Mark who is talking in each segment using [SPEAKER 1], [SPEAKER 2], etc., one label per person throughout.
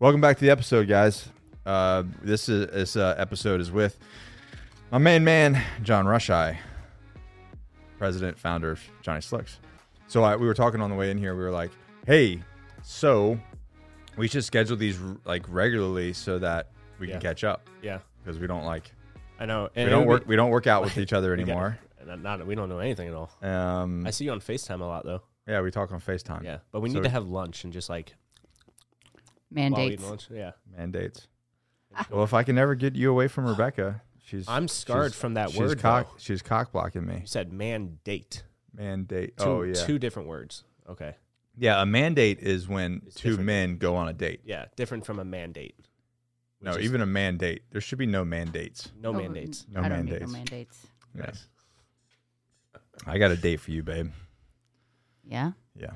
[SPEAKER 1] Welcome back to the episode, guys. Uh, this is this uh, episode is with my main man, John Rusheye, president, founder of Johnny Slicks. So I, we were talking on the way in here. We were like, "Hey, so we should schedule these r- like regularly so that we
[SPEAKER 2] Yeah.
[SPEAKER 1] can catch up
[SPEAKER 2] Yeah,
[SPEAKER 1] because we don't like
[SPEAKER 2] I know.
[SPEAKER 1] we
[SPEAKER 2] And
[SPEAKER 1] don't
[SPEAKER 2] it would
[SPEAKER 1] work we don't work out with each other
[SPEAKER 2] be- we got-
[SPEAKER 1] anymore."
[SPEAKER 2] and Not, we don't know anything at all.
[SPEAKER 1] Um,
[SPEAKER 2] I see you on FaceTime a lot though.
[SPEAKER 1] yeah, we talk on Facetime.
[SPEAKER 2] Yeah, but we
[SPEAKER 1] So-
[SPEAKER 2] need to have lunch and just like while we eat
[SPEAKER 3] mandates.
[SPEAKER 2] lunch. Yeah,
[SPEAKER 1] mandates. well, if I can never get you away from Rebecca, she's
[SPEAKER 2] I'm scarred
[SPEAKER 1] she's-
[SPEAKER 2] from that
[SPEAKER 1] she's
[SPEAKER 2] word.
[SPEAKER 1] Cock,
[SPEAKER 2] though.
[SPEAKER 1] she's cock blocking me.
[SPEAKER 2] You said mandate.
[SPEAKER 1] Mandate.
[SPEAKER 2] Two,
[SPEAKER 1] oh yeah.
[SPEAKER 2] two different words. Okay,
[SPEAKER 1] yeah, a mandate is when
[SPEAKER 2] It's
[SPEAKER 1] two
[SPEAKER 2] different.
[SPEAKER 1] men go on a date.
[SPEAKER 2] yeah, different from a mandate.
[SPEAKER 1] No,
[SPEAKER 2] Which is-
[SPEAKER 1] even a mandate. There should be no mandates.
[SPEAKER 2] no
[SPEAKER 3] Oh,
[SPEAKER 2] mandates.
[SPEAKER 1] No
[SPEAKER 3] I don't need
[SPEAKER 1] mandates.
[SPEAKER 3] no mandates.
[SPEAKER 1] Yeah.
[SPEAKER 2] Nice.
[SPEAKER 1] I got a date for you, babe.
[SPEAKER 3] Yeah.
[SPEAKER 1] Yeah.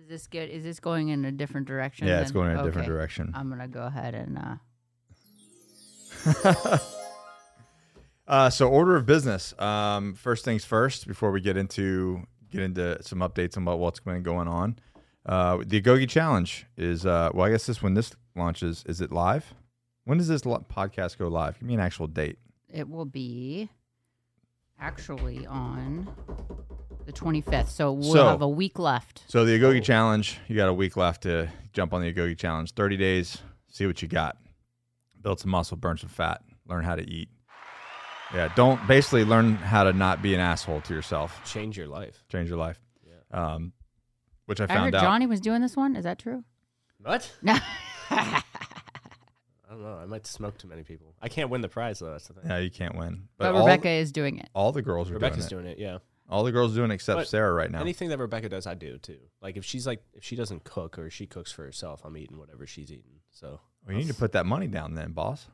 [SPEAKER 3] Is this good? Is this going in a different direction?
[SPEAKER 1] Yeah, it's
[SPEAKER 3] then?
[SPEAKER 1] going in a different
[SPEAKER 3] Okay. Um,
[SPEAKER 1] direction.
[SPEAKER 3] I'm gonna go ahead and uh,
[SPEAKER 1] Uh, so order of business. Um, first things first, before we get into get into some updates on what, what's been going on. Uh, the Agogi Challenge is uh, well, I guess this when this launches, is it live? When does this lo- podcast go live? Give me an actual date.
[SPEAKER 3] it will be actually on the 25th, so we'll
[SPEAKER 1] So-
[SPEAKER 3] have a week left.
[SPEAKER 1] So the
[SPEAKER 2] Oh.
[SPEAKER 1] Agogi Challenge, you got a week left to jump on the Agogi Challenge. Thirty days, see what you got. Build some muscle, burn some fat, learn how to eat. Yeah, don't basically learn how to not be an asshole to yourself.
[SPEAKER 2] Change your life.
[SPEAKER 1] Change your life. Um, which I
[SPEAKER 3] I,
[SPEAKER 1] found
[SPEAKER 3] heard
[SPEAKER 1] out.
[SPEAKER 3] Johnny was doing this one. Is that true?
[SPEAKER 2] What?
[SPEAKER 3] No.
[SPEAKER 2] I don't know. I might smoke too many people. I can't win the prize though. That's the thing.
[SPEAKER 1] Yeah, you can't win.
[SPEAKER 3] But,
[SPEAKER 1] all,
[SPEAKER 3] Rebecca is doing it.
[SPEAKER 1] all the girls are
[SPEAKER 2] Rebecca's
[SPEAKER 1] doing it.
[SPEAKER 2] doing it. Yeah.
[SPEAKER 1] All the girls are doing it except
[SPEAKER 2] But
[SPEAKER 1] Sarah right now.
[SPEAKER 2] Anything that Rebecca does, I do too. Like if she's like if she doesn't cook or she cooks for herself, I'm eating whatever she's eating. So
[SPEAKER 1] we need to put that money down then, boss.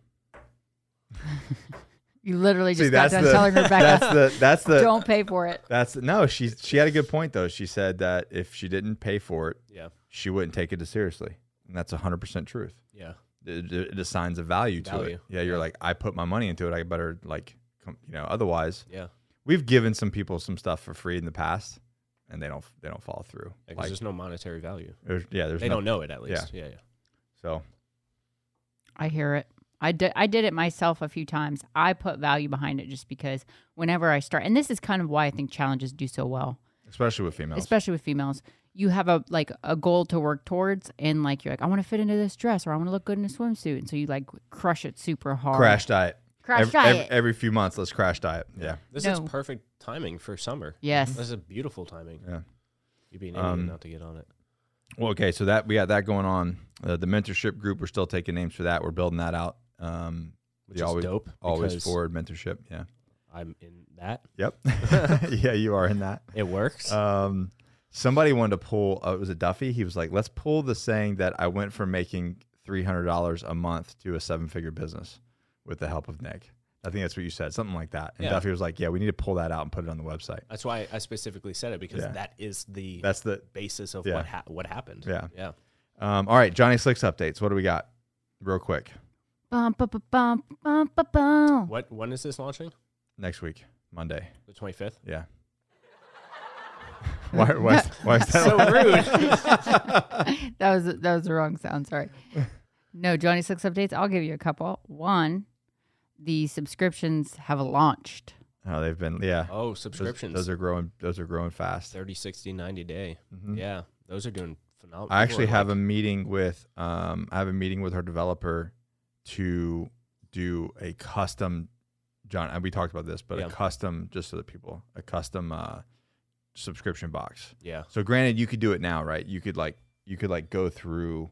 [SPEAKER 3] You literally just
[SPEAKER 1] See,
[SPEAKER 3] got
[SPEAKER 1] that's
[SPEAKER 3] done
[SPEAKER 1] the
[SPEAKER 3] telling
[SPEAKER 1] that's
[SPEAKER 3] Rebecca,
[SPEAKER 1] the that's the
[SPEAKER 3] "Don't pay for it."
[SPEAKER 1] that's the, no. She she had a good point though. She said that if she didn't pay for it,
[SPEAKER 2] yeah,
[SPEAKER 1] she wouldn't take it as seriously, and that's hundred percent truth.
[SPEAKER 2] yeah.
[SPEAKER 1] It, it, it assigns a value to
[SPEAKER 2] Value.
[SPEAKER 1] it. Yeah, you're like, I put my money into it. I better like, com- you know, otherwise,
[SPEAKER 2] Yeah,
[SPEAKER 1] we've given some people some stuff for free in the past, and they don't they don't follow through.
[SPEAKER 2] because
[SPEAKER 1] like,
[SPEAKER 2] there's no monetary value.
[SPEAKER 1] there's, yeah, there's
[SPEAKER 2] They
[SPEAKER 1] no,
[SPEAKER 2] don't know it at least. Yeah, yeah.
[SPEAKER 1] so
[SPEAKER 3] I hear it. I did, I did it myself a few times. I put value behind it just because whenever I start, and this is kind of why I think challenges do so well,
[SPEAKER 1] especially with females.
[SPEAKER 3] especially with females. You have a like a goal to work towards, and like you're like, I want to fit into this dress, or I want to look good in a swimsuit, and so you like crush it super hard.
[SPEAKER 1] crash diet.
[SPEAKER 3] Crash
[SPEAKER 1] every,
[SPEAKER 3] diet.
[SPEAKER 1] Every, every few months, let's crash diet. Yeah.
[SPEAKER 2] This
[SPEAKER 3] No.
[SPEAKER 2] is perfect timing for summer.
[SPEAKER 3] Yes.
[SPEAKER 2] This is beautiful timing.
[SPEAKER 1] Yeah.
[SPEAKER 2] You'd be an idiot
[SPEAKER 1] Um,
[SPEAKER 2] not to get on it.
[SPEAKER 1] Well, okay. So that we got that going on. Uh, the mentorship group, we're still taking names for that. We're building that out. Um,
[SPEAKER 2] Which
[SPEAKER 1] the
[SPEAKER 2] is
[SPEAKER 1] always,
[SPEAKER 2] dope.
[SPEAKER 1] Always
[SPEAKER 2] because
[SPEAKER 1] forward mentorship. Yeah.
[SPEAKER 2] I'm in that.
[SPEAKER 1] Yep. yeah, you are in that.
[SPEAKER 2] It works.
[SPEAKER 1] Um, somebody wanted to pull. Uh, it was a Duffy. He was like, "Let's pull the saying that I went from making three hundred dollars a month to a seven-figure business with the help of Nick." I think that's what you said, something like that. And
[SPEAKER 2] Yeah.
[SPEAKER 1] Duffy was like, "Yeah, we need to pull that out and put it on the website."
[SPEAKER 2] That's why I specifically said it because
[SPEAKER 1] Yeah.
[SPEAKER 2] that is the
[SPEAKER 1] That's the
[SPEAKER 2] basis of
[SPEAKER 1] Yeah.
[SPEAKER 2] what ha- what happened.
[SPEAKER 1] Yeah.
[SPEAKER 2] Yeah.
[SPEAKER 1] Um, all right, Johnny Slicks updates. What do we got, real quick?
[SPEAKER 3] Bum, bu- bu- bum, bum, bu- bum.
[SPEAKER 2] What when is this launching?
[SPEAKER 1] Next week, Monday.
[SPEAKER 2] The 25th.
[SPEAKER 1] Yeah. why, why, why is that?
[SPEAKER 2] So rude.
[SPEAKER 3] that was that was the wrong sound. Sorry. No, Johnny Six updates. I'll give you a couple. One, the subscriptions have launched.
[SPEAKER 1] Oh, they've been yeah.
[SPEAKER 2] Oh,
[SPEAKER 1] Those-
[SPEAKER 2] subscriptions.
[SPEAKER 1] Those, are growing. Those are growing fast. Mm-hmm.
[SPEAKER 2] 30, 60, 90 day. Yeah. Those are doing phenomenal.
[SPEAKER 1] I actually have a meeting with um I have a meeting with our developer to do a custom John and we talked about this, but
[SPEAKER 2] Yeah.
[SPEAKER 1] a custom just so that people a custom uh subscription box.
[SPEAKER 2] Yeah.
[SPEAKER 1] So granted you could do it now, right? You could like you could like go through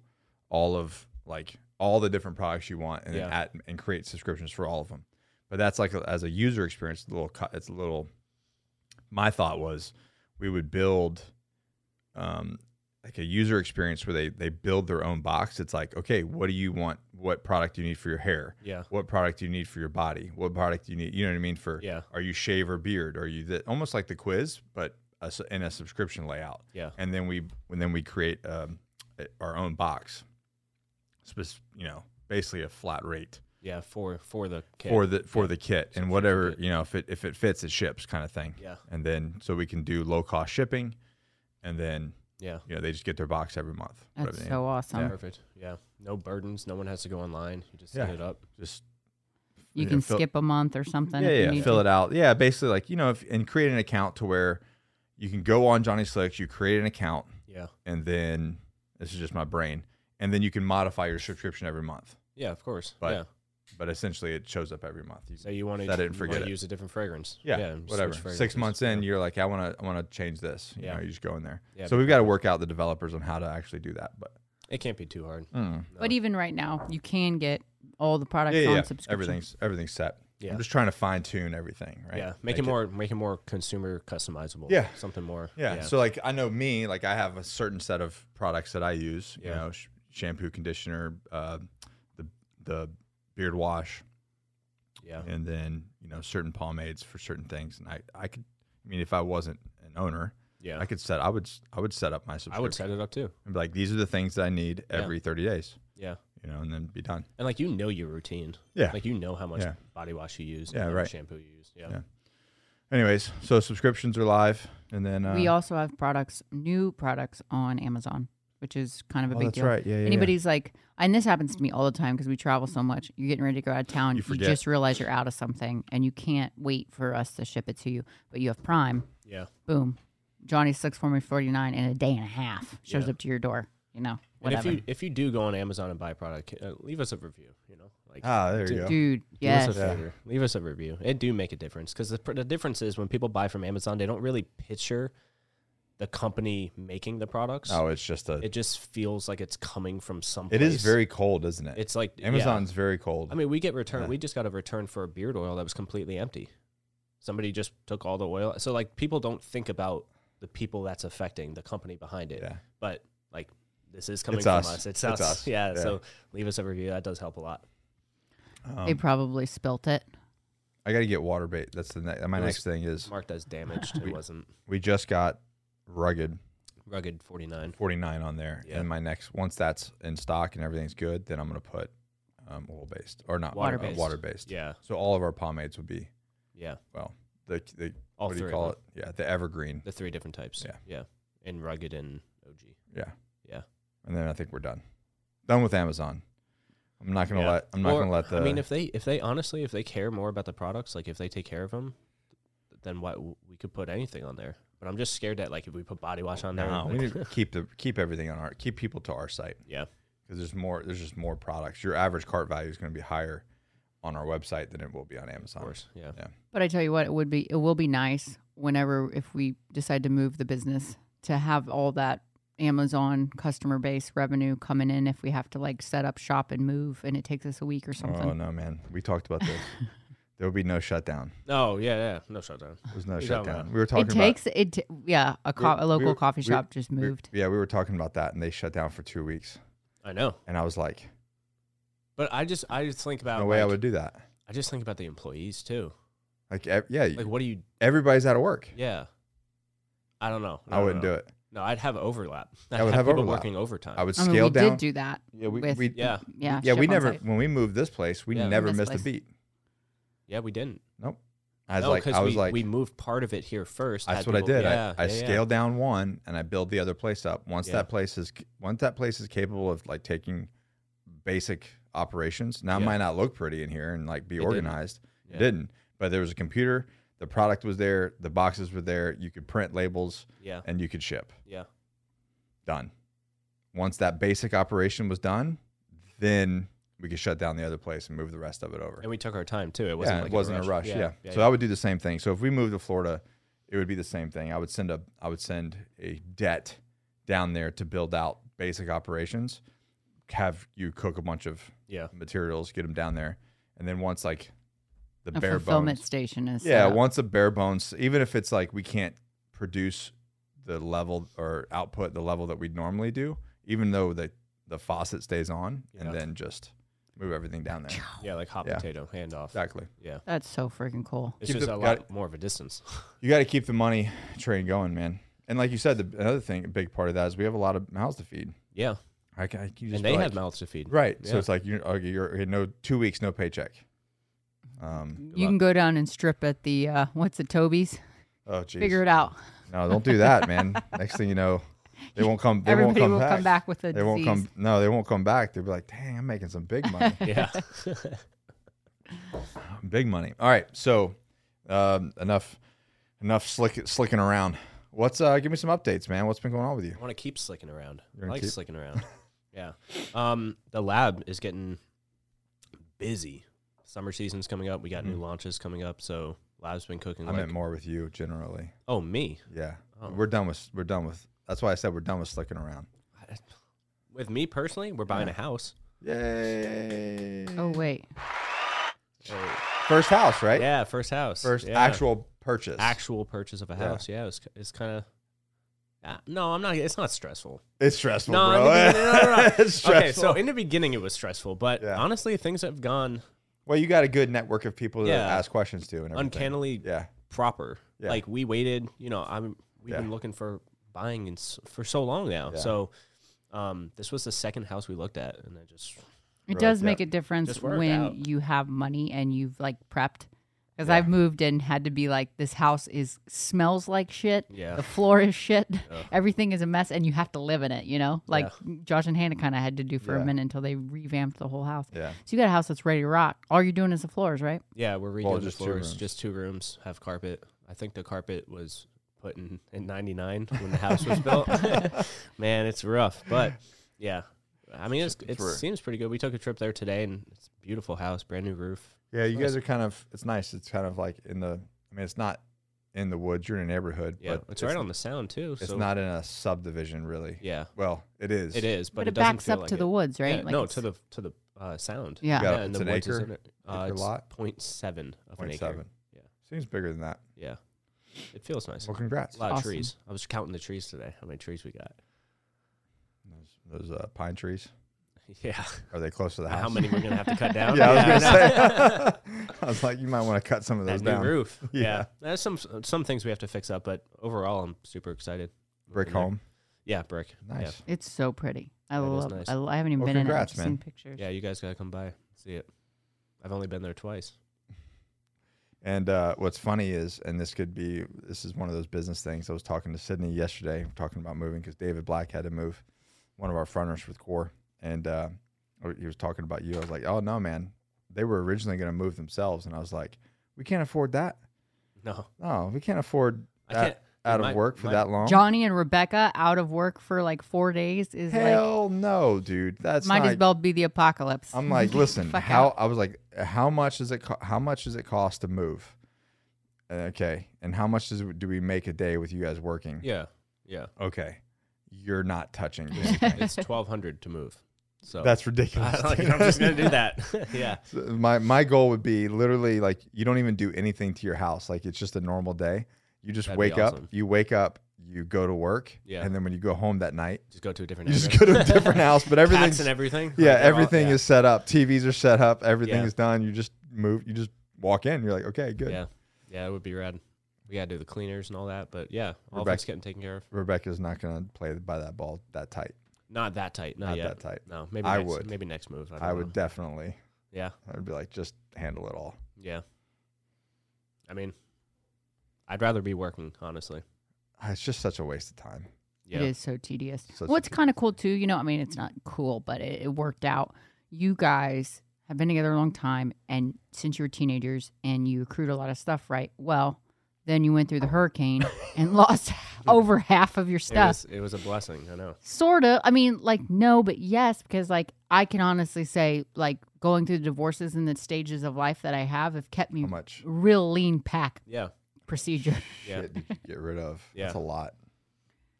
[SPEAKER 1] all of like all the different products you want and then
[SPEAKER 2] Yeah.
[SPEAKER 1] add and create subscriptions for all of them. But that's like a, as a user experience, a little cut. It's a little. My thought was we would build, um, like a user experience where they they build their own box. It's like okay, what do you want? What product do you need for your hair?
[SPEAKER 2] Yeah.
[SPEAKER 1] What product do you need for your body? What product do you need? You know what I mean? For
[SPEAKER 2] Yeah.
[SPEAKER 1] are you shave or beard? Are you the, almost like the quiz, but a s in a subscription layout?
[SPEAKER 2] Yeah.
[SPEAKER 1] and then we and then we create um, a- our own box, Spec- you know, basically a flat rate
[SPEAKER 2] Yeah. For for the kid.
[SPEAKER 1] for the for the kit and whatever
[SPEAKER 2] kit.
[SPEAKER 1] you know if it if it fits it ships kind of thing.
[SPEAKER 2] Yeah.
[SPEAKER 1] and then so we can do low cost shipping, and then
[SPEAKER 2] Yeah.
[SPEAKER 1] You know, they just get their box every month. whatever
[SPEAKER 3] That's
[SPEAKER 1] they
[SPEAKER 3] so awesome.
[SPEAKER 2] Perfect. Yeah. No burdens. No one has to go online. You just set
[SPEAKER 1] Yeah.
[SPEAKER 2] it up.
[SPEAKER 1] need. Just
[SPEAKER 3] You
[SPEAKER 1] know,
[SPEAKER 3] can
[SPEAKER 1] fill-
[SPEAKER 3] skip a month or something.
[SPEAKER 1] Yeah,
[SPEAKER 3] if you
[SPEAKER 1] yeah.
[SPEAKER 3] need
[SPEAKER 1] Fill
[SPEAKER 3] to.
[SPEAKER 1] it out. Yeah, basically like you know, if, and create an account to where you can go on Johnny Slicks. You create an account,
[SPEAKER 2] Yeah.
[SPEAKER 1] and then this is just my brain, and then you can modify your subscription every month.
[SPEAKER 2] Yeah, of course.
[SPEAKER 1] But-
[SPEAKER 2] yeah.
[SPEAKER 1] But essentially, it shows up every month. You-
[SPEAKER 2] So you want to
[SPEAKER 1] set it and
[SPEAKER 2] you
[SPEAKER 1] forget
[SPEAKER 2] wanna
[SPEAKER 1] it.
[SPEAKER 2] use a different fragrance.
[SPEAKER 1] yeah,
[SPEAKER 2] and switch
[SPEAKER 1] whatever. Six
[SPEAKER 2] fragrances.
[SPEAKER 1] months in, you're like, I want to, I want to change this. You
[SPEAKER 2] Yeah.
[SPEAKER 1] know, you just go in there.
[SPEAKER 2] Yeah,
[SPEAKER 1] so we've got to work out the developers on how to actually do that. But
[SPEAKER 2] It can't be too hard.
[SPEAKER 1] mm.
[SPEAKER 3] But even right now, you can get all the products
[SPEAKER 1] yeah, yeah,
[SPEAKER 3] on
[SPEAKER 1] yeah.
[SPEAKER 3] subscription.
[SPEAKER 1] everything's everything's set.
[SPEAKER 2] Yeah.
[SPEAKER 1] I'm just trying to fine tune everything. Right.
[SPEAKER 2] Yeah. Make, it more make it more consumer customizable.
[SPEAKER 1] Yeah.
[SPEAKER 2] Something more.
[SPEAKER 1] Yeah. So like I know me, like I have a certain set of products that I use. You
[SPEAKER 2] Yeah.
[SPEAKER 1] know, sh- shampoo, conditioner, uh, the the beard wash,
[SPEAKER 2] yeah.
[SPEAKER 1] and then you know certain pomades for certain things. And I I could, I mean, if I wasn't an owner,
[SPEAKER 2] Yeah.
[SPEAKER 1] I could set. I would s- I would set up my
[SPEAKER 2] I
[SPEAKER 1] subscription.
[SPEAKER 2] would set it up too.
[SPEAKER 1] and be like, these are the things that I need
[SPEAKER 2] Yeah.
[SPEAKER 1] every 30 days.
[SPEAKER 2] Yeah.
[SPEAKER 1] You know, and then be done.
[SPEAKER 2] And like you know your routine.
[SPEAKER 1] Yeah.
[SPEAKER 2] Like you know how much
[SPEAKER 1] Yeah.
[SPEAKER 2] body wash you use.
[SPEAKER 1] Yeah,
[SPEAKER 2] and how
[SPEAKER 1] right.
[SPEAKER 2] much Shampoo you use. Yeah.
[SPEAKER 1] Yeah. Anyways, so subscriptions are live, and then uh,
[SPEAKER 3] we also have products, new products on Amazon, which is kind of a
[SPEAKER 1] Oh,
[SPEAKER 3] big
[SPEAKER 1] that's
[SPEAKER 3] deal.
[SPEAKER 1] right. Yeah, yeah, yeah.
[SPEAKER 3] Anybody's like, and this happens to me all the time because we travel so much. You're getting ready to go out of town.
[SPEAKER 1] You forget.
[SPEAKER 3] just realize you're out of something and you can't wait for us to ship it to you. But you have Prime.
[SPEAKER 2] Yeah.
[SPEAKER 3] Boom. Johnny Six for me 49 in a day and a half shows
[SPEAKER 2] Yeah.
[SPEAKER 3] up to your door. You know,
[SPEAKER 2] And if
[SPEAKER 3] whatever.
[SPEAKER 2] you if you do go on Amazon and buy product, uh, leave us a review. You know, like
[SPEAKER 1] ah, there you
[SPEAKER 2] Dude,
[SPEAKER 1] go.
[SPEAKER 3] Dude,
[SPEAKER 2] Leave
[SPEAKER 3] yes.
[SPEAKER 2] us a favor. Leave us a review. It do make a difference because the, pr- the difference is when people buy from Amazon, they don't really picture the company making the products.
[SPEAKER 1] Oh, it's just a.
[SPEAKER 2] It just feels like it's coming from someplace.
[SPEAKER 1] it is very cold, isn't it?
[SPEAKER 2] It's like yeah.
[SPEAKER 1] Amazon's very cold.
[SPEAKER 2] I mean, we get return.
[SPEAKER 1] Yeah.
[SPEAKER 2] We just got a return for a beard oil that was completely empty. Somebody just took all the oil. So like people don't think about the people that's affecting the company behind it.
[SPEAKER 1] yeah.
[SPEAKER 2] But like this is coming
[SPEAKER 1] It's
[SPEAKER 2] from
[SPEAKER 1] us.
[SPEAKER 2] us. It's,
[SPEAKER 1] It's
[SPEAKER 2] us.
[SPEAKER 1] us.
[SPEAKER 2] Yeah,
[SPEAKER 1] Yeah.
[SPEAKER 2] So leave us a review. That does help a lot.
[SPEAKER 3] They probably spilt it.
[SPEAKER 1] Um, I got to get water bait. That's the ne- my
[SPEAKER 2] It was-
[SPEAKER 1] next thing is
[SPEAKER 2] Marked as damaged. It
[SPEAKER 1] We-
[SPEAKER 2] wasn't
[SPEAKER 1] we just got rugged
[SPEAKER 2] rugged forty nine.
[SPEAKER 1] 49 on there,
[SPEAKER 2] Yeah.
[SPEAKER 1] and my next once that's in stock and everything's good, then I'm gonna put um, oil based or not water based.
[SPEAKER 2] Water-based.
[SPEAKER 1] water based.
[SPEAKER 2] Yeah.
[SPEAKER 1] So all of our pomades would be
[SPEAKER 2] Yeah.
[SPEAKER 1] well the the
[SPEAKER 2] All
[SPEAKER 1] what do
[SPEAKER 2] three
[SPEAKER 1] you
[SPEAKER 2] of
[SPEAKER 1] call
[SPEAKER 2] them.
[SPEAKER 1] it? Yeah, the evergreen.
[SPEAKER 2] The three different types.
[SPEAKER 1] Yeah.
[SPEAKER 2] Yeah. And rugged and OG.
[SPEAKER 1] Yeah.
[SPEAKER 2] Yeah.
[SPEAKER 1] And then I think we're done. Done with Amazon. I'm not gonna
[SPEAKER 2] Yeah.
[SPEAKER 1] let. I'm not
[SPEAKER 2] Or,
[SPEAKER 1] gonna let the.
[SPEAKER 2] I mean, if they if they honestly if they care more about the products, like if they take care of them, then what we could put anything on there. But I'm just scared that like if we put body wash on there,
[SPEAKER 1] no, we
[SPEAKER 2] like-
[SPEAKER 1] need to keep the keep everything on our keep people to our site
[SPEAKER 2] yeah,
[SPEAKER 1] because there's more. There's just more products. Your average cart value is gonna be higher on our website than it will be on Amazon.
[SPEAKER 2] of course, yeah,
[SPEAKER 1] Yeah.
[SPEAKER 3] But I tell you what, it would be it will be nice whenever if we decide to move the business to have all that Amazon customer base revenue coming in if we have to like set up shop and move and it takes us a week or
[SPEAKER 1] Oh
[SPEAKER 3] something.
[SPEAKER 1] no, man. We talked about this. there will be no shutdown.
[SPEAKER 2] no, yeah, yeah, no shutdown.
[SPEAKER 1] There's no
[SPEAKER 2] What are you talking
[SPEAKER 1] shutdown.
[SPEAKER 2] about?
[SPEAKER 1] We were talking
[SPEAKER 3] it takes it t- yeah, a, co-
[SPEAKER 1] We-
[SPEAKER 3] a local
[SPEAKER 1] we-
[SPEAKER 3] coffee
[SPEAKER 1] we-
[SPEAKER 3] shop just
[SPEAKER 1] about we-
[SPEAKER 3] moved.
[SPEAKER 1] yeah, we were talking about that, and they shut down for two weeks.
[SPEAKER 2] I know,
[SPEAKER 1] And I was like,
[SPEAKER 2] but I just I just think about
[SPEAKER 1] no way I
[SPEAKER 2] Oh, like,
[SPEAKER 1] would do that.
[SPEAKER 2] I just think about the employees too.
[SPEAKER 1] Like, ev- yeah,
[SPEAKER 2] Like, what do you?
[SPEAKER 1] everybody's out of work.
[SPEAKER 2] Yeah, I don't know.
[SPEAKER 1] I wouldn't do it.
[SPEAKER 2] No, I'd have overlap. I'd
[SPEAKER 1] I would have
[SPEAKER 2] people
[SPEAKER 1] overlap.
[SPEAKER 2] working overtime.
[SPEAKER 1] I would
[SPEAKER 3] I mean,
[SPEAKER 1] scale
[SPEAKER 3] we
[SPEAKER 1] down.
[SPEAKER 3] did do that.
[SPEAKER 1] yeah, we,
[SPEAKER 3] with-
[SPEAKER 1] we
[SPEAKER 2] Yeah,
[SPEAKER 3] Yeah.
[SPEAKER 1] yeah, we
[SPEAKER 3] ship on
[SPEAKER 1] never
[SPEAKER 3] site.
[SPEAKER 1] when we moved this place, we
[SPEAKER 2] Yeah.
[SPEAKER 1] never
[SPEAKER 3] This
[SPEAKER 1] missed
[SPEAKER 3] place.
[SPEAKER 1] a beat.
[SPEAKER 2] yeah, we didn't.
[SPEAKER 1] Nope. I was
[SPEAKER 2] No,
[SPEAKER 1] like,
[SPEAKER 2] 'cause
[SPEAKER 1] I was
[SPEAKER 2] we,
[SPEAKER 1] like,
[SPEAKER 2] we moved part of it here first.
[SPEAKER 1] that's
[SPEAKER 2] had
[SPEAKER 1] what I
[SPEAKER 2] people-
[SPEAKER 1] did.
[SPEAKER 2] yeah,
[SPEAKER 1] I, I
[SPEAKER 2] yeah, yeah.
[SPEAKER 1] scaled down one and I build the other place up. Once
[SPEAKER 2] Yeah.
[SPEAKER 1] that place is once that place is capable of like taking basic operations. Now it
[SPEAKER 2] Yeah.
[SPEAKER 1] might not look pretty in here and like be
[SPEAKER 2] didn't.
[SPEAKER 1] organized. It
[SPEAKER 2] Yeah.
[SPEAKER 1] didn't. But there was a computer, the product was there, the boxes were there, you could print labels
[SPEAKER 2] Yeah,
[SPEAKER 1] and you could ship.
[SPEAKER 2] yeah,
[SPEAKER 1] Done. Once that basic operation was done, then we could shut down the other place and move the rest of it over.
[SPEAKER 2] and we took our time too. It wasn't
[SPEAKER 1] yeah,
[SPEAKER 2] like
[SPEAKER 1] it wasn't a rush. Yeah. so I would do the same thing. So if we moved to Florida, it would be the same thing. I would send a I would send a debt down there to build out basic operations, have you cook a bunch of
[SPEAKER 2] yeah,
[SPEAKER 1] materials, get them down there, and then once like the
[SPEAKER 3] A
[SPEAKER 1] bare
[SPEAKER 3] fulfillment
[SPEAKER 1] bones,
[SPEAKER 3] station is uh,
[SPEAKER 1] yeah,
[SPEAKER 3] set up.
[SPEAKER 1] once the bare bones, even if it's like we can't produce the level or output the level that we normally do, even though the the faucet stays on,
[SPEAKER 2] Yeah.
[SPEAKER 1] and then just move everything down there.
[SPEAKER 2] yeah, like hot
[SPEAKER 1] Yeah.
[SPEAKER 2] potato handoff.
[SPEAKER 1] Exactly.
[SPEAKER 2] Yeah,
[SPEAKER 3] That's so freaking cool.
[SPEAKER 2] it's
[SPEAKER 1] Keep
[SPEAKER 2] just
[SPEAKER 1] the-
[SPEAKER 2] a
[SPEAKER 1] got
[SPEAKER 2] lot more of a distance.
[SPEAKER 1] You got to keep the money train going, man. And like you said, the another thing, a big part of that is we have a lot of mouths to feed.
[SPEAKER 2] yeah,
[SPEAKER 1] I, ca- I you just
[SPEAKER 2] and they
[SPEAKER 1] feel
[SPEAKER 2] have
[SPEAKER 1] like-
[SPEAKER 2] mouths to feed.
[SPEAKER 1] right. So
[SPEAKER 2] Yeah.
[SPEAKER 1] it's like you're, okay, you're okay, no two weeks, no paycheck. Um,
[SPEAKER 3] You can go down and strip at the uh, what's it, Toby's?
[SPEAKER 1] oh geez,
[SPEAKER 3] Figure it out.
[SPEAKER 1] No, don't do that, man. Next thing you know, They won't come. They
[SPEAKER 3] Everybody
[SPEAKER 1] won't come
[SPEAKER 3] will
[SPEAKER 1] back.
[SPEAKER 3] come back with a
[SPEAKER 1] They won't
[SPEAKER 3] disease.
[SPEAKER 1] come. No, they won't come back. They'll be like, "Dang, I'm making some big money.
[SPEAKER 2] Yeah.
[SPEAKER 1] big money." All right. So, um, enough, enough slick, slicking around. What's uh? Give me some updates, man. What's been going on with you?
[SPEAKER 2] I want to keep slicking around.
[SPEAKER 1] You're
[SPEAKER 2] I
[SPEAKER 1] gonna
[SPEAKER 2] like
[SPEAKER 1] keep-
[SPEAKER 2] slicking around. yeah. Um, the lab is getting busy. Summer season's coming up. We got
[SPEAKER 1] Mm-hmm.
[SPEAKER 2] new launches coming up. So lab's been cooking.
[SPEAKER 1] I
[SPEAKER 2] like-
[SPEAKER 1] meant more with you generally.
[SPEAKER 2] oh me.
[SPEAKER 1] Yeah,
[SPEAKER 2] Oh.
[SPEAKER 1] we're done with. We're done with. That's why I said we're done with slicking around.
[SPEAKER 2] With me personally, we're buying a house.
[SPEAKER 1] Yay!
[SPEAKER 3] Oh wait,
[SPEAKER 1] First house, right?
[SPEAKER 2] Yeah, first house.
[SPEAKER 1] First
[SPEAKER 2] Yeah.
[SPEAKER 1] actual purchase.
[SPEAKER 2] actual purchase of a
[SPEAKER 1] Yeah.
[SPEAKER 2] house. Yeah, it's it's kind of. Uh, no, I'm not. It's not stressful.
[SPEAKER 1] It's stressful,
[SPEAKER 2] No,
[SPEAKER 1] bro.
[SPEAKER 2] I'm- no, no, no, no.
[SPEAKER 1] it's stressful.
[SPEAKER 2] Okay, so in the beginning it was stressful, but
[SPEAKER 1] Yeah.
[SPEAKER 2] honestly things have gone
[SPEAKER 1] well, you got a good network of people to
[SPEAKER 2] Yeah.
[SPEAKER 1] ask questions to, and everything.
[SPEAKER 2] uncannily
[SPEAKER 1] Yeah.
[SPEAKER 2] proper.
[SPEAKER 1] Yeah.
[SPEAKER 2] Like we waited, you know, I'm we've
[SPEAKER 1] Yeah.
[SPEAKER 2] been looking for buying in, s- for so long now.
[SPEAKER 1] Yeah.
[SPEAKER 2] So um, this was the second house we looked at, and I just
[SPEAKER 3] it
[SPEAKER 1] Right,
[SPEAKER 3] does
[SPEAKER 1] yeah.
[SPEAKER 3] make a difference
[SPEAKER 2] Just work
[SPEAKER 3] when
[SPEAKER 2] out.
[SPEAKER 3] you have money and you've like prepped. Because
[SPEAKER 1] Yeah.
[SPEAKER 3] I've moved and had to be like, this house is smells like shit.
[SPEAKER 2] Yeah.
[SPEAKER 3] The floor is shit. Everything is a mess, and you have to live in it. You know, like Josh and Hannah kind of had to do for
[SPEAKER 1] Yeah.
[SPEAKER 3] a minute until they revamped the whole house.
[SPEAKER 1] Yeah.
[SPEAKER 3] So you got a house that's ready to rock. All you're doing is the floors, right?
[SPEAKER 2] yeah, we're redoing
[SPEAKER 1] Well,
[SPEAKER 2] the
[SPEAKER 1] just two
[SPEAKER 2] floors,
[SPEAKER 1] rooms.
[SPEAKER 2] just two rooms, have carpet. I think the carpet was put in in '99 when the house was built. Man, it's rough, but yeah. I mean, it's, it
[SPEAKER 1] rough.
[SPEAKER 2] seems pretty good. We took a trip there today, and it's a beautiful house, brand new roof.
[SPEAKER 1] Yeah, you guys are kind of. It's nice. It's kind of like in the. I mean, it's not in the woods. You're in a neighborhood.
[SPEAKER 2] Yeah,
[SPEAKER 1] but
[SPEAKER 2] it's, right on the sound too.
[SPEAKER 1] It's
[SPEAKER 2] so
[SPEAKER 1] not in a subdivision, really.
[SPEAKER 2] Yeah,
[SPEAKER 1] Well, it is.
[SPEAKER 2] it is, but,
[SPEAKER 3] But,
[SPEAKER 2] it,
[SPEAKER 3] it
[SPEAKER 2] doesn't
[SPEAKER 3] backs
[SPEAKER 2] feel
[SPEAKER 3] up
[SPEAKER 2] like
[SPEAKER 3] to
[SPEAKER 2] it.
[SPEAKER 3] the woods, right?
[SPEAKER 2] Yeah,
[SPEAKER 3] Like
[SPEAKER 2] no,
[SPEAKER 3] it's-
[SPEAKER 2] to the to the uh, sound.
[SPEAKER 3] Yeah.
[SPEAKER 1] Yeah,
[SPEAKER 2] and
[SPEAKER 1] it's
[SPEAKER 2] the
[SPEAKER 1] an
[SPEAKER 2] woods is
[SPEAKER 1] acre?
[SPEAKER 2] in it. Uh,
[SPEAKER 1] Acre
[SPEAKER 2] it's
[SPEAKER 1] lot?
[SPEAKER 2] 0.7 of an
[SPEAKER 1] Point
[SPEAKER 2] acre.
[SPEAKER 1] seven.
[SPEAKER 2] Yeah.
[SPEAKER 1] Seems bigger than that.
[SPEAKER 2] Yeah, it feels nice.
[SPEAKER 1] Well, congrats.
[SPEAKER 2] a lot of
[SPEAKER 3] Awesome.
[SPEAKER 2] trees. I was counting the trees today. How many trees we got?
[SPEAKER 1] Those, those uh, pine trees.
[SPEAKER 2] Yeah,
[SPEAKER 1] Are they close to the house?
[SPEAKER 2] how many we're gonna have to cut down?
[SPEAKER 1] Yeah, I was gonna
[SPEAKER 2] know.
[SPEAKER 1] say. I was like, you might want to cut some of those
[SPEAKER 2] that new
[SPEAKER 1] down.
[SPEAKER 2] roof.
[SPEAKER 1] Yeah.
[SPEAKER 2] Yeah. there's some some things we have to fix up, but overall, I'm super excited.
[SPEAKER 1] Brick
[SPEAKER 2] Moving there.
[SPEAKER 1] home.
[SPEAKER 2] Yeah, brick. Yeah.
[SPEAKER 1] Nice.
[SPEAKER 3] It's so pretty. I
[SPEAKER 2] It is
[SPEAKER 3] love.
[SPEAKER 2] nice.
[SPEAKER 3] I, I haven't even
[SPEAKER 1] Well,
[SPEAKER 3] been in it. I've
[SPEAKER 1] congrats,
[SPEAKER 3] just
[SPEAKER 1] man.
[SPEAKER 3] seen pictures.
[SPEAKER 2] Yeah. you guys gotta come by see it. I've only been there twice.
[SPEAKER 1] And uh, what's funny is, and this could be, this is one of those business things. I was talking to Sydney yesterday, talking about moving because David Black had to move, one of our fronters with Core, and uh, or he was talking about you. I was like, oh no, man, they were originally going to move themselves, and I was like, we can't afford that.
[SPEAKER 2] No,
[SPEAKER 1] No, we can't afford
[SPEAKER 2] I
[SPEAKER 1] that
[SPEAKER 2] can't.
[SPEAKER 1] out
[SPEAKER 2] my-
[SPEAKER 1] of work for
[SPEAKER 2] my-
[SPEAKER 1] that long.
[SPEAKER 3] Johnny and Rebecca out of work for like four days is like
[SPEAKER 1] Hell no, dude. That's
[SPEAKER 3] might
[SPEAKER 1] not,
[SPEAKER 3] as well be the apocalypse.
[SPEAKER 1] I'm like, listen,
[SPEAKER 3] Fuck
[SPEAKER 1] how
[SPEAKER 3] out.
[SPEAKER 1] I was like, how much does it co- how much does it cost to move? Okay, and how much does do we make a day with you guys working?
[SPEAKER 2] Yeah, yeah.
[SPEAKER 1] Okay, you're not touching this. thing.
[SPEAKER 2] It's 1,200 to move. So
[SPEAKER 1] That's
[SPEAKER 2] I
[SPEAKER 1] ridiculous.
[SPEAKER 2] don't like
[SPEAKER 1] dude.
[SPEAKER 2] it. I'm just gonna do that. yeah.
[SPEAKER 1] So my my goal would be literally like you don't even do anything to your house. Like it's just a normal day. You just
[SPEAKER 2] That'd be
[SPEAKER 1] wake up.
[SPEAKER 2] awesome.
[SPEAKER 1] You wake up. You go to work.
[SPEAKER 2] Yeah.
[SPEAKER 1] And then when you go home that night,
[SPEAKER 2] Just go to a different.
[SPEAKER 1] you just
[SPEAKER 2] address.
[SPEAKER 1] go to a different house. But
[SPEAKER 2] Cats
[SPEAKER 1] everything's
[SPEAKER 2] and everything.
[SPEAKER 1] yeah,
[SPEAKER 2] Like, they're all-
[SPEAKER 1] everything
[SPEAKER 2] yeah.
[SPEAKER 1] is set up. TVs are set up. Everything
[SPEAKER 2] Yeah.
[SPEAKER 1] is done. You just move. You just walk in. You're like, okay, good.
[SPEAKER 2] Yeah, yeah, it would be rad. We gotta do the cleaners and all that, but yeah, all
[SPEAKER 1] Rebecca-
[SPEAKER 2] that's getting taken care of.
[SPEAKER 1] Rebecca's not gonna play by that ball that tight.
[SPEAKER 2] Not that tight. Not,
[SPEAKER 1] Not
[SPEAKER 2] yet.
[SPEAKER 1] that tight.
[SPEAKER 2] No, maybe
[SPEAKER 1] I
[SPEAKER 2] next,
[SPEAKER 1] would.
[SPEAKER 2] Maybe next move. I,
[SPEAKER 1] I,
[SPEAKER 2] don't
[SPEAKER 1] would
[SPEAKER 2] know.
[SPEAKER 1] definitely.
[SPEAKER 2] Yeah,
[SPEAKER 1] I'd be like, just handle it all.
[SPEAKER 2] yeah. I mean, I'd rather be working honestly.
[SPEAKER 1] Ah, It's just such a waste of time.
[SPEAKER 2] Yeah,
[SPEAKER 3] It is so tedious.
[SPEAKER 1] Such a
[SPEAKER 3] What's kind of cool too, you know, I mean, it's not cool, but it, it worked out. You guys have been together a long time, and since you were teenagers, and you accrued a lot of stuff, right? Well, then you went through the hurricane and lost over half of your
[SPEAKER 2] it
[SPEAKER 3] stuff.
[SPEAKER 2] was, it was a blessing. I know.
[SPEAKER 3] sort of i mean like no but yes because like i can honestly say like going through the divorces and the stages of life that i have have kept me
[SPEAKER 2] Mm.
[SPEAKER 1] How much
[SPEAKER 3] real lean pack
[SPEAKER 2] Yeah,
[SPEAKER 3] procedure
[SPEAKER 2] yeah.
[SPEAKER 1] shit did you get rid of?
[SPEAKER 2] Yeah.
[SPEAKER 1] That's a lot.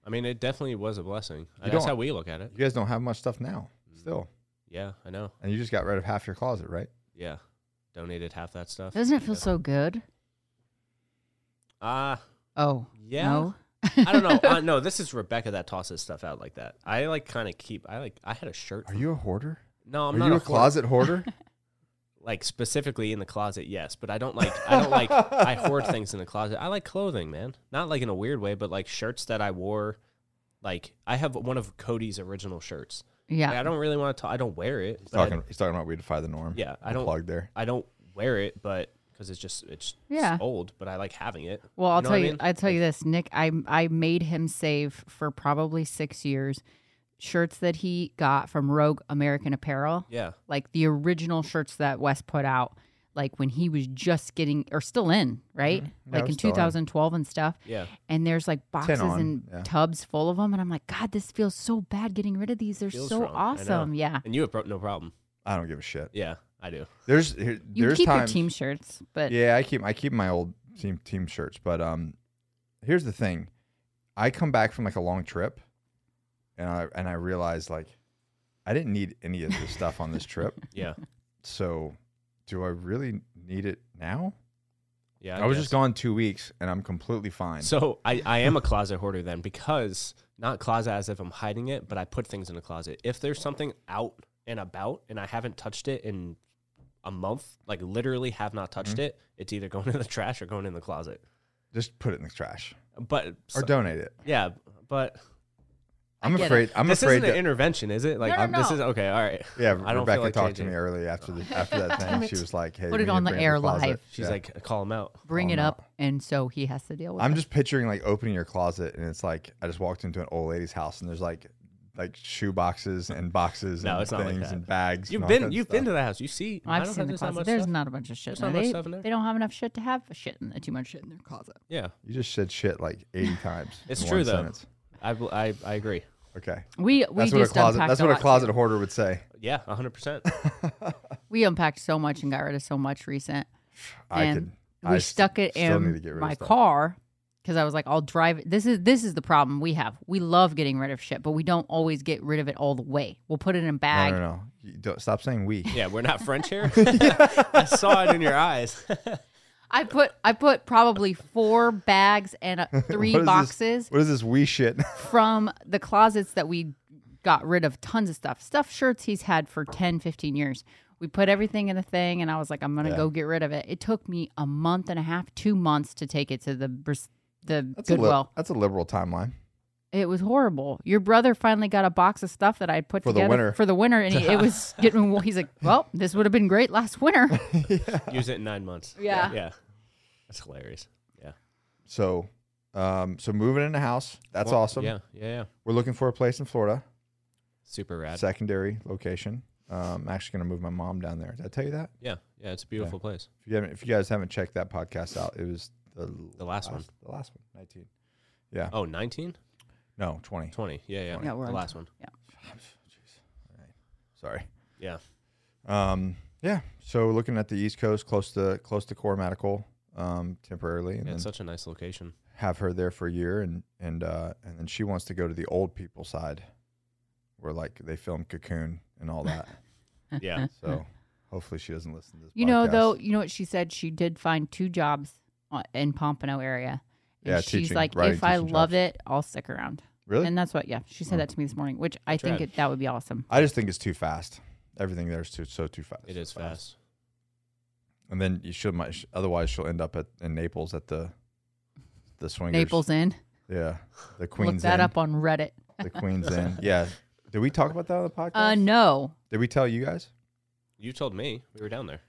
[SPEAKER 2] I mean, it definitely was a blessing.
[SPEAKER 1] You
[SPEAKER 2] That's
[SPEAKER 1] don't-
[SPEAKER 2] how we look at it.
[SPEAKER 1] You guys don't have much stuff now,
[SPEAKER 2] Mm.
[SPEAKER 1] still,
[SPEAKER 2] Yeah, I know.
[SPEAKER 1] and you just got rid of half your closet, right?
[SPEAKER 2] Yeah, donated half that stuff.
[SPEAKER 3] doesn't it feel so good
[SPEAKER 2] Ah,
[SPEAKER 3] oh
[SPEAKER 2] yeah.
[SPEAKER 3] no
[SPEAKER 2] I don't know. Uh, no, this is Rebecca that tosses stuff out like that. I like kind of keep. I like. I had a shirt.
[SPEAKER 1] Are
[SPEAKER 2] from-
[SPEAKER 1] you a hoarder?
[SPEAKER 2] No, I'm
[SPEAKER 1] Are
[SPEAKER 2] not
[SPEAKER 1] you a,
[SPEAKER 2] a hoarder.
[SPEAKER 1] closet hoarder?
[SPEAKER 2] Like specifically in the closet, yes. But I don't like. I don't like. I hoard things in the closet. I like clothing, man. Not like in a weird way, but like shirts that I wore. Like I have one of Cody's original shirts. Like,
[SPEAKER 3] yeah
[SPEAKER 2] I don't really want to. I don't wear it.
[SPEAKER 1] he's
[SPEAKER 2] but I-
[SPEAKER 1] talking. He's talking about we defy the norm.
[SPEAKER 2] yeah, I
[SPEAKER 1] The
[SPEAKER 2] don't.
[SPEAKER 1] plug there.
[SPEAKER 2] I don't wear it, but because it's just it's
[SPEAKER 3] Yeah.
[SPEAKER 2] old. But I like having it.
[SPEAKER 3] Well, I'll
[SPEAKER 2] know what
[SPEAKER 3] tell
[SPEAKER 2] I
[SPEAKER 3] you.
[SPEAKER 2] mean?
[SPEAKER 3] I'll tell you this, Nick. I I made him save for probably six years shirts that he got from Rogue American Apparel,
[SPEAKER 2] Yeah,
[SPEAKER 3] like the original shirts that Wes put out, like when he was just getting or still in, right?
[SPEAKER 1] Yeah, it
[SPEAKER 3] Like
[SPEAKER 1] Mm-hmm. was
[SPEAKER 3] in
[SPEAKER 1] still in.
[SPEAKER 3] 2012 and stuff.
[SPEAKER 2] yeah.
[SPEAKER 3] And there's like boxes
[SPEAKER 1] on,
[SPEAKER 3] and
[SPEAKER 1] yeah.
[SPEAKER 3] tubs full of them, and I'm like, God, this feels so bad getting rid of these. They're
[SPEAKER 2] Feels
[SPEAKER 3] so
[SPEAKER 2] wrong. I know.
[SPEAKER 3] awesome. Yeah,
[SPEAKER 2] And you have pro- no problem.
[SPEAKER 1] I don't give a shit.
[SPEAKER 2] Yeah, I do.
[SPEAKER 1] There's here,
[SPEAKER 3] you
[SPEAKER 1] there's
[SPEAKER 3] keep your
[SPEAKER 1] times.
[SPEAKER 3] team shirts, but
[SPEAKER 1] yeah, I keep I keep my old team team shirts, but um, here's the thing, I come back from like a long trip, and I and I realize like, I didn't need any of this stuff on this trip,
[SPEAKER 2] Yeah,
[SPEAKER 1] so do I really need it now?
[SPEAKER 2] yeah.
[SPEAKER 1] I, was
[SPEAKER 2] guess.
[SPEAKER 1] just gone two weeks, and I'm completely fine.
[SPEAKER 2] So I, I am a closet hoarder then because not closet as if I'm hiding it, but I put things in a closet. If there's something out and about and I haven't touched it in a month, like literally have not touched
[SPEAKER 1] Mm-hmm.
[SPEAKER 2] it, it's either going in the trash or going in the closet.
[SPEAKER 1] just put it in the trash
[SPEAKER 2] But
[SPEAKER 1] or donate it.
[SPEAKER 2] yeah, but
[SPEAKER 1] I'm
[SPEAKER 3] get it.
[SPEAKER 1] afraid. I'm
[SPEAKER 2] this
[SPEAKER 1] afraid
[SPEAKER 2] isn't an
[SPEAKER 1] that
[SPEAKER 2] intervention, is it? Like
[SPEAKER 3] No, no,
[SPEAKER 2] this
[SPEAKER 3] no.
[SPEAKER 2] is okay. All right.
[SPEAKER 1] yeah.
[SPEAKER 2] I don't feel
[SPEAKER 1] Rebecca
[SPEAKER 2] like
[SPEAKER 1] talked to
[SPEAKER 2] changing.
[SPEAKER 1] me earlier after the after that
[SPEAKER 3] Damn
[SPEAKER 1] thing.
[SPEAKER 3] it.
[SPEAKER 1] She was like, "Hey,
[SPEAKER 3] Put
[SPEAKER 1] we
[SPEAKER 3] it
[SPEAKER 1] need
[SPEAKER 3] on
[SPEAKER 1] to
[SPEAKER 3] the
[SPEAKER 1] bring
[SPEAKER 3] air
[SPEAKER 1] closet.
[SPEAKER 3] live.
[SPEAKER 2] She's
[SPEAKER 1] Yeah.
[SPEAKER 2] like, call him out.
[SPEAKER 3] bring
[SPEAKER 1] Oh,
[SPEAKER 3] it
[SPEAKER 1] no.
[SPEAKER 3] up, and so he has to deal with.
[SPEAKER 1] I'm
[SPEAKER 3] it.
[SPEAKER 1] just picturing like opening your closet and it's like I just walked into an old lady's house and there's like like shoe boxes and boxes
[SPEAKER 2] No,
[SPEAKER 1] and
[SPEAKER 2] it's not
[SPEAKER 1] things
[SPEAKER 2] like that.
[SPEAKER 1] and bags.
[SPEAKER 2] You've
[SPEAKER 1] and all
[SPEAKER 2] been
[SPEAKER 1] kinds of
[SPEAKER 2] you've been
[SPEAKER 1] stuff.
[SPEAKER 2] to the house. You see, I
[SPEAKER 3] I've
[SPEAKER 2] don't think
[SPEAKER 3] seen the
[SPEAKER 2] there's not
[SPEAKER 3] closet.
[SPEAKER 2] much
[SPEAKER 3] There's
[SPEAKER 2] stuff.
[SPEAKER 3] not a bunch of shit.
[SPEAKER 2] There's
[SPEAKER 3] in there.
[SPEAKER 2] not much
[SPEAKER 3] they,
[SPEAKER 2] stuff in there.
[SPEAKER 3] they don't have enough shit to have shit in there. Too much shit in their closet.
[SPEAKER 2] Yeah,
[SPEAKER 1] You just said shit like 80 times.
[SPEAKER 2] It's
[SPEAKER 1] in
[SPEAKER 2] true,
[SPEAKER 1] one
[SPEAKER 2] though.
[SPEAKER 1] Sentence.
[SPEAKER 2] I, bel- I, I agree.
[SPEAKER 1] Okay,
[SPEAKER 3] We we
[SPEAKER 1] that's what a
[SPEAKER 3] just
[SPEAKER 1] closet.
[SPEAKER 3] unpacked
[SPEAKER 1] That's
[SPEAKER 3] a
[SPEAKER 1] what a
[SPEAKER 3] lot, too.
[SPEAKER 1] closet hoarder would say.
[SPEAKER 2] Yeah, 100%.
[SPEAKER 3] We unpacked so much and got rid of so much recent.
[SPEAKER 1] I
[SPEAKER 3] And
[SPEAKER 1] could.
[SPEAKER 3] We
[SPEAKER 1] I st-
[SPEAKER 3] stuck it
[SPEAKER 1] still need to
[SPEAKER 3] in
[SPEAKER 1] get rid of
[SPEAKER 3] my
[SPEAKER 1] stuff.
[SPEAKER 3] car because I was like, I'll drive. It. This is this is the problem we have. We love getting rid of shit, but we don't always get rid of it all the way. We'll put it in a
[SPEAKER 1] No,
[SPEAKER 3] bag.
[SPEAKER 1] no, no. You don't, stop saying we.
[SPEAKER 2] Yeah, we're not French here. I saw it in your eyes.
[SPEAKER 3] I put I put probably four bags and uh
[SPEAKER 1] What
[SPEAKER 3] three
[SPEAKER 1] is this-
[SPEAKER 3] boxes
[SPEAKER 1] What is this we shit?
[SPEAKER 3] from the closets that we got rid of tons of stuff stuff shirts he's had for 10 15 years we put everything in the thing and i was like i'm gonna
[SPEAKER 1] Yeah.
[SPEAKER 3] go get rid of it it took me a month and a half two months to take it to the bris- the
[SPEAKER 1] That's A li-
[SPEAKER 3] goodwill
[SPEAKER 1] that's a liberal timeline.
[SPEAKER 3] it was horrible your brother finally got a box of stuff that i had put
[SPEAKER 1] For the
[SPEAKER 3] together
[SPEAKER 1] winter.
[SPEAKER 3] for the winter and he, it was getting he's like well this would have been great last winter
[SPEAKER 2] Use it in nine months.
[SPEAKER 3] Yeah.
[SPEAKER 2] Yeah. That's hilarious.
[SPEAKER 1] So, um, so moving in the house. That's
[SPEAKER 2] Well,
[SPEAKER 1] awesome.
[SPEAKER 2] Yeah. Yeah. Yeah.
[SPEAKER 1] We're looking for a place in Florida.
[SPEAKER 2] Super rad.
[SPEAKER 1] secondary location. Um, I'm actually going to move my mom down there. Did I tell you that?
[SPEAKER 2] yeah. Yeah. It's a beautiful place.
[SPEAKER 1] If you haven't, if you guys haven't checked that podcast out, it was the,
[SPEAKER 2] The last one.
[SPEAKER 1] the last one, 19.
[SPEAKER 2] Oh, 19?
[SPEAKER 1] No, 20.
[SPEAKER 2] 20. Yeah. Yeah.
[SPEAKER 3] Yeah, we're
[SPEAKER 2] the
[SPEAKER 3] on
[SPEAKER 2] last one.
[SPEAKER 1] Sorry.
[SPEAKER 2] Yeah.
[SPEAKER 1] Um, yeah. So looking at the East Coast, close to close to Core Medical, um, temporarily, and
[SPEAKER 2] yeah
[SPEAKER 1] then
[SPEAKER 2] it's such a nice location.
[SPEAKER 1] have her there for a year, and and uh, and then she wants to go to the old people side, where like they film Cocoon and all that.
[SPEAKER 2] Yeah.
[SPEAKER 1] so hopefully she doesn't listen to this.
[SPEAKER 3] you know
[SPEAKER 1] podcast.
[SPEAKER 3] though you know what she said she did find two jobs uh, in pompano area and
[SPEAKER 1] Yeah,
[SPEAKER 3] she's
[SPEAKER 1] teaching,
[SPEAKER 3] like
[SPEAKER 1] writing,
[SPEAKER 3] if i
[SPEAKER 1] teaching
[SPEAKER 3] love
[SPEAKER 1] jobs.
[SPEAKER 3] it i'll stick around
[SPEAKER 1] really,
[SPEAKER 3] And that's what, yeah, she said that to me this morning, which I
[SPEAKER 2] rad.
[SPEAKER 3] think it, that would be awesome.
[SPEAKER 1] I just think it's too fast. Everything there is too so too fast.
[SPEAKER 2] It is fast.
[SPEAKER 1] And then you should might otherwise she'll end up at in Naples at the the swingers.
[SPEAKER 3] Naples Inn.
[SPEAKER 1] Yeah. The Queens
[SPEAKER 3] Look that
[SPEAKER 1] Inn.
[SPEAKER 3] up on Reddit.
[SPEAKER 1] The Queens Inn. Yeah. Did we talk about that on the podcast?
[SPEAKER 3] Uh, no.
[SPEAKER 1] Did we tell you guys?
[SPEAKER 2] You told me we were down there.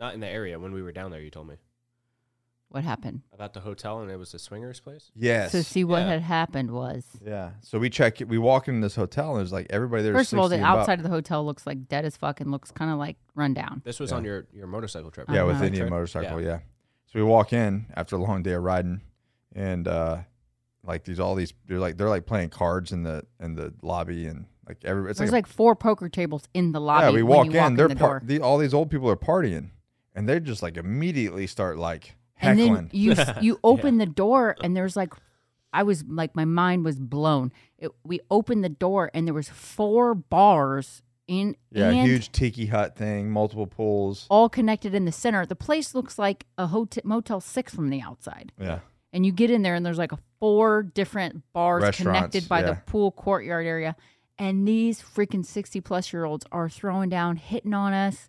[SPEAKER 2] Not in the area. When we were down there, you told me
[SPEAKER 3] What happened?
[SPEAKER 2] about the hotel and it was a swingers place.
[SPEAKER 1] Yes.
[SPEAKER 3] So, see, what
[SPEAKER 2] Yeah.
[SPEAKER 3] had happened was,
[SPEAKER 1] yeah. So we check it. We walk in this hotel and there's like everybody there. is
[SPEAKER 3] first of all, the
[SPEAKER 1] 60 and up.
[SPEAKER 3] outside of the hotel looks like dead as fuck and looks kind of like rundown.
[SPEAKER 2] This was
[SPEAKER 1] Yeah.
[SPEAKER 2] on your, your motorcycle trip.
[SPEAKER 1] Yeah,
[SPEAKER 3] Uh-huh.
[SPEAKER 1] with Indian
[SPEAKER 2] Trip.
[SPEAKER 1] motorcycle. Yeah. So we walk in after a long day of riding, and uh, like these all these they're like they're like playing cards in the in the lobby and like every it's like
[SPEAKER 3] There's
[SPEAKER 1] a
[SPEAKER 3] like, four poker tables in the lobby.
[SPEAKER 1] Yeah, we walk
[SPEAKER 3] when
[SPEAKER 1] in.
[SPEAKER 3] you walk
[SPEAKER 1] they're
[SPEAKER 3] the
[SPEAKER 1] par-
[SPEAKER 3] door.
[SPEAKER 1] the, all these old people are partying, and they just like immediately start like
[SPEAKER 3] And
[SPEAKER 1] heckling.
[SPEAKER 3] then you s- you open the door and there's like, I was like, my mind was blown. It, we opened the door and there was four bars in
[SPEAKER 1] yeah,
[SPEAKER 3] and
[SPEAKER 1] huge tiki hut thing, multiple pools.
[SPEAKER 3] all connected in the center. The place looks like a hotel, Motel 6 from the outside.
[SPEAKER 1] Yeah,
[SPEAKER 3] And you get in there, and there's like a four different bars
[SPEAKER 1] Restaurants,
[SPEAKER 3] connected by the
[SPEAKER 1] yeah.
[SPEAKER 3] pool courtyard area. And these freaking 60 plus year olds are throwing down, hitting on us,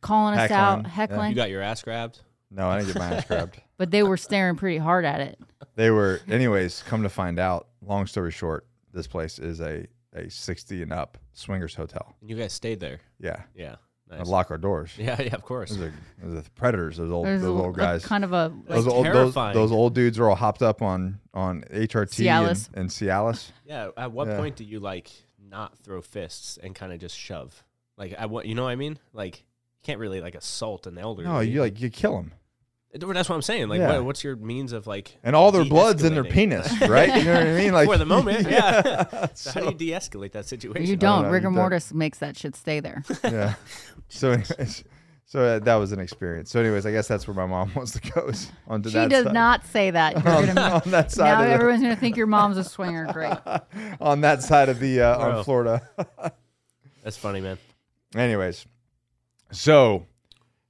[SPEAKER 3] calling us
[SPEAKER 1] Heckling,
[SPEAKER 3] out,
[SPEAKER 1] yeah.
[SPEAKER 3] heckling.
[SPEAKER 2] You got your ass grabbed.
[SPEAKER 1] no, I didn't get my ass grabbed.
[SPEAKER 3] but they were staring pretty hard at it.
[SPEAKER 1] They were, anyways. Come to find out, long story short, this place is a a sixty and up swingers hotel.
[SPEAKER 2] And you guys stayed there.
[SPEAKER 1] Yeah,
[SPEAKER 2] Yeah.
[SPEAKER 1] and lock our doors.
[SPEAKER 2] Yeah, yeah, of course.
[SPEAKER 1] Those are, those are predators. Those old,
[SPEAKER 3] There's
[SPEAKER 1] those
[SPEAKER 3] a-
[SPEAKER 1] old
[SPEAKER 3] a
[SPEAKER 1] guys.
[SPEAKER 3] kind of a
[SPEAKER 2] Like,
[SPEAKER 1] those, old, those,
[SPEAKER 2] terrifying.
[SPEAKER 1] those old dudes are all hopped up on on HRT
[SPEAKER 3] Cialis.
[SPEAKER 1] And, and Cialis.
[SPEAKER 2] Yeah. At what
[SPEAKER 1] Yeah.
[SPEAKER 2] point do you like not throw fists and kind of just shove? Like I what you know what I mean? Like you can't really like assault an elder.
[SPEAKER 1] No, you like you kill them,
[SPEAKER 2] that's what I'm saying. Like
[SPEAKER 1] Yeah.
[SPEAKER 2] what, what's your means of like
[SPEAKER 1] and all their blood's in their
[SPEAKER 2] de-escalating?
[SPEAKER 1] penis, right? You know what I mean? Like
[SPEAKER 2] for the moment, yeah. so, how
[SPEAKER 1] So-
[SPEAKER 2] do you de-escalate that situation?
[SPEAKER 3] You
[SPEAKER 1] don't
[SPEAKER 3] don't.
[SPEAKER 1] know, Oh, you
[SPEAKER 3] Rigor
[SPEAKER 1] don't.
[SPEAKER 3] mortis makes that shit stay there.
[SPEAKER 1] yeah. So, anyways, so uh, that was an experience. So, anyways, I guess that's where my mom wants to go. is Onto
[SPEAKER 3] she
[SPEAKER 1] that
[SPEAKER 3] does
[SPEAKER 1] side.
[SPEAKER 3] not say that. You're
[SPEAKER 1] on,
[SPEAKER 3] gonna
[SPEAKER 1] on that
[SPEAKER 3] now
[SPEAKER 1] side. Of
[SPEAKER 3] everyone's gonna think your mom's a swinger. Great.
[SPEAKER 1] the, on that side of the uh,
[SPEAKER 2] Bro.
[SPEAKER 1] on Florida.
[SPEAKER 2] That's funny, man.
[SPEAKER 1] Anyways, so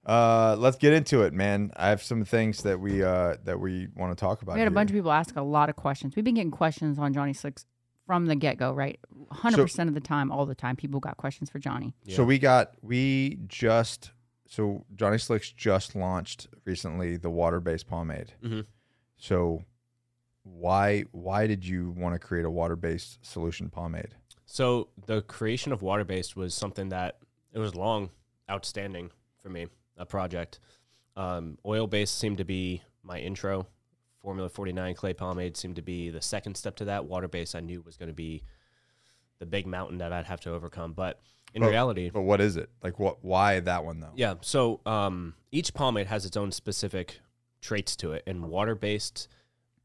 [SPEAKER 1] uh, let's get into it, man. I have some things that we uh, that we want to talk about.
[SPEAKER 3] We had a
[SPEAKER 1] here.
[SPEAKER 3] bunch of people ask a lot of questions. We've been getting questions on Johnny Slicks from the get go, right? 100% of the time, all the time, people got questions for Johnny.
[SPEAKER 1] So we got we just so Johnny Slicks just launched recently the water based pomade.
[SPEAKER 2] Mhm.
[SPEAKER 1] So why why did you want to create a water based solution pomade?
[SPEAKER 2] So the creation of water based was something that it was long outstanding for me, a project. Um, oil based seemed to be my intro. Formula 49 clay pomade seemed to be the second step to that. Water based I knew was going to be the big mountain that I'd have to overcome. But in
[SPEAKER 1] But-
[SPEAKER 2] reality,
[SPEAKER 1] But what is it like? What why that one though?
[SPEAKER 2] yeah. So um, each pomade has its own specific traits to it, and water based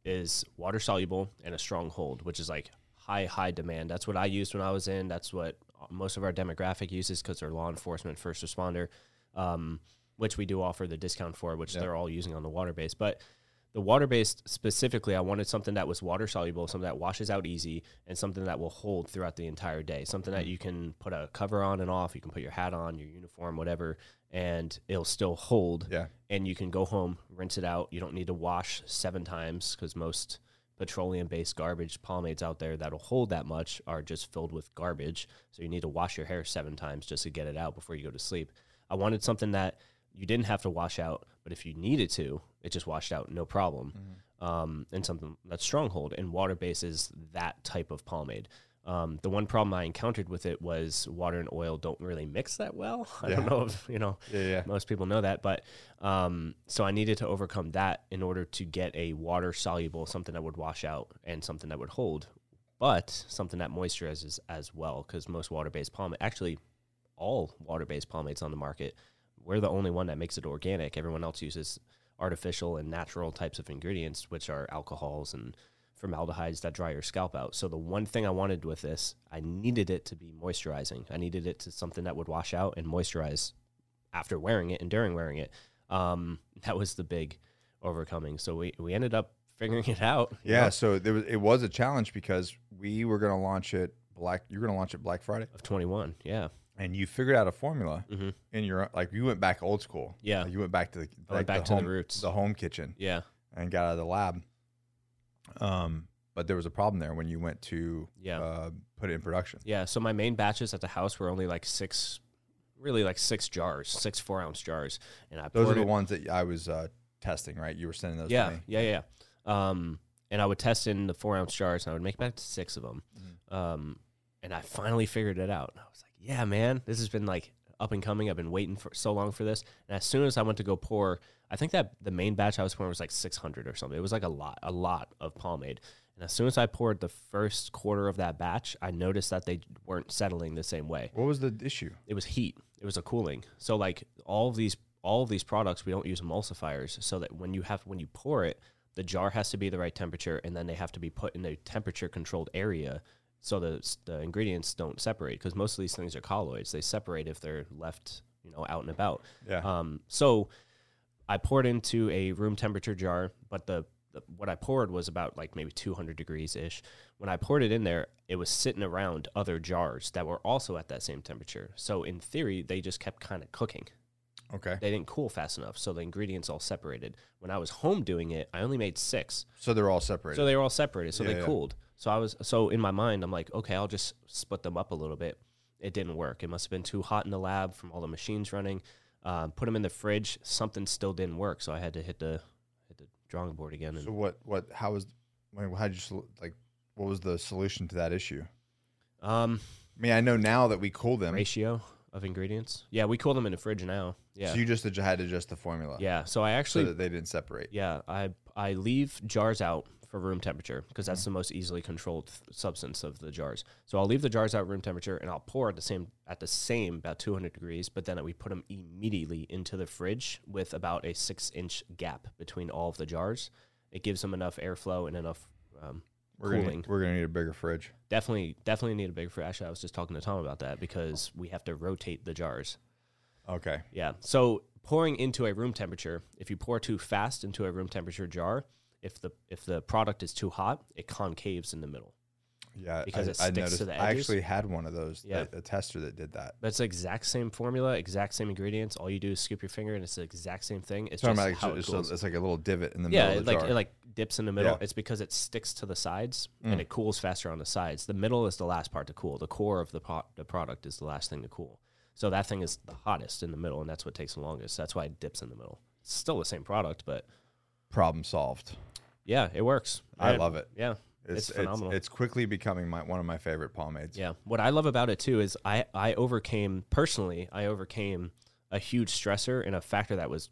[SPEAKER 2] is water soluble and a strong hold, which is like high high demand. That's what I used when I was in. That's what most of our demographic uses because they're law enforcement, first responder, um, which we do offer the discount for, which
[SPEAKER 1] Yep.
[SPEAKER 2] they're all using on the water based, but. The water based specifically, I wanted something that was water soluble, something that washes out easy, and something that will hold throughout the entire day. Something that you can put a cover on and off, you can put your hat on, your uniform, whatever, and it'll still hold.
[SPEAKER 1] Yeah.
[SPEAKER 2] And you can go home, rinse it out. You don't need to wash seven times because most petroleum based garbage pomades out there that'll hold that much are just filled with garbage. So you need to wash your hair seven times just to get it out before you go to sleep. I wanted something that you didn't have to wash out, but if you needed to, it just washed out, no problem. Um, and something that's stronghold and water based is that type of pomade. Um, the one problem I encountered with it was water and oil don't really mix that well. I
[SPEAKER 1] Yeah.
[SPEAKER 2] don't know if you know
[SPEAKER 1] Yeah, yeah.
[SPEAKER 2] most people know that, but um, so I needed to overcome that in order to get a water soluble something that would wash out and something that would hold, but something that moisturizes as well. Because most water based pomade, actually, all water based pomades on the market, we're the only one that makes it organic. Everyone else uses artificial and natural types of ingredients, which are alcohols and formaldehydes that dry your scalp out. So the one thing I wanted with this, I needed it to be moisturizing. I needed it to something that would wash out and moisturize after wearing it and during wearing it. Um, that was the big overcoming. So we, we ended up figuring it out. you
[SPEAKER 1] Yeah,
[SPEAKER 2] know,
[SPEAKER 1] so there was it was a challenge because we were gonna launch it black. You're gonna launch it Black Friday,
[SPEAKER 2] Of 21. Yeah.
[SPEAKER 1] and you figured out a formula
[SPEAKER 2] hmm
[SPEAKER 1] in your like you went back old school.
[SPEAKER 2] Yeah.
[SPEAKER 1] Like, you went back to the
[SPEAKER 2] I went
[SPEAKER 1] like
[SPEAKER 2] back to the
[SPEAKER 1] home-
[SPEAKER 2] roots.
[SPEAKER 1] the home kitchen.
[SPEAKER 2] Yeah.
[SPEAKER 1] and got out of the lab. Um, but there was a problem there when you went to
[SPEAKER 2] Yeah.
[SPEAKER 1] uh, put it in production.
[SPEAKER 2] Yeah. So my main batches at the house were only like six, really like six jars, six four ounce jars. And I
[SPEAKER 1] Those
[SPEAKER 2] poured
[SPEAKER 1] are the
[SPEAKER 2] it-
[SPEAKER 1] ones that I was uh, testing, right? You were sending those
[SPEAKER 2] yeah,
[SPEAKER 1] to me.
[SPEAKER 2] yeah, yeah, yeah. Um, and I would test in the four ounce jars, and I would make back to six of them.
[SPEAKER 1] Mm-hmm.
[SPEAKER 2] Um, and I finally figured it out. I was like, "Yeah, man, this has been like up and coming. I've been waiting for so long for this." And as soon as I went to go pour, I think that the main batch I was pouring was like six hundred or something. It was like a lot, a lot of pomade. And as soon as I poured the first quarter of that batch, I noticed that they weren't settling the same way
[SPEAKER 1] What was the issue?
[SPEAKER 2] it was heat. It was a cooling. So like all of these all of these products we don't use emulsifiers so that when you have when you pour it, the jar has to be the right temperature and then they have to be put in a temperature controlled area so the the ingredients don't separate because most of these things are colloids. They separate if they're left, you know, out and about.
[SPEAKER 1] Yeah.
[SPEAKER 2] Um, so I poured into a room temperature jar, but the, the what I poured was about like maybe 200 degrees ish. When I poured it in there, it was sitting around other jars that were also at that same temperature. So in theory, they just kept kind of cooking.
[SPEAKER 1] Okay.
[SPEAKER 2] They didn't cool fast enough, so the ingredients all separated. When I was home doing it, I only made six,
[SPEAKER 1] So they're all separated.
[SPEAKER 2] so they were all separated, so
[SPEAKER 1] Yeah,
[SPEAKER 2] they
[SPEAKER 1] yeah.
[SPEAKER 2] cooled. So I was so in my mind, I'm like, okay, I'll just split them up a little bit. It didn't work. It must have been too hot in the lab from all the machines running. Um, put them in the fridge. Something still didn't work, so I had to hit the hit the drawing board again. And
[SPEAKER 1] so what? What? How was? I mean, how did you sol- like? What was the solution to that issue?
[SPEAKER 2] um,
[SPEAKER 1] I mean, I know now that we cool them.
[SPEAKER 2] ratio of ingredients. Yeah, we cool them in the fridge now. Yeah,
[SPEAKER 1] So you just had to adjust the formula.
[SPEAKER 2] yeah. So I
[SPEAKER 1] So
[SPEAKER 2] actually,
[SPEAKER 1] that they didn't separate.
[SPEAKER 2] yeah, I I leave jars out for room temperature because
[SPEAKER 1] Mm.
[SPEAKER 2] that's the most easily controlled th- substance of the jars. So I'll leave the jars out room temperature and I'll pour at the same at the same about 200 degrees, but then we put them immediately into the fridge with about a six inch gap between all of the jars. It gives them enough airflow and enough um,
[SPEAKER 1] We're gonna,
[SPEAKER 2] cooling.
[SPEAKER 1] need- we're gonna need a bigger fridge.
[SPEAKER 2] Definitely, definitely need a big fridge. Actually, I was just talking to Tom about that
[SPEAKER 1] Oh.
[SPEAKER 2] because we have to rotate the jars.
[SPEAKER 1] Okay.
[SPEAKER 2] Yeah. So pouring into a room temperature, if you pour too fast into a room temperature jar, if the if the product is too hot, it concaves in the middle.
[SPEAKER 1] Yeah.
[SPEAKER 2] Because
[SPEAKER 1] I,
[SPEAKER 2] it
[SPEAKER 1] I
[SPEAKER 2] sticks to
[SPEAKER 1] noticed.
[SPEAKER 2] the
[SPEAKER 1] I
[SPEAKER 2] edges?
[SPEAKER 1] actually had one of those.
[SPEAKER 2] Yeah.
[SPEAKER 1] A, a tester that did that.
[SPEAKER 2] That's the exact same formula, exact same ingredients. All you do is scoop your finger, and it's the exact same thing. It's
[SPEAKER 1] Talking
[SPEAKER 2] just
[SPEAKER 1] about like,
[SPEAKER 2] how
[SPEAKER 1] it's, just-
[SPEAKER 2] it cools.
[SPEAKER 1] it's like a little divot in the
[SPEAKER 2] yeah,
[SPEAKER 1] middle
[SPEAKER 2] it
[SPEAKER 1] of the
[SPEAKER 2] like
[SPEAKER 1] jar.
[SPEAKER 2] it like dips in the middle.
[SPEAKER 1] Yeah. Mm.
[SPEAKER 2] It's because it sticks to the sides and it cools faster on the sides. The middle is the last part to cool. The core of the pot, the product is the last thing to cool. So that thing is the hottest in the middle, and that's what takes the longest. That's why it dips in the middle. It's still the same product, but
[SPEAKER 1] Problem solved.
[SPEAKER 2] Yeah, it works.
[SPEAKER 1] I love it.
[SPEAKER 2] Yeah, it's, phenomenal.
[SPEAKER 1] It's, quickly becoming my one of my favorite pomades.
[SPEAKER 2] yeah, what I love about it too is I I overcame personally. I overcame a huge stressor and a factor that was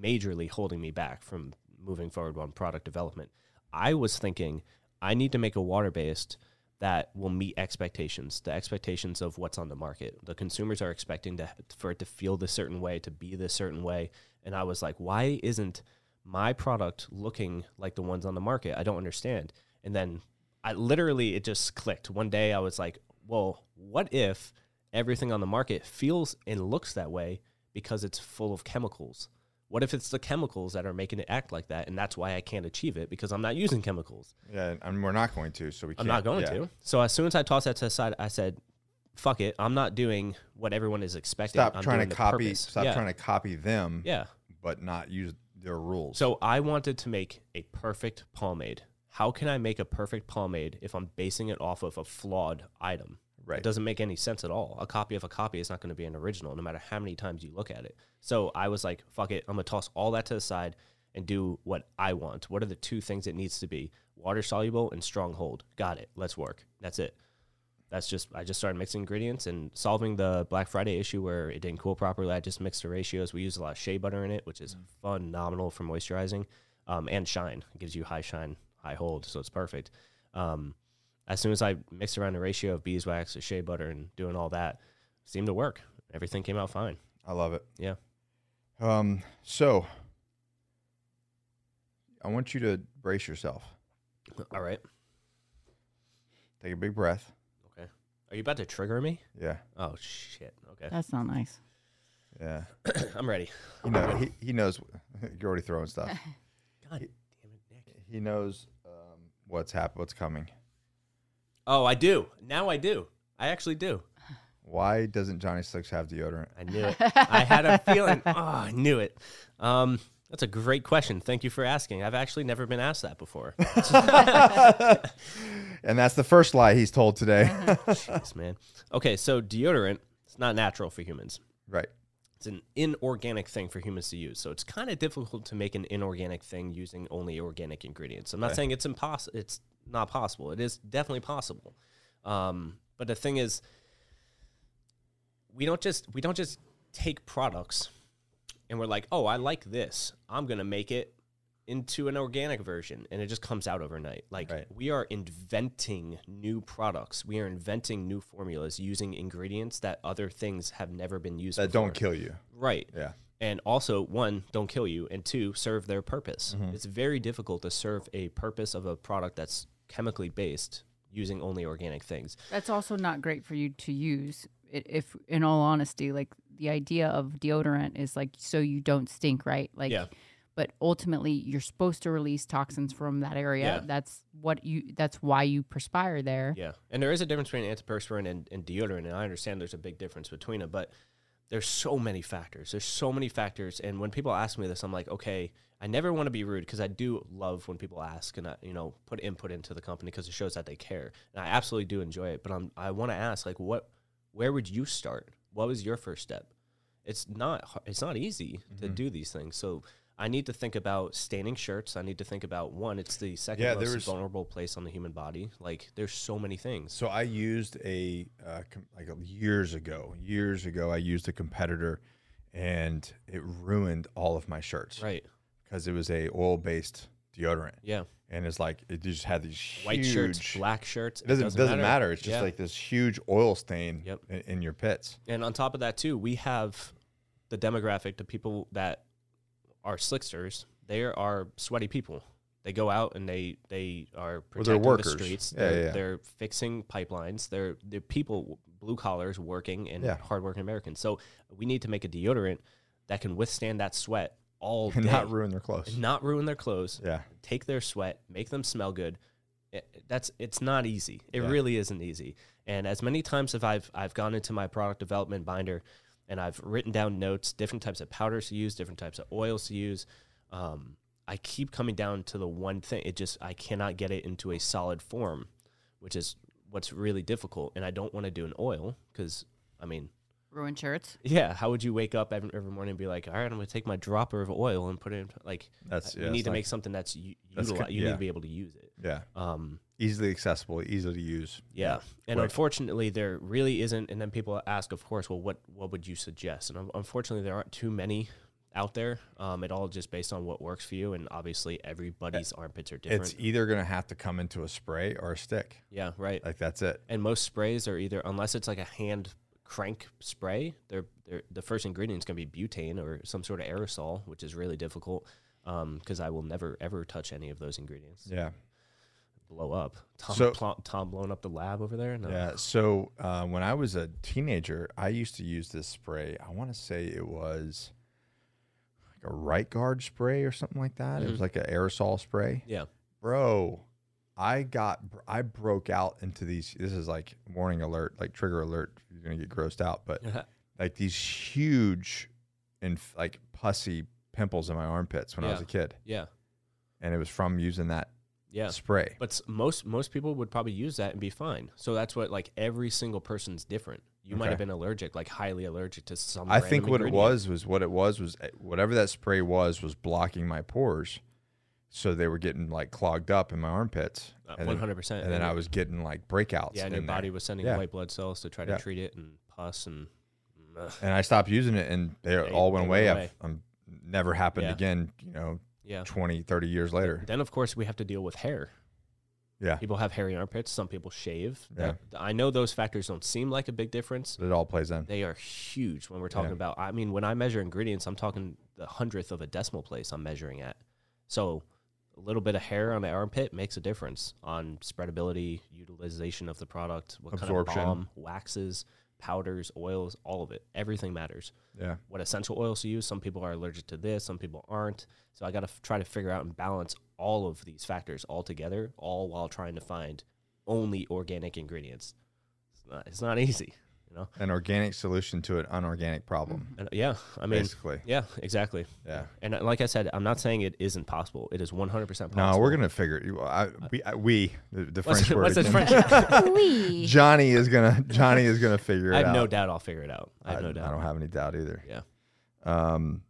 [SPEAKER 2] majorly holding me back from moving forward on product development. I was thinking I need to make a water based that will meet expectations, the expectations of what's on the market. The consumers are expecting to, for it to feel this certain way, to be this certain way. And I was like, why isn't my product looking like the ones on the market? I don't understand. And then I literally, it just clicked. One day I was like, well, what if everything on the market feels and looks that way because it's full of chemicals? What if it's the chemicals that are making it act like that? And that's why I can't achieve it because I'm not using chemicals.
[SPEAKER 1] Yeah, and we're not going to. So we.
[SPEAKER 2] I'm
[SPEAKER 1] Can't,
[SPEAKER 2] not going
[SPEAKER 1] yeah.
[SPEAKER 2] to. So as soon as I tossed that to the side, I said, "Fuck it, I'm not doing what everyone is expecting."
[SPEAKER 1] Stop
[SPEAKER 2] I'm
[SPEAKER 1] trying
[SPEAKER 2] doing
[SPEAKER 1] to
[SPEAKER 2] the
[SPEAKER 1] copy.
[SPEAKER 2] purpose."
[SPEAKER 1] Stop
[SPEAKER 2] yeah.
[SPEAKER 1] trying to copy them,
[SPEAKER 2] Yeah.
[SPEAKER 1] but not use their rules.
[SPEAKER 2] So I wanted to make a perfect pomade. How can I make a perfect pomade if I'm basing it off of a flawed item?
[SPEAKER 1] Right.
[SPEAKER 2] It doesn't make any sense at all. A copy of a copy is not going to be an original, no matter how many times you look at it. So I was like, fuck it. I'm going to toss all that to the side and do what I want. What are the two things it needs to be? Water soluble and strong hold. Got it. Let's work. That's it. That's just, I just started mixing ingredients and solving the Black Friday issue where it didn't cool properly. I just mixed the ratios. We use a lot of shea butter in it, which is phenomenal for moisturizing um, and shine. It gives you high shine, high hold. So it's perfect. Um, as soon as I mixed around the ratio of beeswax to shea butter and doing all that, seemed to work. Everything came out fine.
[SPEAKER 1] I love it.
[SPEAKER 2] Yeah.
[SPEAKER 1] Um. So. I want you to brace yourself.
[SPEAKER 2] All right.
[SPEAKER 1] Take a big breath.
[SPEAKER 2] Okay. Are you about to trigger me?
[SPEAKER 1] Yeah.
[SPEAKER 2] Oh shit. Okay.
[SPEAKER 3] That's not nice.
[SPEAKER 1] Yeah.
[SPEAKER 2] I'm ready.
[SPEAKER 1] You know, he, he knows. You're already throwing stuff.
[SPEAKER 2] God damn it, Nick.
[SPEAKER 1] He knows um, what's hap- what's coming.
[SPEAKER 2] Oh, I do. Now I do. I actually do.
[SPEAKER 1] Why doesn't Johnny Slicks have deodorant?
[SPEAKER 2] I knew it. I had a feeling. Oh, I knew it. Um, that's a great question. Thank you for asking. I've actually never been asked that before.
[SPEAKER 1] And that's the first lie he's told today.
[SPEAKER 2] Uh-huh. Jeez, man. Okay, so deodorant, it's not natural for humans.
[SPEAKER 1] right.
[SPEAKER 2] it's an inorganic thing for humans to use. So it's kind of difficult to make an inorganic thing using only organic ingredients. I'm not saying it's impossible. It's not possible. It is definitely possible. Um, but the thing is, we don't just we don't just take products and we're like, oh, I like this. I'm gonna make it into an organic version, and it just comes out overnight. Like
[SPEAKER 1] Right.
[SPEAKER 2] we are inventing new products. We are inventing new formulas using ingredients that other things have never been used.
[SPEAKER 1] That
[SPEAKER 2] before.
[SPEAKER 1] don't kill you.
[SPEAKER 2] Right.
[SPEAKER 1] Yeah.
[SPEAKER 2] And also, one, don't kill you, and two, serve their purpose. It's very difficult to serve a purpose of a product that's chemically based using only organic things.
[SPEAKER 3] That's also not great for you to use. i- If, in all honesty, like the idea of deodorant is like so you don't stink, right? Like,
[SPEAKER 2] Yeah.
[SPEAKER 3] but ultimately you're supposed to release toxins from that area.
[SPEAKER 2] Yeah.
[SPEAKER 3] That's what you. That's why you perspire there.
[SPEAKER 2] Yeah. And there is a difference between antiperspirant and, and deodorant, and I understand there's a big difference between them, but there's so many factors. There's so many factors. And when people ask me this, I'm like, okay, I never want to be rude because I do love when people ask and I, you know, put input into the company because it shows that they care. And I absolutely do enjoy it. But I'm, I want to ask, like, what, where would you
[SPEAKER 1] Mm-hmm.
[SPEAKER 2] start? What was your first step? It's not, h- it's not easy to do these things. So I need to think about staining shirts. I need to think about one. It's the second
[SPEAKER 1] Yeah,
[SPEAKER 2] most
[SPEAKER 1] there's-
[SPEAKER 2] vulnerable place on the human body. Like there's so many things.
[SPEAKER 1] So I used a uh, com- like a- years ago, years ago, I used a competitor, and it ruined all of my shirts
[SPEAKER 2] Right.
[SPEAKER 1] because it was a oil based deodorant,
[SPEAKER 2] Yeah.
[SPEAKER 1] and it's like it just had these
[SPEAKER 2] White
[SPEAKER 1] huge,
[SPEAKER 2] shirts, black shirts.
[SPEAKER 1] It doesn't, doesn't matter. It's just
[SPEAKER 2] Yeah.
[SPEAKER 1] like this huge oil stain
[SPEAKER 2] Yep.
[SPEAKER 1] in, in your pits.
[SPEAKER 2] And on top of that, too, we have the demographic, the people that are slicksters. They are sweaty people. They go out and they they are
[SPEAKER 1] Well,
[SPEAKER 2] protecting
[SPEAKER 1] they're
[SPEAKER 2] the
[SPEAKER 1] workers.
[SPEAKER 2] streets.
[SPEAKER 1] Yeah,
[SPEAKER 2] they're,
[SPEAKER 1] yeah, yeah.
[SPEAKER 2] they're fixing pipelines. They're they're people, blue collars, working and
[SPEAKER 1] Yeah.
[SPEAKER 2] hardworking Americans. So we need to make a deodorant that can withstand that sweat all day,
[SPEAKER 1] And not ruin their clothes.
[SPEAKER 2] not ruin their clothes,
[SPEAKER 1] Yeah.
[SPEAKER 2] take their sweat, make them smell good. It- that's it's not easy. It
[SPEAKER 1] Yeah.
[SPEAKER 2] really isn't easy. And as many times as I've I've gone into my product development binder, and I've written down notes, different types of powders to use, different types of oils to use. Um, I keep coming down to the one thing. It just I cannot get it into a solid form, which is what's really difficult. And I don't want to do an oil because I mean
[SPEAKER 3] Ruin shirts.
[SPEAKER 2] yeah, how would you wake up every, every morning and be like, all right, I'm going to take my dropper of oil and put it in? Like,
[SPEAKER 1] That's-
[SPEAKER 2] I-
[SPEAKER 1] yeah,
[SPEAKER 2] you need
[SPEAKER 1] it's
[SPEAKER 2] to
[SPEAKER 1] like-
[SPEAKER 2] make something that's, u-
[SPEAKER 1] That's
[SPEAKER 2] utili-
[SPEAKER 1] co-
[SPEAKER 2] you need
[SPEAKER 1] yeah.
[SPEAKER 2] to be able to use it.
[SPEAKER 1] Yeah.
[SPEAKER 2] Um,
[SPEAKER 1] Easily accessible, easy to use.
[SPEAKER 2] yeah. And
[SPEAKER 1] Right.
[SPEAKER 2] unfortunately, there really isn't. And then people ask, of course, well, what, what would you suggest? And un- unfortunately, there aren't too many out there. Um, it all just based on what works for you. And obviously, everybody's armpits are different.
[SPEAKER 1] It's either going to have to come into a spray or a stick.
[SPEAKER 2] yeah, right.
[SPEAKER 1] Like that's it.
[SPEAKER 2] and most sprays are either unless it's like a hand crank spray they're, they're the first ingredient's going to be butane or some sort of aerosol which is really difficult because i will never ever touch any of those ingredients
[SPEAKER 1] Yeah.
[SPEAKER 2] blow up tom,
[SPEAKER 1] So-
[SPEAKER 2] pl- tom blowing up the lab over there no
[SPEAKER 1] Yeah. So uh, when I was a teenager, I used to use this spray. I want to say it was like a right guard spray or something like that.
[SPEAKER 2] Mm-hmm.
[SPEAKER 1] It was like an aerosol spray.
[SPEAKER 2] yeah
[SPEAKER 1] bro i got i broke out into these this is like warning alert like trigger alert you're gonna get grossed out but like these huge and f- like pussy pimples in my armpits when i was
[SPEAKER 2] Yeah.
[SPEAKER 1] a kid
[SPEAKER 2] yeah
[SPEAKER 1] and it was from using that
[SPEAKER 2] yeah
[SPEAKER 1] spray
[SPEAKER 2] but s- most most people would probably use that and be fine so that's what like every single person's different you might
[SPEAKER 1] Okay.
[SPEAKER 2] have been allergic like highly allergic to some
[SPEAKER 1] i think
[SPEAKER 2] random
[SPEAKER 1] what it
[SPEAKER 2] ingredient.
[SPEAKER 1] was was what it was was uh, whatever that spray was was blocking my pores so they were getting like clogged up in my armpits
[SPEAKER 2] Uh,
[SPEAKER 1] and, then,
[SPEAKER 2] 100%
[SPEAKER 1] and then i was getting like breakouts in
[SPEAKER 2] yeah and your
[SPEAKER 1] there.
[SPEAKER 2] body was sending
[SPEAKER 1] Yeah.
[SPEAKER 2] white blood cells to try to
[SPEAKER 1] Yeah.
[SPEAKER 2] treat it and pus and Ugh.
[SPEAKER 1] and I stopped using it and they all went
[SPEAKER 2] they went
[SPEAKER 1] away.
[SPEAKER 2] away.
[SPEAKER 1] I've, I'm never happened
[SPEAKER 2] Yeah.
[SPEAKER 1] again, you know,
[SPEAKER 2] Yeah.
[SPEAKER 1] 20, 30 years later.
[SPEAKER 2] Then of course we have to deal with hair.
[SPEAKER 1] Yeah.
[SPEAKER 2] People have hairy armpits. Some people shave.
[SPEAKER 1] Yeah.
[SPEAKER 2] That- I know those factors don't seem like a big difference.
[SPEAKER 1] It all plays in.
[SPEAKER 2] They are huge when we're talking
[SPEAKER 1] Yeah.
[SPEAKER 2] about. I mean, when I measure ingredients, I'm talking the hundredth of a decimal place I'm measuring at. So a little bit of hair on the armpit makes a difference on spreadability, utilization of the product, what
[SPEAKER 1] Absorption.
[SPEAKER 2] kind of balm, waxes, powders, oils, all of it. Everything matters
[SPEAKER 1] Yeah.
[SPEAKER 2] what essential oils to use. Some people are allergic to this, some people aren't. So I got to f- try to figure out and balance all of these factors all together, all while trying to find only organic ingredients. It's not, it's not easy, you know?
[SPEAKER 1] An organic solution to an unorganic problem,
[SPEAKER 2] And uh, yeah, Mm-hmm. I mean,
[SPEAKER 1] basically.
[SPEAKER 2] yeah, exactly.
[SPEAKER 1] Yeah.
[SPEAKER 2] And uh, like I said, I'm not saying it isn't possible. It is 100% possible.
[SPEAKER 1] No, we're going to figure it. I, we, I, we the, the
[SPEAKER 2] What's-
[SPEAKER 1] French word.
[SPEAKER 2] what's that
[SPEAKER 1] again.
[SPEAKER 2] French-
[SPEAKER 3] Please.
[SPEAKER 1] Johnny is going to, Johnny is going to figure it
[SPEAKER 2] I have
[SPEAKER 1] out.
[SPEAKER 2] no doubt I'll figure it out. I
[SPEAKER 1] I,
[SPEAKER 2] have no
[SPEAKER 1] I
[SPEAKER 2] doubt.
[SPEAKER 1] don't have any doubt either.
[SPEAKER 2] Yeah.
[SPEAKER 1] Um,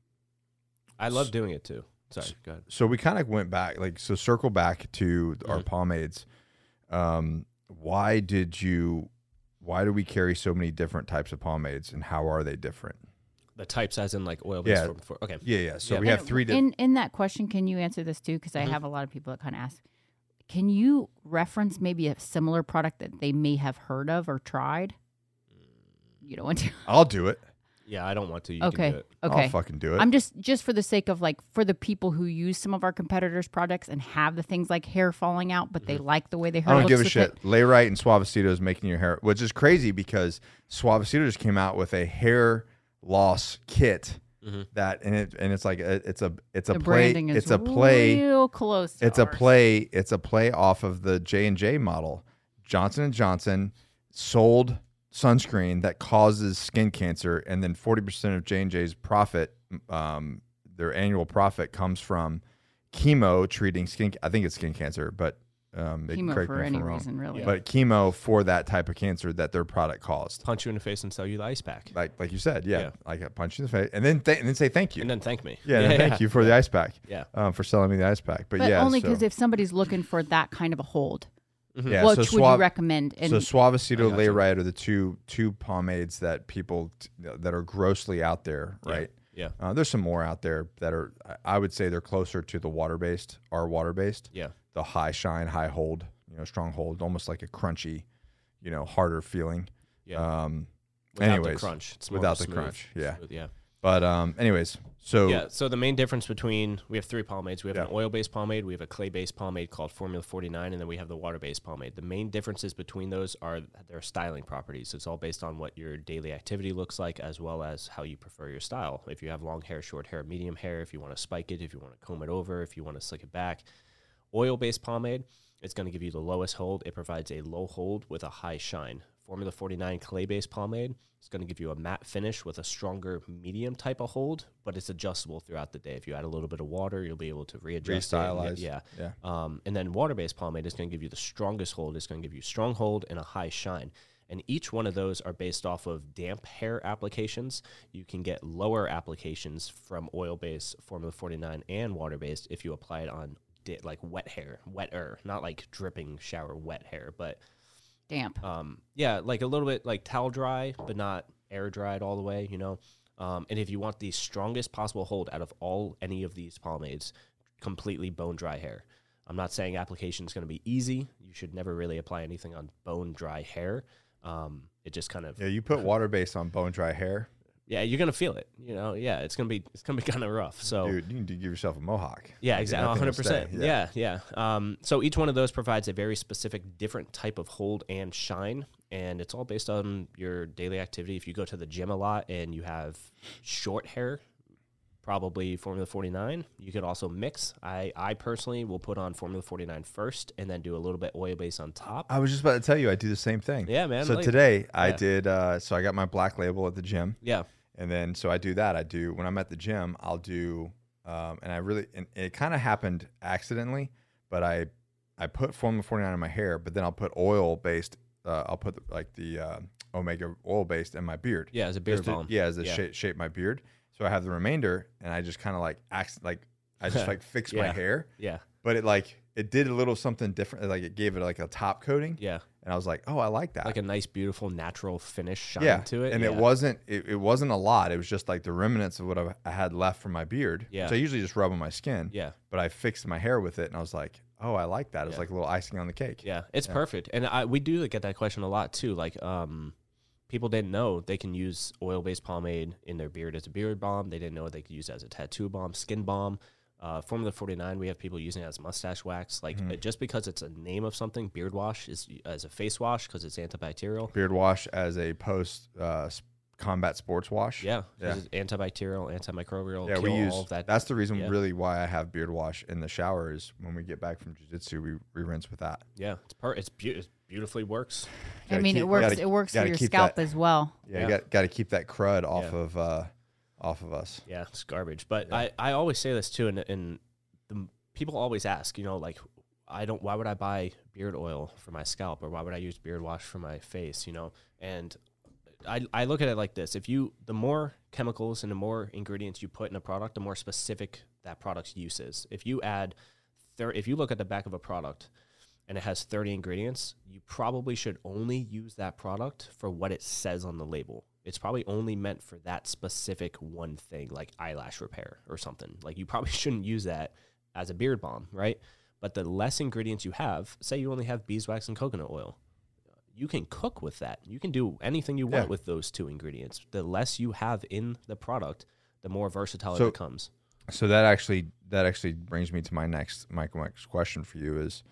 [SPEAKER 2] I love doing it too. Sorry, go ahead.
[SPEAKER 1] so we kind of went back like so circle back to our pomades um why did you why do we carry so many different types of pomades and how are they different
[SPEAKER 2] The types as in like oil based
[SPEAKER 1] Yeah.
[SPEAKER 2] form. For, okay.
[SPEAKER 1] yeah yeah so
[SPEAKER 2] Yeah.
[SPEAKER 1] we have three Mm-hmm. different
[SPEAKER 3] In in that question, can you answer this too? Because I have a lot of people that kind of ask. Can you reference maybe a similar product that they may have heard of or tried? You don't want to.
[SPEAKER 1] i'll do it
[SPEAKER 2] Yeah, I don't want to. You
[SPEAKER 3] okay.
[SPEAKER 2] can do it.
[SPEAKER 3] Okay.
[SPEAKER 1] i'll fucking do it
[SPEAKER 3] I'm just just for the sake of like for the people who use some of our competitors' products and have the things like hair falling out, but they like the way their
[SPEAKER 1] Mm-hmm. I
[SPEAKER 3] hair
[SPEAKER 1] don't
[SPEAKER 3] looks.
[SPEAKER 1] give a
[SPEAKER 3] with
[SPEAKER 1] shit.
[SPEAKER 3] it.
[SPEAKER 1] Lay right and Suavecito is making your hair, which is crazy because Suavecito just came out with a hair loss kit that, and it and it's like a, it's a it's a
[SPEAKER 3] Mm-hmm. The
[SPEAKER 1] play
[SPEAKER 3] branding is
[SPEAKER 1] it's a play
[SPEAKER 3] real close. to
[SPEAKER 1] it's a
[SPEAKER 3] ours.
[SPEAKER 1] play it's a play off of the j&j model johnson & johnson sold sunscreen that causes skin cancer and then 40% of j&j's profit um, their annual profit comes from chemo treating skin i think it's skin cancer but Um, they can
[SPEAKER 3] chemo
[SPEAKER 1] correct
[SPEAKER 3] for
[SPEAKER 1] me if
[SPEAKER 3] any
[SPEAKER 1] I'm wrong.
[SPEAKER 3] reason, really.
[SPEAKER 1] But chemo for that type of cancer that their product caused.
[SPEAKER 2] Punch you in the face and sell you the ice pack,
[SPEAKER 1] Like like you said, yeah,
[SPEAKER 2] Yeah.
[SPEAKER 1] like a punch you in the face, and then th- and then say thank you.
[SPEAKER 2] and then thank me.
[SPEAKER 1] yeah, and then thank you for the ice pack.
[SPEAKER 2] Yeah.
[SPEAKER 1] um, for selling me the ice pack. But,
[SPEAKER 3] But
[SPEAKER 1] yeah,
[SPEAKER 3] only
[SPEAKER 1] so- Hmm.
[SPEAKER 3] because if somebody's looking for that kind of a hold,
[SPEAKER 1] yeah,
[SPEAKER 3] which
[SPEAKER 1] so
[SPEAKER 3] would
[SPEAKER 1] Suave-
[SPEAKER 3] you recommend? And
[SPEAKER 1] so Suavecito
[SPEAKER 2] got
[SPEAKER 1] Lay
[SPEAKER 2] you.
[SPEAKER 1] Right are the two two pomades that people t- that are grossly out there, right?
[SPEAKER 2] Yeah.
[SPEAKER 1] Uh, there's some more out there that are I- I would say they're closer to the water based, our water based,
[SPEAKER 2] Yeah.
[SPEAKER 1] the high shine, high hold, you know, strong hold, almost like a crunchy, you know, harder feeling.
[SPEAKER 2] Yeah.
[SPEAKER 1] Um,
[SPEAKER 2] Without
[SPEAKER 1] anyways,
[SPEAKER 2] the crunch. It's more
[SPEAKER 1] without the
[SPEAKER 2] smooth-
[SPEAKER 1] crunch, yeah.
[SPEAKER 2] smooth, yeah.
[SPEAKER 1] but um, anyways, so
[SPEAKER 2] Yeah. So the main difference between we have three pomades. We have
[SPEAKER 1] Yeah.
[SPEAKER 2] an oil-based pomade, we have a clay-based pomade called Formula 49, and then we have the water-based pomade. The main differences between those are their styling properties. It's all based on what your daily activity looks like, as well as how you prefer your style. If you have long hair, short hair, medium hair, if you want to spike it, if you want to comb it over, if you want to slick it back. Oil-based pomade, it's going to give you the lowest hold. It provides a low hold with a high shine. Formula 49 clay-based pomade, it's going to give you a matte finish with a stronger medium type of hold, but it's adjustable throughout the day. If you add a little bit of water, you'll be able to readjust it and
[SPEAKER 1] Restylize.
[SPEAKER 2] Get, yeah.
[SPEAKER 1] yeah,
[SPEAKER 2] Um, and then water based pomade is going to give you the strongest hold. It's going to give you strong hold and a high shine. And each one of those are based off of damp hair applications. You can get lower applications from oil based, Formula 49, and water based if you apply it on di- like wet hair, wetter, not like dripping shower wet hair, but
[SPEAKER 3] damp.
[SPEAKER 2] um, yeah, like a little bit like towel dry, but not air dried all the way, you know. Um, and if you want the strongest possible hold out of all any of these pomades, completely bone dry hair. I'm not saying application is going to be easy. You should never really apply anything on bone dry hair. Um, it just kind of
[SPEAKER 1] yeah. You put water based on bone dry hair,
[SPEAKER 2] yeah, you're gonna feel it. You know, yeah, it's gonna be it's gonna be kind of rough. So
[SPEAKER 1] dude. You need to give yourself a mohawk.
[SPEAKER 2] Oh. yeah,
[SPEAKER 1] Like,
[SPEAKER 2] exactly.
[SPEAKER 1] that
[SPEAKER 2] One
[SPEAKER 1] thing will
[SPEAKER 2] hundred percent.
[SPEAKER 1] stay.
[SPEAKER 2] Yeah, yeah. Um, so each one of those provides a very specific, different type of hold and shine, and it's all based on your daily activity. If you go to the gym a lot and you have short hair, probably Formula Forty Nine. You could also mix. I I personally will put on Formula Forty Nine first, and then do a little bit oil base on top.
[SPEAKER 1] I was just about to tell you, I do the same thing.
[SPEAKER 2] Yeah, man,
[SPEAKER 1] So
[SPEAKER 2] like-
[SPEAKER 1] today I
[SPEAKER 2] yeah.
[SPEAKER 1] did. Uh, so I got my black label at the gym,
[SPEAKER 2] yeah,
[SPEAKER 1] and then so I do that. I do when I'm at the gym, I'll do, um, and I really, and it kind of happened accidentally, but I, I put Formula 49 in my hair, but then I'll put oil based. Uh, I'll put like the uh, Omega oil based in my beard.
[SPEAKER 2] yeah. As a beer
[SPEAKER 1] Just to-
[SPEAKER 2] bomb.
[SPEAKER 1] yeah, as a
[SPEAKER 2] Yeah.
[SPEAKER 1] shape, shape my beard. So I have the remainder, and I just kind of like, acc- like I just like fix my
[SPEAKER 2] Yeah.
[SPEAKER 1] hair,
[SPEAKER 2] yeah,
[SPEAKER 1] but it like it did a little something different. Like it gave it like a top coating,
[SPEAKER 2] yeah.
[SPEAKER 1] and I was like, oh, I like that
[SPEAKER 2] Like a nice, beautiful, natural finish shine
[SPEAKER 1] yeah.
[SPEAKER 2] to it.
[SPEAKER 1] And it
[SPEAKER 2] Yeah.
[SPEAKER 1] wasn't it, it wasn't a lot. It was just like the remnants of what I, I had left from my beard.
[SPEAKER 2] Yeah.
[SPEAKER 1] which I usually just rub on my skin.
[SPEAKER 2] Yeah.
[SPEAKER 1] But I fixed my hair with it, and I was like, oh, I like that. It's
[SPEAKER 2] Yeah.
[SPEAKER 1] like a little icing on the cake.
[SPEAKER 2] Yeah, it's perfect, and I we do get that question a lot too. Like, um, people didn't know they can use oil-based pomade in their beard as a beard balm. They didn't know they could use it as a tattoo balm, skin balm. Uh, Formula Forty Nine, we have people using it as mustache wax. Like,
[SPEAKER 1] Mm-hmm.
[SPEAKER 2] uh, just because it's a name of something, beard wash is as a face wash because it's antibacterial.
[SPEAKER 1] Beard wash as a post uh, s- combat sports wash.
[SPEAKER 2] Yeah, 'cause
[SPEAKER 1] Yeah.
[SPEAKER 2] it's antibacterial, antimicrobial.
[SPEAKER 1] Yeah,
[SPEAKER 2] kill
[SPEAKER 1] we use
[SPEAKER 2] all of that.
[SPEAKER 1] That's the reason,
[SPEAKER 2] yeah.
[SPEAKER 1] really, why I have beard wash in the shower is when we get back from jujitsu, we, we rinse with that.
[SPEAKER 2] yeah, it's per- it's, beau- it beautifully works.
[SPEAKER 3] I
[SPEAKER 1] gotta
[SPEAKER 3] mean,
[SPEAKER 1] keep-
[SPEAKER 3] it works.
[SPEAKER 1] gotta-
[SPEAKER 3] it works for
[SPEAKER 1] gotta
[SPEAKER 3] your
[SPEAKER 1] keep
[SPEAKER 3] scalp
[SPEAKER 1] that-
[SPEAKER 3] as well.
[SPEAKER 1] Yeah,
[SPEAKER 2] Yeah.
[SPEAKER 1] you got got to keep that crud off
[SPEAKER 2] Yeah.
[SPEAKER 1] of uh, off of us.
[SPEAKER 2] Yeah, it's garbage. But I, I always say this too, and and the, m- people always ask, you know, like I don't. Why would I buy beard oil for my scalp, or why would I use beard wash for my face? You know, and I I look at it like this: if you the more chemicals and the more ingredients you put in a product, the more specific that product's use is. If you add, thir- if you look at the back of a product. And it has 30 ingredients, you probably should only use that product for what it says on the label. It's probably only meant for that specific one thing, like eyelash repair or something. Like you probably shouldn't use that as a beard balm, right? But the less ingredients you have, say you only have beeswax and coconut oil, you can cook with that. You can do anything you want
[SPEAKER 1] Yeah.
[SPEAKER 2] with those two ingredients. The less you have in the product, the more versatile
[SPEAKER 1] So-
[SPEAKER 2] it becomes.
[SPEAKER 1] so that actually that actually brings me to my next my next question for you is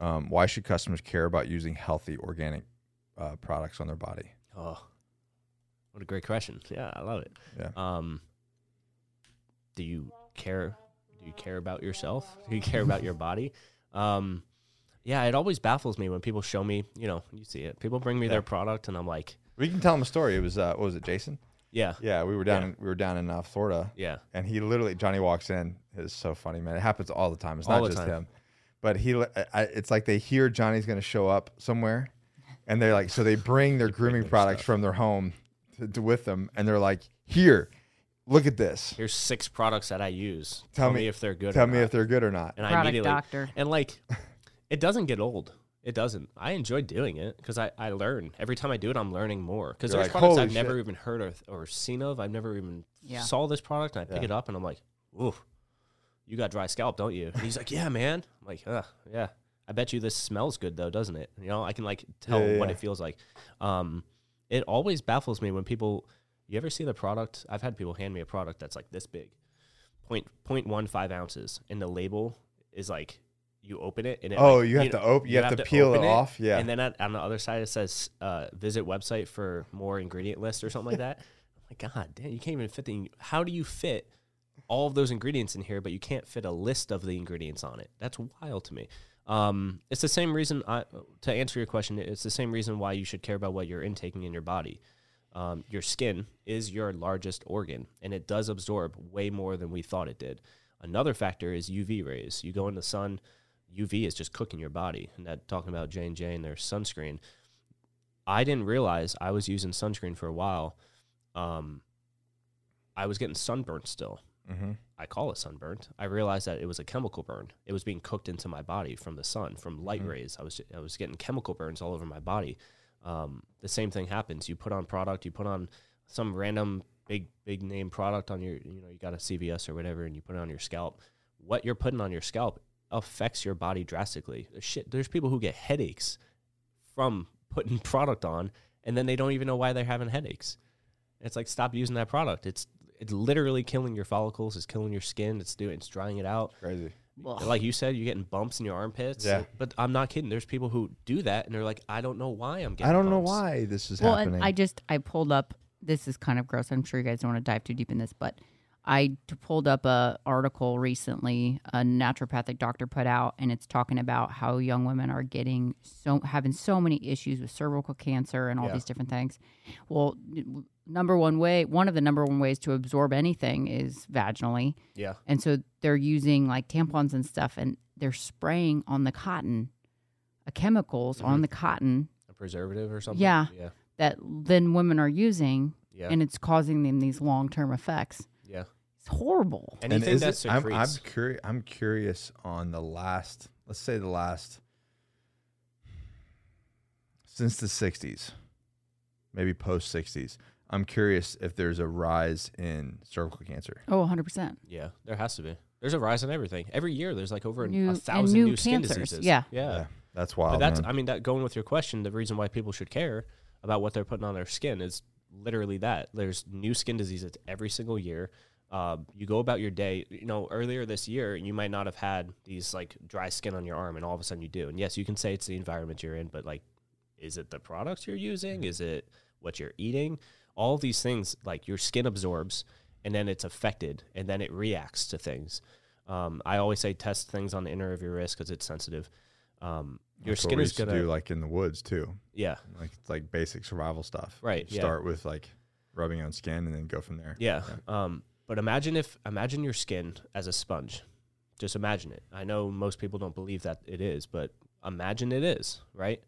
[SPEAKER 1] um, why should customers care about using healthy organic uh, products on their body
[SPEAKER 2] Oh, what a great question! Yeah, I love it.
[SPEAKER 1] Yeah.
[SPEAKER 2] Um, do you care? Do you care about yourself? Do you care about your body? Um, yeah, it always baffles me when people show me. You know, you see it. People bring me
[SPEAKER 1] Yeah.
[SPEAKER 2] their product, and I'm like,
[SPEAKER 1] we can tell them a story it was uh, what was it jason
[SPEAKER 2] yeah,
[SPEAKER 1] yeah we were down
[SPEAKER 2] Yeah.
[SPEAKER 1] In, we were down in uh, florida
[SPEAKER 2] yeah,
[SPEAKER 1] and he literally johnny walks in it's so funny man it happens all the time it's
[SPEAKER 2] All
[SPEAKER 1] not
[SPEAKER 2] the
[SPEAKER 1] just
[SPEAKER 2] time.
[SPEAKER 1] him but he, li- I, it's like they hear Johnny's going to show up somewhere, and they're like, so they bring their grooming products from their home to, to with them, and they're like, here, look at this.
[SPEAKER 2] Here's six products that I use.
[SPEAKER 1] Tell
[SPEAKER 2] Tell,
[SPEAKER 1] me-
[SPEAKER 2] me, if they're good.
[SPEAKER 1] Tell
[SPEAKER 2] or
[SPEAKER 1] me
[SPEAKER 2] not.
[SPEAKER 1] if they're good or not.
[SPEAKER 2] and I
[SPEAKER 3] Product
[SPEAKER 2] immediately
[SPEAKER 3] doctor.
[SPEAKER 2] and like it doesn't get old. It doesn't. I enjoy doing it because I, I learn every time I do it. I'm learning more because
[SPEAKER 1] You're
[SPEAKER 2] there's
[SPEAKER 1] like,
[SPEAKER 2] products
[SPEAKER 1] "Holy
[SPEAKER 2] I've never
[SPEAKER 1] shit."
[SPEAKER 2] even heard of or seen of. I've never even
[SPEAKER 3] Yeah.
[SPEAKER 2] saw this product, and I pick
[SPEAKER 1] Yeah.
[SPEAKER 2] it up and I'm like, ooh, you got dry scalp, don't you? And he's like, yeah, man. I'm like, Ugh, yeah. I bet you this smells good though, doesn't it? You know, I can like tell
[SPEAKER 1] Yeah, yeah,
[SPEAKER 2] what
[SPEAKER 1] yeah.
[SPEAKER 2] it feels like. Um, it always baffles me when people. You ever see the product? I've had people hand me a product that's like this big point point one five ounces, and the label is like you open it and it
[SPEAKER 1] Oh,
[SPEAKER 2] like,
[SPEAKER 1] you have to op- you have to peel it
[SPEAKER 2] open
[SPEAKER 1] off, yeah.
[SPEAKER 2] and then at, on the other side it says uh, visit website for more ingredient list or something like that. I'm like, God damn, you can't even fit the. How do you fit all of those ingredients in here, but you can't fit a list of the ingredients on it? That's wild to me. Um, it's the same reason I, to answer your question. It's the same reason why you should care about what you're intaking in your body um, your skin is your largest organ and it does absorb way more than we thought it did. Another factor is UV rays. You go in the sun, UV is just cooking your body. And that talking about J and J and their sunscreen. I didn't realize I was using sunscreen for a while. Um, I was getting sunburnt still.
[SPEAKER 1] Mm-hmm.
[SPEAKER 2] I call it sunburnt. I realized that it was a chemical burn. It was being cooked into my body from the sun, from light
[SPEAKER 1] Mhm.
[SPEAKER 2] rays. I was I was getting chemical burns all over my body. Um, the same thing happens. You put on product. You put on some random big big name product on your you know you got a CVS or whatever, and you put it on your scalp. What you're putting on your scalp affects your body drastically. Shit, there's people who get headaches from putting product on, and then they don't even know why they're having headaches. It's like stop using that product. It's it's literally killing your follicles. It's killing your skin. It's doing. It's drying it out.
[SPEAKER 1] Crazy.
[SPEAKER 2] And Like you said, you're getting bumps in your armpits.
[SPEAKER 1] Yeah.
[SPEAKER 2] But I'm not kidding. There's people who do that, and they're like, I don't know why I'm getting.
[SPEAKER 1] I don't know
[SPEAKER 2] bumps."
[SPEAKER 1] why this is
[SPEAKER 3] well,
[SPEAKER 1] happening.
[SPEAKER 3] and I just I pulled up. This is kind of gross. I'm sure you guys don't want to dive too deep in this, but I t- pulled up a article recently a naturopathic doctor put out, and it's talking about how young women are getting so having so many issues with cervical cancer and all
[SPEAKER 1] Yeah.
[SPEAKER 3] these different things. Well, n- w- number one way, one of the number one ways to absorb anything is vaginally,
[SPEAKER 2] Yeah.
[SPEAKER 3] and so they're using like tampons and stuff, and they're spraying on the cotton, uh, chemicals on the cotton
[SPEAKER 2] A preservative or something.
[SPEAKER 3] Yeah.
[SPEAKER 2] Yeah.
[SPEAKER 3] that then women are using
[SPEAKER 2] Yeah.
[SPEAKER 3] and it's causing them these long term effects.
[SPEAKER 2] yeah.
[SPEAKER 3] It's horrible.
[SPEAKER 1] And
[SPEAKER 2] Anything
[SPEAKER 1] is
[SPEAKER 2] that
[SPEAKER 1] it- I'm, I'm
[SPEAKER 2] secretes.
[SPEAKER 1] curious. I'm curious on the last. Let's say the last since the '60s, maybe post '60s. I'm curious if there's a rise in cervical cancer.
[SPEAKER 3] Oh, 100%.
[SPEAKER 2] yeah. There has to be. There's a rise in everything. Every year, there's like over a-
[SPEAKER 3] New-
[SPEAKER 2] a
[SPEAKER 3] and
[SPEAKER 2] thousand
[SPEAKER 3] new
[SPEAKER 2] new, skin
[SPEAKER 3] cancers.
[SPEAKER 2] diseases.
[SPEAKER 3] Yeah.
[SPEAKER 2] Yeah.
[SPEAKER 1] that's
[SPEAKER 2] But
[SPEAKER 1] wild.
[SPEAKER 2] that's,
[SPEAKER 1] man.
[SPEAKER 2] I mean, that going with your question, the reason why people should care about what they're putting on their skin is literally that. There's new skin diseases every single year. Um, you go about your day, you know, earlier this year, you might not have had these like dry skin on your arm, and all of a sudden you do. And yes, you can say it's the environment you're in, but like, is it the products you're using?
[SPEAKER 1] Mm-hmm.
[SPEAKER 2] Is it what you're eating? All these things, like your skin absorbs and then it's affected and then it reacts to things. Um, I always say test things on the inner of your wrist because it's sensitive. Um, your
[SPEAKER 1] That's what
[SPEAKER 2] skin
[SPEAKER 1] we
[SPEAKER 2] is
[SPEAKER 1] used to
[SPEAKER 2] going to
[SPEAKER 1] do like in the woods too.
[SPEAKER 2] yeah,
[SPEAKER 1] Like it's like basic survival stuff.
[SPEAKER 2] Right, yeah.
[SPEAKER 1] Start with like rubbing on skin and then go from there.
[SPEAKER 2] yeah. Um, but imagine if imagine your skin as a sponge. Just imagine it. I know most people don't believe that it is, but imagine it is, right?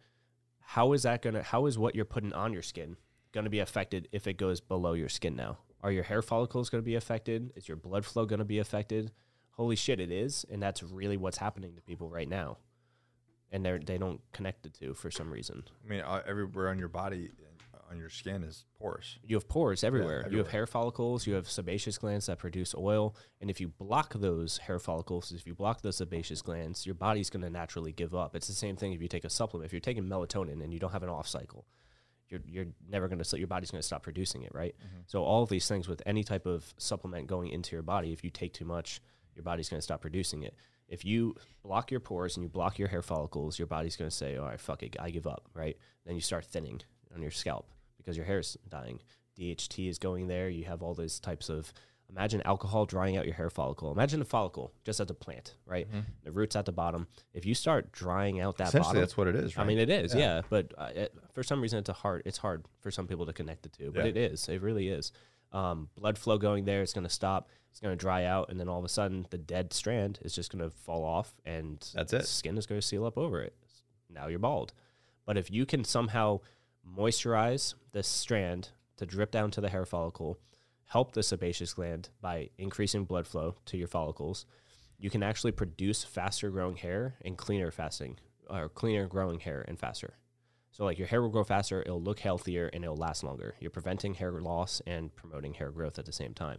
[SPEAKER 2] How is that gonna? How is what you're putting on your skin gonna be affected if it goes below your skin now? Are your hair follicles gonna be affected? Is your blood flow gonna be affected? Holy shit, it is, and that's really what's happening to people right now, and they they don't connect the two for some reason.
[SPEAKER 1] I mean, uh, everywhere on your body, uh, on your skin is porous.
[SPEAKER 2] you have pores everywhere. You have
[SPEAKER 1] everywhere.
[SPEAKER 2] hair follicles, you have sebaceous glands that produce oil, and if you block those hair follicles, if you block those sebaceous glands, your body's going to naturally give up. It's the same thing if you take a supplement. If you're taking melatonin and you don't have an off cycle, you're you're never going to your body's going to stop producing it, right?
[SPEAKER 1] Mm-hmm.
[SPEAKER 2] So all of these things with any type of supplement going into your body, if you take too much, your body's going to stop producing it. If you block your pores and you block your hair follicles, your body's going to say, "All right, fuck it, I give up," right? Then you start thinning on your scalp because your hair's dying. DHT is going there. You have all those types of imagine alcohol drying out your hair follicle. Imagine a follicle just as a plant, right? The roots at the bottom. If you start drying out that
[SPEAKER 1] Mm-hmm. Essentially,
[SPEAKER 2] bottom,
[SPEAKER 1] that's what it is. Right?
[SPEAKER 2] I mean, it is, yeah. But uh, it, for some reason, it's a hard. It's hard for some people to connect the two, but
[SPEAKER 1] Yeah.
[SPEAKER 2] it is. It really is. Um, blood flow going there is going to stop. It's going to dry out, and then all of a sudden, the dead strand is just going to fall off, and
[SPEAKER 1] That's it.
[SPEAKER 2] Skin is going to seal up over it. Now you're bald. But if you can somehow moisturize this strand to drip down to the hair follicle, help the sebaceous gland by increasing blood flow to your follicles, you can actually produce faster growing hair and cleaner fasting or cleaner growing hair and faster. So like your hair will grow faster, it'll look healthier and it'll last longer. You're preventing hair loss and promoting hair growth at the same time.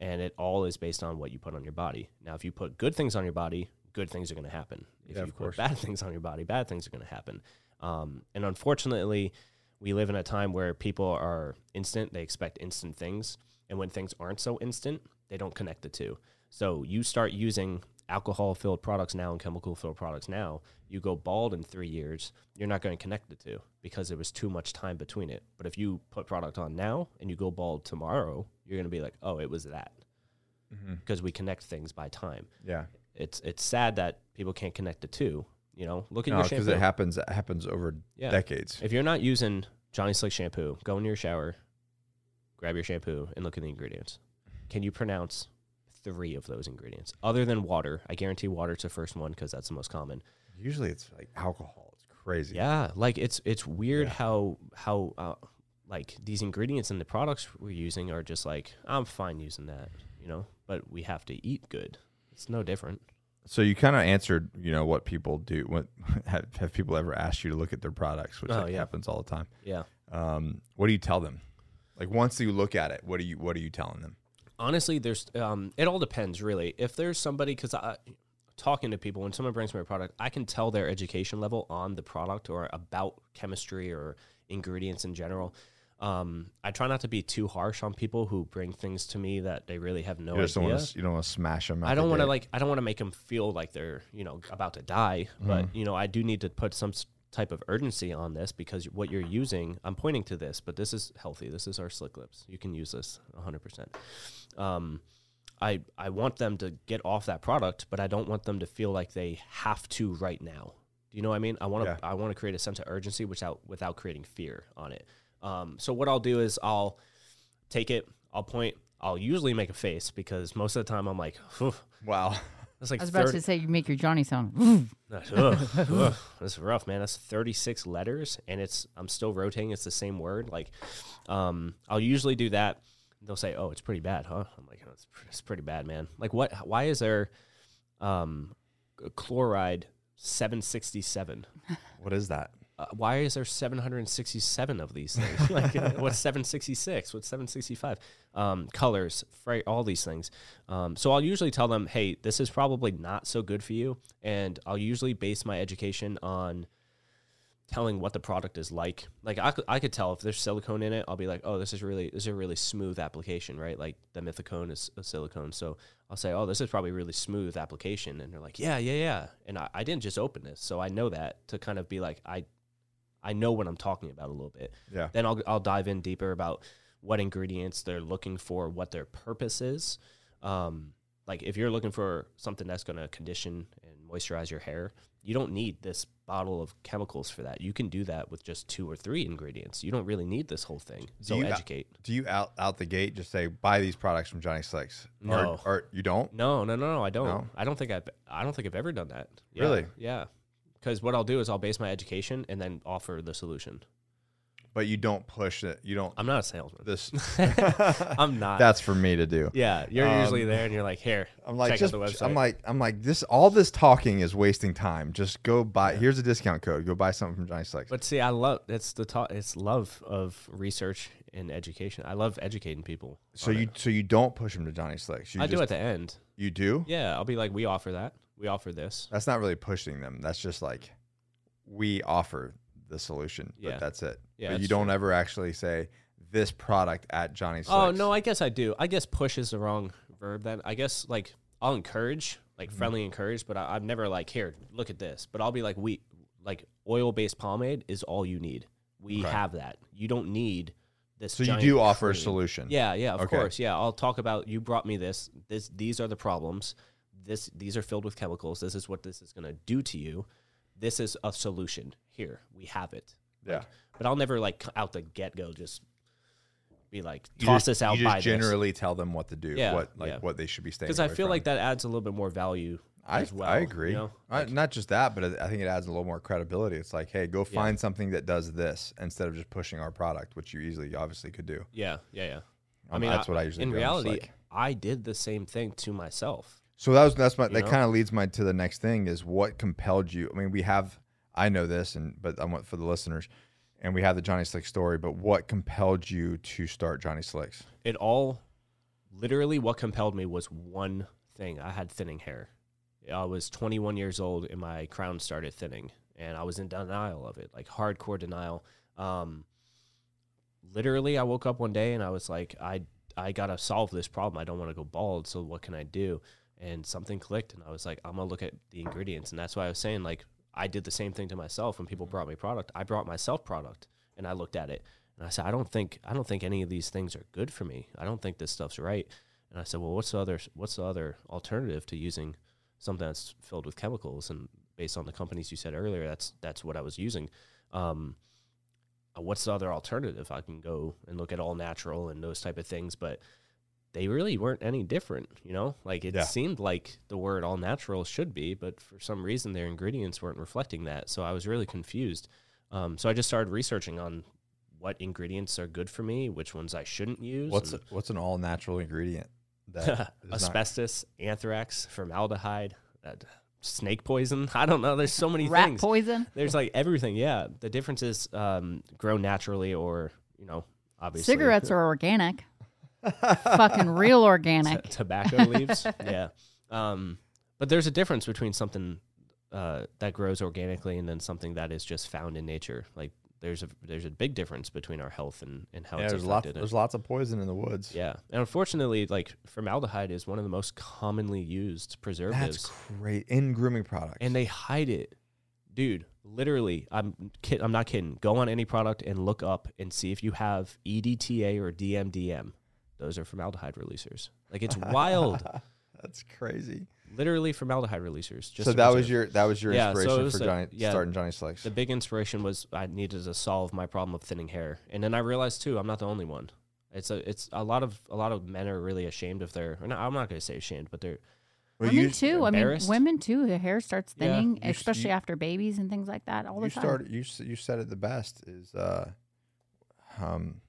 [SPEAKER 2] And it all is based on what you put on your body. Now if you put good things on your body, good things are going to happen. If
[SPEAKER 1] Yeah,
[SPEAKER 2] you
[SPEAKER 1] of course.
[SPEAKER 2] put bad things on your body, bad things are going to happen. Um, and unfortunately, we live in a time where people are instant, they expect instant things, and when things aren't so instant, they don't connect the two. So you start using alcohol filled products now and chemical filled products now, you go bald in three years, you're not going to connect the two because there was too much time between it. But if you put product on now and you go bald tomorrow, you're going to be like, oh, it was that. Because we connect things by time.
[SPEAKER 1] Yeah.
[SPEAKER 2] It's it's sad that people can't connect the two. You know, look at
[SPEAKER 1] No,
[SPEAKER 2] your
[SPEAKER 1] because
[SPEAKER 2] shampoo.
[SPEAKER 1] it happens. It happens over
[SPEAKER 2] Yeah.
[SPEAKER 1] decades.
[SPEAKER 2] If you're not using Johnny Slick shampoo, go into your shower, grab your shampoo, and look at the ingredients. Can you pronounce three of those ingredients other than water? I guarantee water's the first one because that's the most common.
[SPEAKER 1] Usually, it's like alcohol. It's crazy.
[SPEAKER 2] Yeah, like it's it's weird
[SPEAKER 1] Yeah.
[SPEAKER 2] how how uh, like these ingredients and the products we're using are just like I'm fine using that, you know. But we have to eat good. It's no different.
[SPEAKER 1] So you kind of answered, you know, what people do. What have, have people ever asked you to look at their products, which
[SPEAKER 2] Oh,
[SPEAKER 1] like,
[SPEAKER 2] yeah.
[SPEAKER 1] happens all the time.
[SPEAKER 2] Yeah.
[SPEAKER 1] Um, what do you tell them? Like once you look at it, what are you what are you telling them?
[SPEAKER 2] honestly there's um it all depends really if there's somebody because i talking to people when someone brings me a product i can tell their education level on the product or about chemistry or ingredients in general um, I try not to be too harsh on people who bring things to me that they really have no
[SPEAKER 1] You just don't
[SPEAKER 2] idea.
[SPEAKER 1] want to you don't want to smash them.
[SPEAKER 2] I don't want to like I don't want to make them feel like they're you know about to die, but you know I do need to put some s- type of urgency on this because what you're using, I'm pointing to this, but this is healthy. This is our slick lips. You can use this 100. percent um, I I want them to get off that product, but I don't want them to feel like they have to right now. Do you know what I mean? I want to
[SPEAKER 1] Yeah.
[SPEAKER 2] I want to create a sense of urgency without without creating fear on it. Um, so what I'll do is I'll take it, I'll point, I'll usually make a face because most of the time I'm like, "Phew,
[SPEAKER 1] Wow.
[SPEAKER 2] that's like
[SPEAKER 3] I was about
[SPEAKER 2] 30
[SPEAKER 3] to say you make your Johnny sound.
[SPEAKER 2] that's, ugh, ugh, that's rough, man. That's 36 letters, and it's I'm still rotating. It's the same word. Like, um, I'll usually do that. They'll say, "Oh, it's pretty bad, huh?" I'm like, oh, it's, pre- "It's pretty bad, man." Like, what? Why is there, um, chloride 767?
[SPEAKER 1] What is that?
[SPEAKER 2] Uh, why is there 767 of these things? like, uh, what's 766? What's 765? Um, colors, freight, all these things. Um, so I'll usually tell them, hey, this is probably not so good for you. And I'll usually base my education on telling what the product is like. Like I could, I could tell if there's silicone in it, I'll be like, oh, this is really this is a really smooth application, right? Like the mithicone is a silicone, so I'll say, oh, this is probably really smooth application, and they're like, yeah, yeah, yeah. And I, I didn't just open this, so I know that to kind of be like, I, I know what I'm talking about a little bit.
[SPEAKER 1] Yeah.
[SPEAKER 2] Then I'll I'll dive in deeper about what ingredients they're looking for, what their purpose is. Um, like if you're looking for something that's going to condition and moisturize your hair, you don't need this bottle of chemicals for that. You can do that with just two or three ingredients. You don't really need this whole thing. So
[SPEAKER 1] you-
[SPEAKER 2] educate.
[SPEAKER 1] Do you out out the gate just say buy these products from Johnny Slicks?
[SPEAKER 2] No.
[SPEAKER 1] Or, or you don't?
[SPEAKER 2] No, no, no, no. I don't.
[SPEAKER 1] No?
[SPEAKER 2] I don't think I've. I don't think I've ever done that. Yeah.
[SPEAKER 1] Really?
[SPEAKER 2] Yeah. Because what I'll do is I'll base my education and then offer the solution.
[SPEAKER 1] But you don't push it. You don't
[SPEAKER 2] I'm not a salesman.
[SPEAKER 1] this.
[SPEAKER 2] I'm not.
[SPEAKER 1] That's for me to do.
[SPEAKER 2] yeah, you're
[SPEAKER 1] Um,
[SPEAKER 2] usually there and you're like, here.
[SPEAKER 1] I'm like,
[SPEAKER 2] check
[SPEAKER 1] just,
[SPEAKER 2] out the website.
[SPEAKER 1] I'm like, I'm like, this. All this talking is wasting time. Just go buy. Here's a discount code. Go buy something from Johnny Slicks.
[SPEAKER 2] But see, I love it's the ta- it's love of research and education. I love educating people.
[SPEAKER 1] so
[SPEAKER 2] on
[SPEAKER 1] you,
[SPEAKER 2] it.
[SPEAKER 1] so you don't push him to Johnny Slicks. You
[SPEAKER 2] Oh, I do
[SPEAKER 1] just-
[SPEAKER 2] at the end.
[SPEAKER 1] You do.
[SPEAKER 2] Yeah, I'll be like, we offer that. We offer this.
[SPEAKER 1] That's not really pushing them. That's just like, we offer the solution.
[SPEAKER 2] Yeah.
[SPEAKER 1] But that's it.
[SPEAKER 2] Yeah,
[SPEAKER 1] But you
[SPEAKER 2] that's
[SPEAKER 1] don't ever actually say this product at Johnny Slicks.
[SPEAKER 2] Oh no, I guess I do. I guess push is the wrong verb. Then I guess like I'll encourage,
[SPEAKER 1] Mm-hmm.
[SPEAKER 2] like friendly encourage, but I, I'm never like here, look at this. But I'll be like, we like oil based pomade is all you need. We
[SPEAKER 1] Okay.
[SPEAKER 2] have that. You don't need this.
[SPEAKER 1] So you
[SPEAKER 2] giant
[SPEAKER 1] do offer a
[SPEAKER 2] cream.
[SPEAKER 1] solution.
[SPEAKER 2] Yeah, yeah, of
[SPEAKER 1] Okay.
[SPEAKER 2] course. Yeah, I'll talk about you brought me this. This these are the problems. This these are filled with chemicals. This is what this is going to do to you. This is a solution. Here, we have it.
[SPEAKER 1] Yeah.
[SPEAKER 2] But I'll never like c- out the get go just be like
[SPEAKER 1] You
[SPEAKER 2] toss
[SPEAKER 1] just-
[SPEAKER 2] this out
[SPEAKER 1] You
[SPEAKER 2] by
[SPEAKER 1] just generally tell them what to do,
[SPEAKER 2] Yeah,
[SPEAKER 1] what like
[SPEAKER 2] yeah.
[SPEAKER 1] what they should be staying.
[SPEAKER 2] because I
[SPEAKER 1] away
[SPEAKER 2] feel
[SPEAKER 1] from.
[SPEAKER 2] like that adds a little bit more value
[SPEAKER 1] I,
[SPEAKER 2] as well.
[SPEAKER 1] I
[SPEAKER 2] you
[SPEAKER 1] agree.
[SPEAKER 2] know?
[SPEAKER 1] I, not just that, but I I think it adds a little more credibility. It's like, hey, go
[SPEAKER 2] Yeah.
[SPEAKER 1] find something that does this instead of just pushing our product, which you easily obviously could do.
[SPEAKER 2] Yeah, yeah, yeah.
[SPEAKER 1] Um, that's what I usually
[SPEAKER 2] in
[SPEAKER 1] do. I'm just
[SPEAKER 2] reality,
[SPEAKER 1] like-
[SPEAKER 2] I did the same thing to myself.
[SPEAKER 1] So that was that's my
[SPEAKER 2] You
[SPEAKER 1] that
[SPEAKER 2] know?
[SPEAKER 1] kind of leads my to the next thing is what compelled you. I mean, we have I know this, and but I want for the listeners, and we have the Johnny Slick story. But what compelled you to start Johnny Slicks?
[SPEAKER 2] It all, literally, what compelled me was one thing. I had thinning hair. I was 21 years old, and my crown started thinning, and I was in denial of it, like hardcore denial. Um, literally, I woke up one day and I was like, I I gotta solve this problem. I don't want to go bald, so what can I do? And something clicked, and I was like, I'm gonna look at the ingredients, and that's why I was saying like I did the same thing to myself when people brought me product. I brought myself product, and I looked at it, and I said, I don't think I don't think any of these things are good for me. I don't think this stuff's right. And I said, well, what's the other what's the other alternative to using something that's filled with chemicals? And based on the companies you said earlier, that's that's what I was using. Um, uh, what's the other alternative? I can go and look at all natural and those type of things, but they really weren't any different, you know? Like it
[SPEAKER 1] Yeah.
[SPEAKER 2] seemed like the word all natural should be, but for some reason their ingredients weren't reflecting that. So I was really confused. Um, so I just started researching on what ingredients are good for me, which ones I shouldn't use.
[SPEAKER 1] What's
[SPEAKER 2] and-
[SPEAKER 1] what's an all natural ingredient that is not-
[SPEAKER 2] asbestos, anthrax, formaldehyde, uh, snake poison. I don't know. There's so many
[SPEAKER 3] Rat
[SPEAKER 2] things.
[SPEAKER 3] poison.
[SPEAKER 2] There's like everything. Yeah. The difference is um, grow naturally or, you know, obviously.
[SPEAKER 3] Cigarettes are organic. Fucking real organic.
[SPEAKER 2] T- tobacco leaves. Yeah. Um, but there's a difference between something uh, that grows organically and then something that is just found in nature. Like there's a there's a big difference between our health and, and how
[SPEAKER 1] Yeah,
[SPEAKER 2] it's
[SPEAKER 1] there's lots
[SPEAKER 2] affected. it.
[SPEAKER 1] there's lots of poison in the woods.
[SPEAKER 2] yeah. And unfortunately, like formaldehyde is one of the most commonly used preservatives.
[SPEAKER 1] That's great in grooming products.
[SPEAKER 2] and they hide it, dude. Literally, I'm kid. I'm not kidding. Go on any product and look up and see if you have E EDTA or DMDM. Those are formaldehyde releasers. Like it's wild.
[SPEAKER 1] that's crazy.
[SPEAKER 2] Literally formaldehyde releasers. Just
[SPEAKER 1] so
[SPEAKER 2] to
[SPEAKER 1] that was
[SPEAKER 2] preserve.
[SPEAKER 1] your that was your
[SPEAKER 2] Yeah, so it
[SPEAKER 1] inspiration
[SPEAKER 2] was
[SPEAKER 1] for
[SPEAKER 2] a-
[SPEAKER 1] Johnny
[SPEAKER 2] yeah,
[SPEAKER 1] starting Johnny Slicks.
[SPEAKER 2] The big inspiration was I needed to solve my problem of thinning hair, and then I realized too I'm not the only one. It's a it's a lot of a lot of men are really ashamed of their. Or not, I'm not going to say ashamed, but they're
[SPEAKER 1] Well,
[SPEAKER 3] women
[SPEAKER 1] you-
[SPEAKER 3] too. I mean,
[SPEAKER 2] embarrassed?
[SPEAKER 3] women too. The hair starts
[SPEAKER 2] Yeah.
[SPEAKER 3] thinning,
[SPEAKER 1] You s-
[SPEAKER 3] especially
[SPEAKER 1] you-
[SPEAKER 3] after babies and things like that. All
[SPEAKER 1] you
[SPEAKER 3] the time.
[SPEAKER 1] started you s- you said it the best is uh um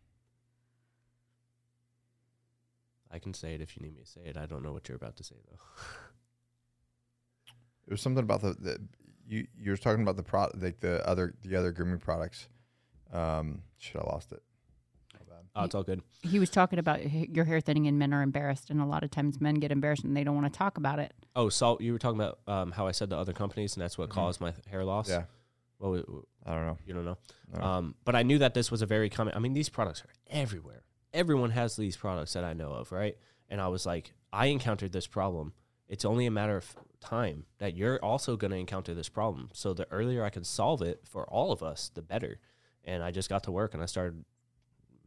[SPEAKER 2] I can say it if you need me to say it. I don't know what you're about to say though.
[SPEAKER 1] it was something about the, the you you were talking about the pro like the other the other grooming products um shit I lost it
[SPEAKER 2] Oh, it's all good.
[SPEAKER 3] he was talking about h- your hair thinning, and men are embarrassed, and a lot of times men get embarrassed and they don't want to talk about it.
[SPEAKER 2] Oh, salt. You were talking about um, how I said the other companies, and that's what
[SPEAKER 1] Mhm.
[SPEAKER 2] caused my hair loss.
[SPEAKER 1] yeah
[SPEAKER 2] Well, w- w-
[SPEAKER 1] I don't know
[SPEAKER 2] you don't know.
[SPEAKER 1] No.
[SPEAKER 2] Um, but I knew that this was a very common. I mean, these products are everywhere. Everyone has these products that I know of, right? And I was like, I encountered this problem. It's only a matter of time that you're also going to encounter this problem. So the earlier I can solve it for all of us, the better. And I just got to work and I started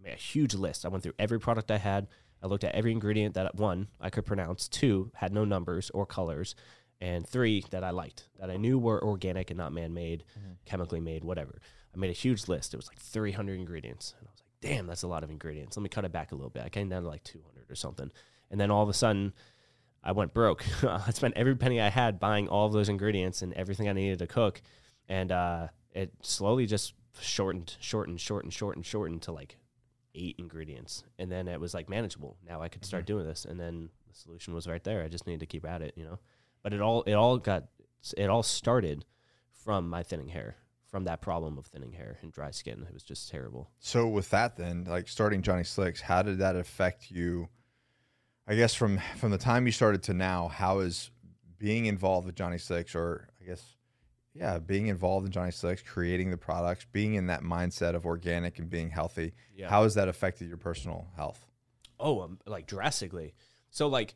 [SPEAKER 2] made a huge list. I went through every product I had. I looked at every ingredient that one I could pronounce, two had no numbers or colors, and three that I liked that I knew were organic and not man-made, chemically made, whatever. I made a huge list. It was like 300 ingredients, and I was like, "Damn, that's a lot of ingredients. Let me cut it back a little bit." I came down to like 200 or something, and then all of a sudden, I went broke. I spent every penny I had buying all of those ingredients and everything I needed to cook, and uh, it slowly just shortened, shortened, shortened, shortened, shortened to like eight ingredients and then it was like manageable now i could
[SPEAKER 1] Mm-hmm.
[SPEAKER 2] start doing this and then the solution was right there i just needed to keep at it you know but it all it all got it all started from my thinning hair from that problem of thinning hair and dry skin it was just terrible
[SPEAKER 1] So with that, then, like starting Johnny Slicks, how did that affect you? I guess from from the time you started to now, how is being involved with Johnny Slicks, or I guess, yeah, being involved in Johnny Slicks, creating the products, being in that mindset of organic and being healthy,
[SPEAKER 2] Yeah.
[SPEAKER 1] how has that affected your personal health?
[SPEAKER 2] oh um, like drastically so like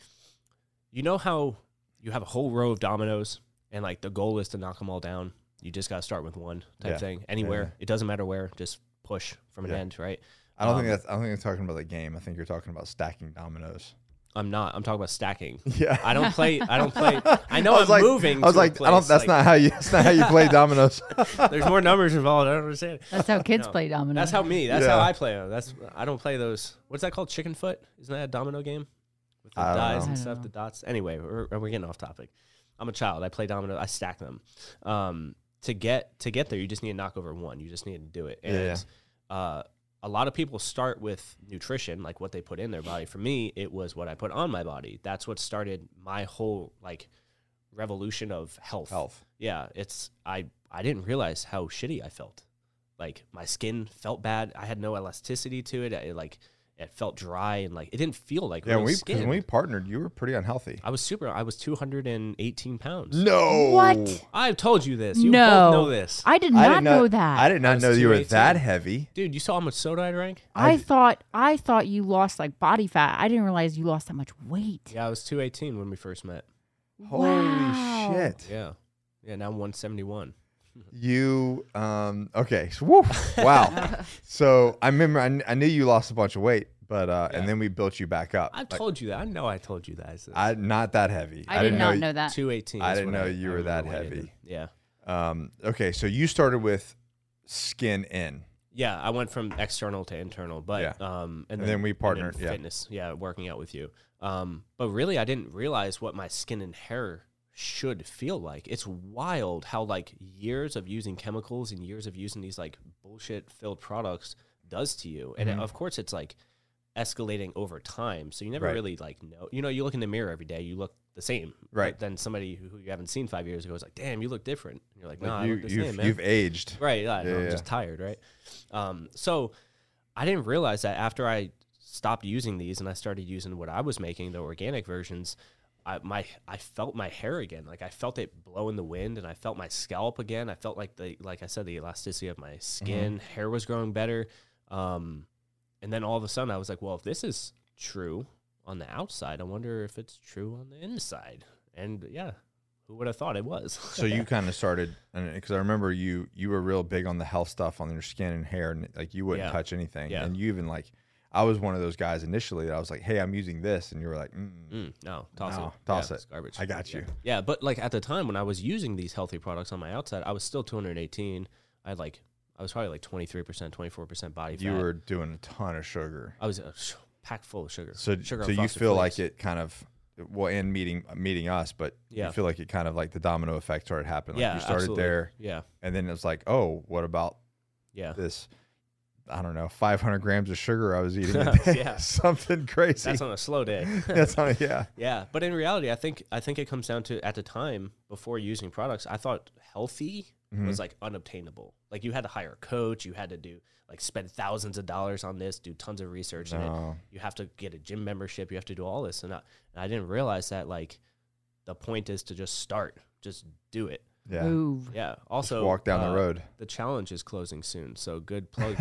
[SPEAKER 2] you know how you have a whole row of dominoes and like the goal is to knock them all down you just got to start with one type
[SPEAKER 1] Yeah.
[SPEAKER 2] thing anywhere it doesn't matter where just push from an
[SPEAKER 1] Yeah.
[SPEAKER 2] end right
[SPEAKER 1] I don't think
[SPEAKER 2] Um,
[SPEAKER 1] that's. I don't think you're talking about the game. I think you're talking about stacking dominoes.
[SPEAKER 2] I'm not. I'm talking about stacking.
[SPEAKER 1] Yeah.
[SPEAKER 2] I don't play. I don't play. I know
[SPEAKER 1] I
[SPEAKER 2] I'm
[SPEAKER 1] was like,
[SPEAKER 2] moving.
[SPEAKER 1] I was
[SPEAKER 2] to a
[SPEAKER 1] like, I don't.
[SPEAKER 2] place,
[SPEAKER 1] That's
[SPEAKER 2] like,
[SPEAKER 1] not how you. That's not how you play dominoes.
[SPEAKER 2] There's more numbers involved. I don't understand.
[SPEAKER 3] That's how kids
[SPEAKER 2] No.
[SPEAKER 3] play domino.
[SPEAKER 2] That's how me. That's how
[SPEAKER 1] Yeah.
[SPEAKER 2] I play them. That's I don't play those. What's that called? Chicken foot? Isn't that a domino game with the
[SPEAKER 1] I don't
[SPEAKER 2] dies
[SPEAKER 1] know.
[SPEAKER 2] and
[SPEAKER 3] I don't
[SPEAKER 2] stuff,
[SPEAKER 3] know.
[SPEAKER 2] the dots? Anyway, we're, we're getting off topic. I'm a child. I play domino. I stack them. Um, to get to get there, you just need to knock over one. You just need to do it. And uh, a lot of people start with nutrition, like what they put in their body. For me, it was what I put on my body. That's what started my whole like revolution of
[SPEAKER 1] Health.
[SPEAKER 2] yeah, it's I I didn't realize how shitty I felt. Like my skin felt bad. I had no elasticity to it. It like it felt dry and like it didn't feel like
[SPEAKER 1] Yeah.
[SPEAKER 2] real
[SPEAKER 1] When we because
[SPEAKER 2] skin.
[SPEAKER 1] when we partnered, you were pretty unhealthy.
[SPEAKER 2] I was super. I was 218 pounds.
[SPEAKER 1] No.
[SPEAKER 3] What?
[SPEAKER 2] I've told you this. You
[SPEAKER 3] No.
[SPEAKER 2] both know this,
[SPEAKER 3] I did
[SPEAKER 1] Oh. I
[SPEAKER 3] not
[SPEAKER 1] did
[SPEAKER 3] know,
[SPEAKER 1] not
[SPEAKER 3] that.
[SPEAKER 1] I did
[SPEAKER 2] I
[SPEAKER 1] not
[SPEAKER 2] was
[SPEAKER 1] know you were
[SPEAKER 2] 218.
[SPEAKER 1] that heavy.
[SPEAKER 2] dude. You saw how much soda I drank?
[SPEAKER 3] I,
[SPEAKER 1] I-
[SPEAKER 3] thought I thought you lost like body fat. I didn't realize you lost that much weight.
[SPEAKER 2] Yeah, I was 218 when we first met.
[SPEAKER 1] Holy
[SPEAKER 3] Wow.
[SPEAKER 1] shit.
[SPEAKER 2] Yeah, yeah. Now I'm 171.
[SPEAKER 1] You um okay. So, woo, wow. so I remember I, kn- I knew you lost a bunch of weight, but uh
[SPEAKER 2] Yeah.
[SPEAKER 1] and then we built you back up.
[SPEAKER 2] I've
[SPEAKER 1] Like,
[SPEAKER 2] told you that. I know I told you that. It's
[SPEAKER 1] I not that heavy.
[SPEAKER 3] I, did not
[SPEAKER 1] you-
[SPEAKER 3] know, that.
[SPEAKER 2] 218.
[SPEAKER 1] I
[SPEAKER 2] is
[SPEAKER 1] didn't
[SPEAKER 2] when
[SPEAKER 1] know you were
[SPEAKER 2] remember
[SPEAKER 1] that
[SPEAKER 2] when I did
[SPEAKER 1] heavy.
[SPEAKER 2] it. Yeah.
[SPEAKER 1] Um okay, so you started with skin in.
[SPEAKER 2] Yeah, I went from external to internal, but
[SPEAKER 1] Yeah.
[SPEAKER 2] um, and,
[SPEAKER 1] And then we partnered, yeah.
[SPEAKER 2] fitness, yeah, working out with you. Um, but really, I didn't realize what my skin and hair should feel like. It's wild how like years of using chemicals and years of using these like bullshit filled products does to you, and
[SPEAKER 1] Mhm.
[SPEAKER 2] of course, it's like escalating over time. So you never
[SPEAKER 1] Right.
[SPEAKER 2] really like know. You know, you look in the mirror every day, you look the same,
[SPEAKER 1] Right.
[SPEAKER 2] But then somebody who who you haven't seen five years ago is like, "Damn, you look different." And you're like,
[SPEAKER 1] Like
[SPEAKER 2] "No, I
[SPEAKER 1] you
[SPEAKER 2] look the
[SPEAKER 1] you've,
[SPEAKER 2] same, man."
[SPEAKER 1] you've aged.
[SPEAKER 2] Right. Yeah, I know,
[SPEAKER 1] Yeah,
[SPEAKER 2] I'm
[SPEAKER 1] yeah.
[SPEAKER 2] just tired, right? Um, so I didn't realize that after I stopped using these and I started using what I was making, the organic versions, I, my I felt my hair again. Like I felt it blow in the wind and I felt my scalp again. I felt like the like I said, the elasticity of my skin,
[SPEAKER 1] Mm-hmm.
[SPEAKER 2] hair was growing better. Um, and then all of a sudden I was like, well, if this is true on the outside, I wonder if it's true on the inside. And yeah, who would have thought it was?
[SPEAKER 1] So you kind of started because I remember you you were real big on the health stuff on your skin and hair and like you wouldn't
[SPEAKER 2] Yeah.
[SPEAKER 1] touch anything
[SPEAKER 2] Yeah.
[SPEAKER 1] and you even like I was one of those guys initially that I was like, "Hey, I'm using this." And you were like, mm,
[SPEAKER 2] Mm, no, toss
[SPEAKER 1] No,
[SPEAKER 2] it.
[SPEAKER 1] toss
[SPEAKER 2] Yeah,
[SPEAKER 1] it.
[SPEAKER 2] It's garbage.
[SPEAKER 1] I got you.
[SPEAKER 2] Yeah, but like at the time when I was using these healthy products on my outside, I was still 218. I had like I was probably like 23%, 24% body fat.
[SPEAKER 1] You were doing a ton of sugar.
[SPEAKER 2] I was uh, sh- packed full of sugar.
[SPEAKER 1] So,
[SPEAKER 2] sugar
[SPEAKER 1] so
[SPEAKER 2] and
[SPEAKER 1] you
[SPEAKER 2] Frosted
[SPEAKER 1] feel like
[SPEAKER 2] Flakes.
[SPEAKER 1] it kind of well, and meeting uh, meeting us, but
[SPEAKER 2] Yeah.
[SPEAKER 1] you feel like it kind of like the domino effect started happening. Like
[SPEAKER 2] yeah,
[SPEAKER 1] you started
[SPEAKER 2] absolutely.
[SPEAKER 1] there,
[SPEAKER 2] Yeah.
[SPEAKER 1] and then it was like, oh, what about
[SPEAKER 2] Yeah.
[SPEAKER 1] this? I don't know, 500 grams of sugar I was eating. A day.
[SPEAKER 2] Yeah.
[SPEAKER 1] something crazy.
[SPEAKER 2] That's on a slow day.
[SPEAKER 1] That's not, yeah.
[SPEAKER 2] Yeah, but in reality, I think I think it comes down to at the time before using products, I thought healthy
[SPEAKER 1] Mm-hmm.
[SPEAKER 2] was like unobtainable. Like you had to hire a coach, you had to do like spend thousands of dollars on this, do tons of research in it.
[SPEAKER 1] No.
[SPEAKER 2] You have to get a gym membership, you have to do all this, and I, and I didn't realize that like the point is to just start, just do it.
[SPEAKER 1] Yeah.
[SPEAKER 3] Move.
[SPEAKER 2] Yeah. Also,
[SPEAKER 1] walk down the
[SPEAKER 2] uh,
[SPEAKER 1] road.
[SPEAKER 2] The challenge is closing soon, so good plug.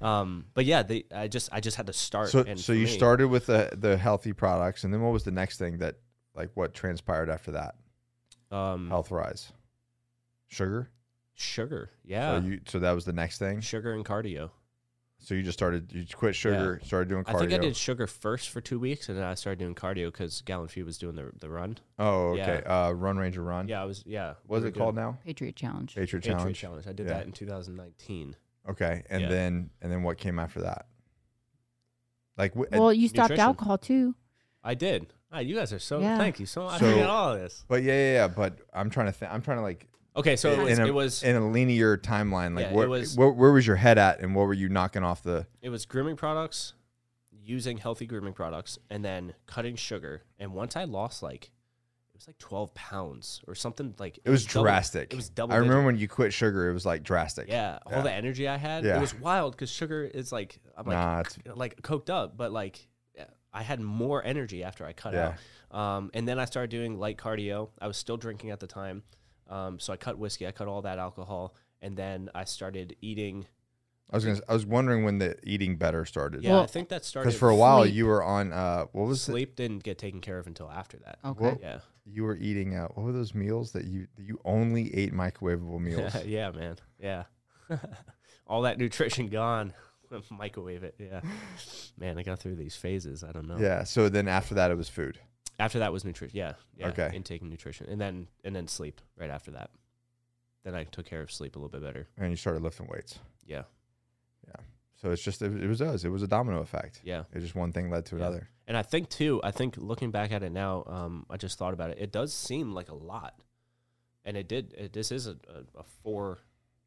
[SPEAKER 2] um, but yeah, they, I just I just had to start.
[SPEAKER 1] So,
[SPEAKER 2] and
[SPEAKER 1] so
[SPEAKER 2] for
[SPEAKER 1] you
[SPEAKER 2] me-
[SPEAKER 1] started with the the healthy products, and then what was the next thing that like what transpired after that?
[SPEAKER 2] um,
[SPEAKER 1] Health rise, sugar.
[SPEAKER 2] sugar. Yeah,
[SPEAKER 1] So you so that was the next thing.
[SPEAKER 2] sugar and cardio.
[SPEAKER 1] So you just started you quit sugar, started doing cardio.
[SPEAKER 2] I think I did sugar first for two weeks, and then I started doing cardio because Gallon Few was doing the the run.
[SPEAKER 1] Oh, okay. Uh, Run Ranger Run.
[SPEAKER 2] Yeah, I was. Yeah,
[SPEAKER 1] What is
[SPEAKER 2] we
[SPEAKER 1] it
[SPEAKER 2] were
[SPEAKER 1] called
[SPEAKER 2] doing
[SPEAKER 1] now?
[SPEAKER 3] Patriot challenge.
[SPEAKER 1] Patriot,
[SPEAKER 2] Patriot
[SPEAKER 1] Challenge.
[SPEAKER 2] Challenge. I did
[SPEAKER 1] Yeah.
[SPEAKER 2] that in 2019.
[SPEAKER 1] Okay, and
[SPEAKER 2] Yeah.
[SPEAKER 1] then and then what came after that? Like wh-
[SPEAKER 3] Well, you stopped
[SPEAKER 2] nutrition.
[SPEAKER 3] alcohol too.
[SPEAKER 2] I did. Ah, you guys are so.
[SPEAKER 3] Yeah.
[SPEAKER 2] Thank you so much.
[SPEAKER 1] So-
[SPEAKER 2] I forget all of this.
[SPEAKER 1] but yeah, yeah, yeah. But I'm trying to think. I'm trying to like
[SPEAKER 2] Okay, so it was
[SPEAKER 1] in a
[SPEAKER 2] it was,
[SPEAKER 1] in a linear timeline. Like
[SPEAKER 2] Yeah, it
[SPEAKER 1] where,
[SPEAKER 2] was-
[SPEAKER 1] where where was your head at, and what were you knocking off the?
[SPEAKER 2] it was grooming products, using healthy grooming products, and then cutting sugar. And once I lost like it was like 12 pounds or something like
[SPEAKER 1] It was,
[SPEAKER 2] double-
[SPEAKER 1] drastic.
[SPEAKER 2] it was double.
[SPEAKER 1] I
[SPEAKER 2] digit.
[SPEAKER 1] remember when you quit sugar. It was like drastic.
[SPEAKER 2] Yeah, all
[SPEAKER 1] Yeah.
[SPEAKER 2] the energy I had.
[SPEAKER 1] Yeah.
[SPEAKER 2] It was wild because sugar is like I'm like
[SPEAKER 1] nah, it's
[SPEAKER 2] like coked up, but like I had more energy after I cut
[SPEAKER 1] Yeah.
[SPEAKER 2] out. Um, and then I started doing light cardio. I was still drinking at the time, um, so I cut whiskey. I cut all that alcohol, and then I started eating.
[SPEAKER 1] I was gonna, I was wondering when the eating better started.
[SPEAKER 2] Yeah, I
[SPEAKER 3] Well-
[SPEAKER 2] think that started
[SPEAKER 1] Because for a while
[SPEAKER 3] Sleep.
[SPEAKER 1] you were on uh, what was it?
[SPEAKER 2] Sleep didn't get taken care of until after that.
[SPEAKER 3] Okay.
[SPEAKER 1] Well,
[SPEAKER 2] Yeah,
[SPEAKER 1] you were eating? Uh, what were those meals that you that you only ate microwavable meals?
[SPEAKER 2] yeah, man, yeah. all that nutrition gone. Microwave it. Yeah. Man, I got through these phases. I don't know.
[SPEAKER 1] Yeah. So then after that, it was food.
[SPEAKER 2] After that was nutrition. Yeah. yeah.
[SPEAKER 1] Okay.
[SPEAKER 2] Intake and nutrition, and then and then sleep right after that. Then I took care of sleep a little bit better.
[SPEAKER 1] And you started lifting weights.
[SPEAKER 2] Yeah.
[SPEAKER 1] So it's just, it, it was us. It was a domino effect.
[SPEAKER 2] Yeah.
[SPEAKER 1] It just one thing led to
[SPEAKER 2] Yeah.
[SPEAKER 1] another.
[SPEAKER 2] And I think too, I think looking back at it now, um, I just thought about it. It does seem like a lot, and it did. It, this is a, a, a four,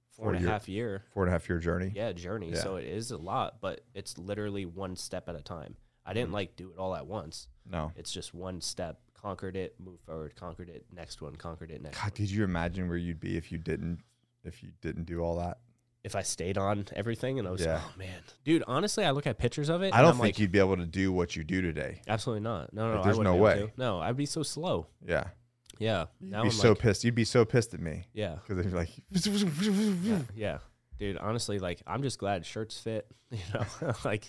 [SPEAKER 2] four
[SPEAKER 1] Four
[SPEAKER 2] and a
[SPEAKER 1] year-
[SPEAKER 2] half year,
[SPEAKER 1] Four and a half year journey.
[SPEAKER 2] yeah, journey.
[SPEAKER 1] Yeah.
[SPEAKER 2] So it is a lot, but it's literally one step at a time. I
[SPEAKER 1] Mm-hmm.
[SPEAKER 2] didn't like do it all at once.
[SPEAKER 1] No.
[SPEAKER 2] It's just one step. Conquered it, moved forward. Conquered it. Next one. Conquered it. Next.
[SPEAKER 1] God,
[SPEAKER 2] one.
[SPEAKER 1] did you imagine where you'd be if you didn't, if you didn't do all that?
[SPEAKER 2] If I stayed on everything, and I was,
[SPEAKER 1] Yeah.
[SPEAKER 2] oh man, dude. Honestly, I look at pictures of it.
[SPEAKER 1] I don't
[SPEAKER 2] and I'm
[SPEAKER 1] think
[SPEAKER 2] like,
[SPEAKER 1] you'd be able to do what you do today.
[SPEAKER 2] Absolutely not. No, no,
[SPEAKER 1] Like,
[SPEAKER 2] I
[SPEAKER 1] there's
[SPEAKER 2] wouldn't
[SPEAKER 1] no
[SPEAKER 2] be able
[SPEAKER 1] way.
[SPEAKER 2] to. No, I'd be so slow.
[SPEAKER 1] Yeah.
[SPEAKER 2] Yeah.
[SPEAKER 1] You'd
[SPEAKER 2] now
[SPEAKER 1] be
[SPEAKER 2] I'm
[SPEAKER 1] so
[SPEAKER 2] like,
[SPEAKER 1] pissed. You'd be so pissed at me
[SPEAKER 2] yeah.
[SPEAKER 1] because they'd be like,
[SPEAKER 2] yeah, yeah. Dude, honestly, like I'm just glad shirts fit. You know, like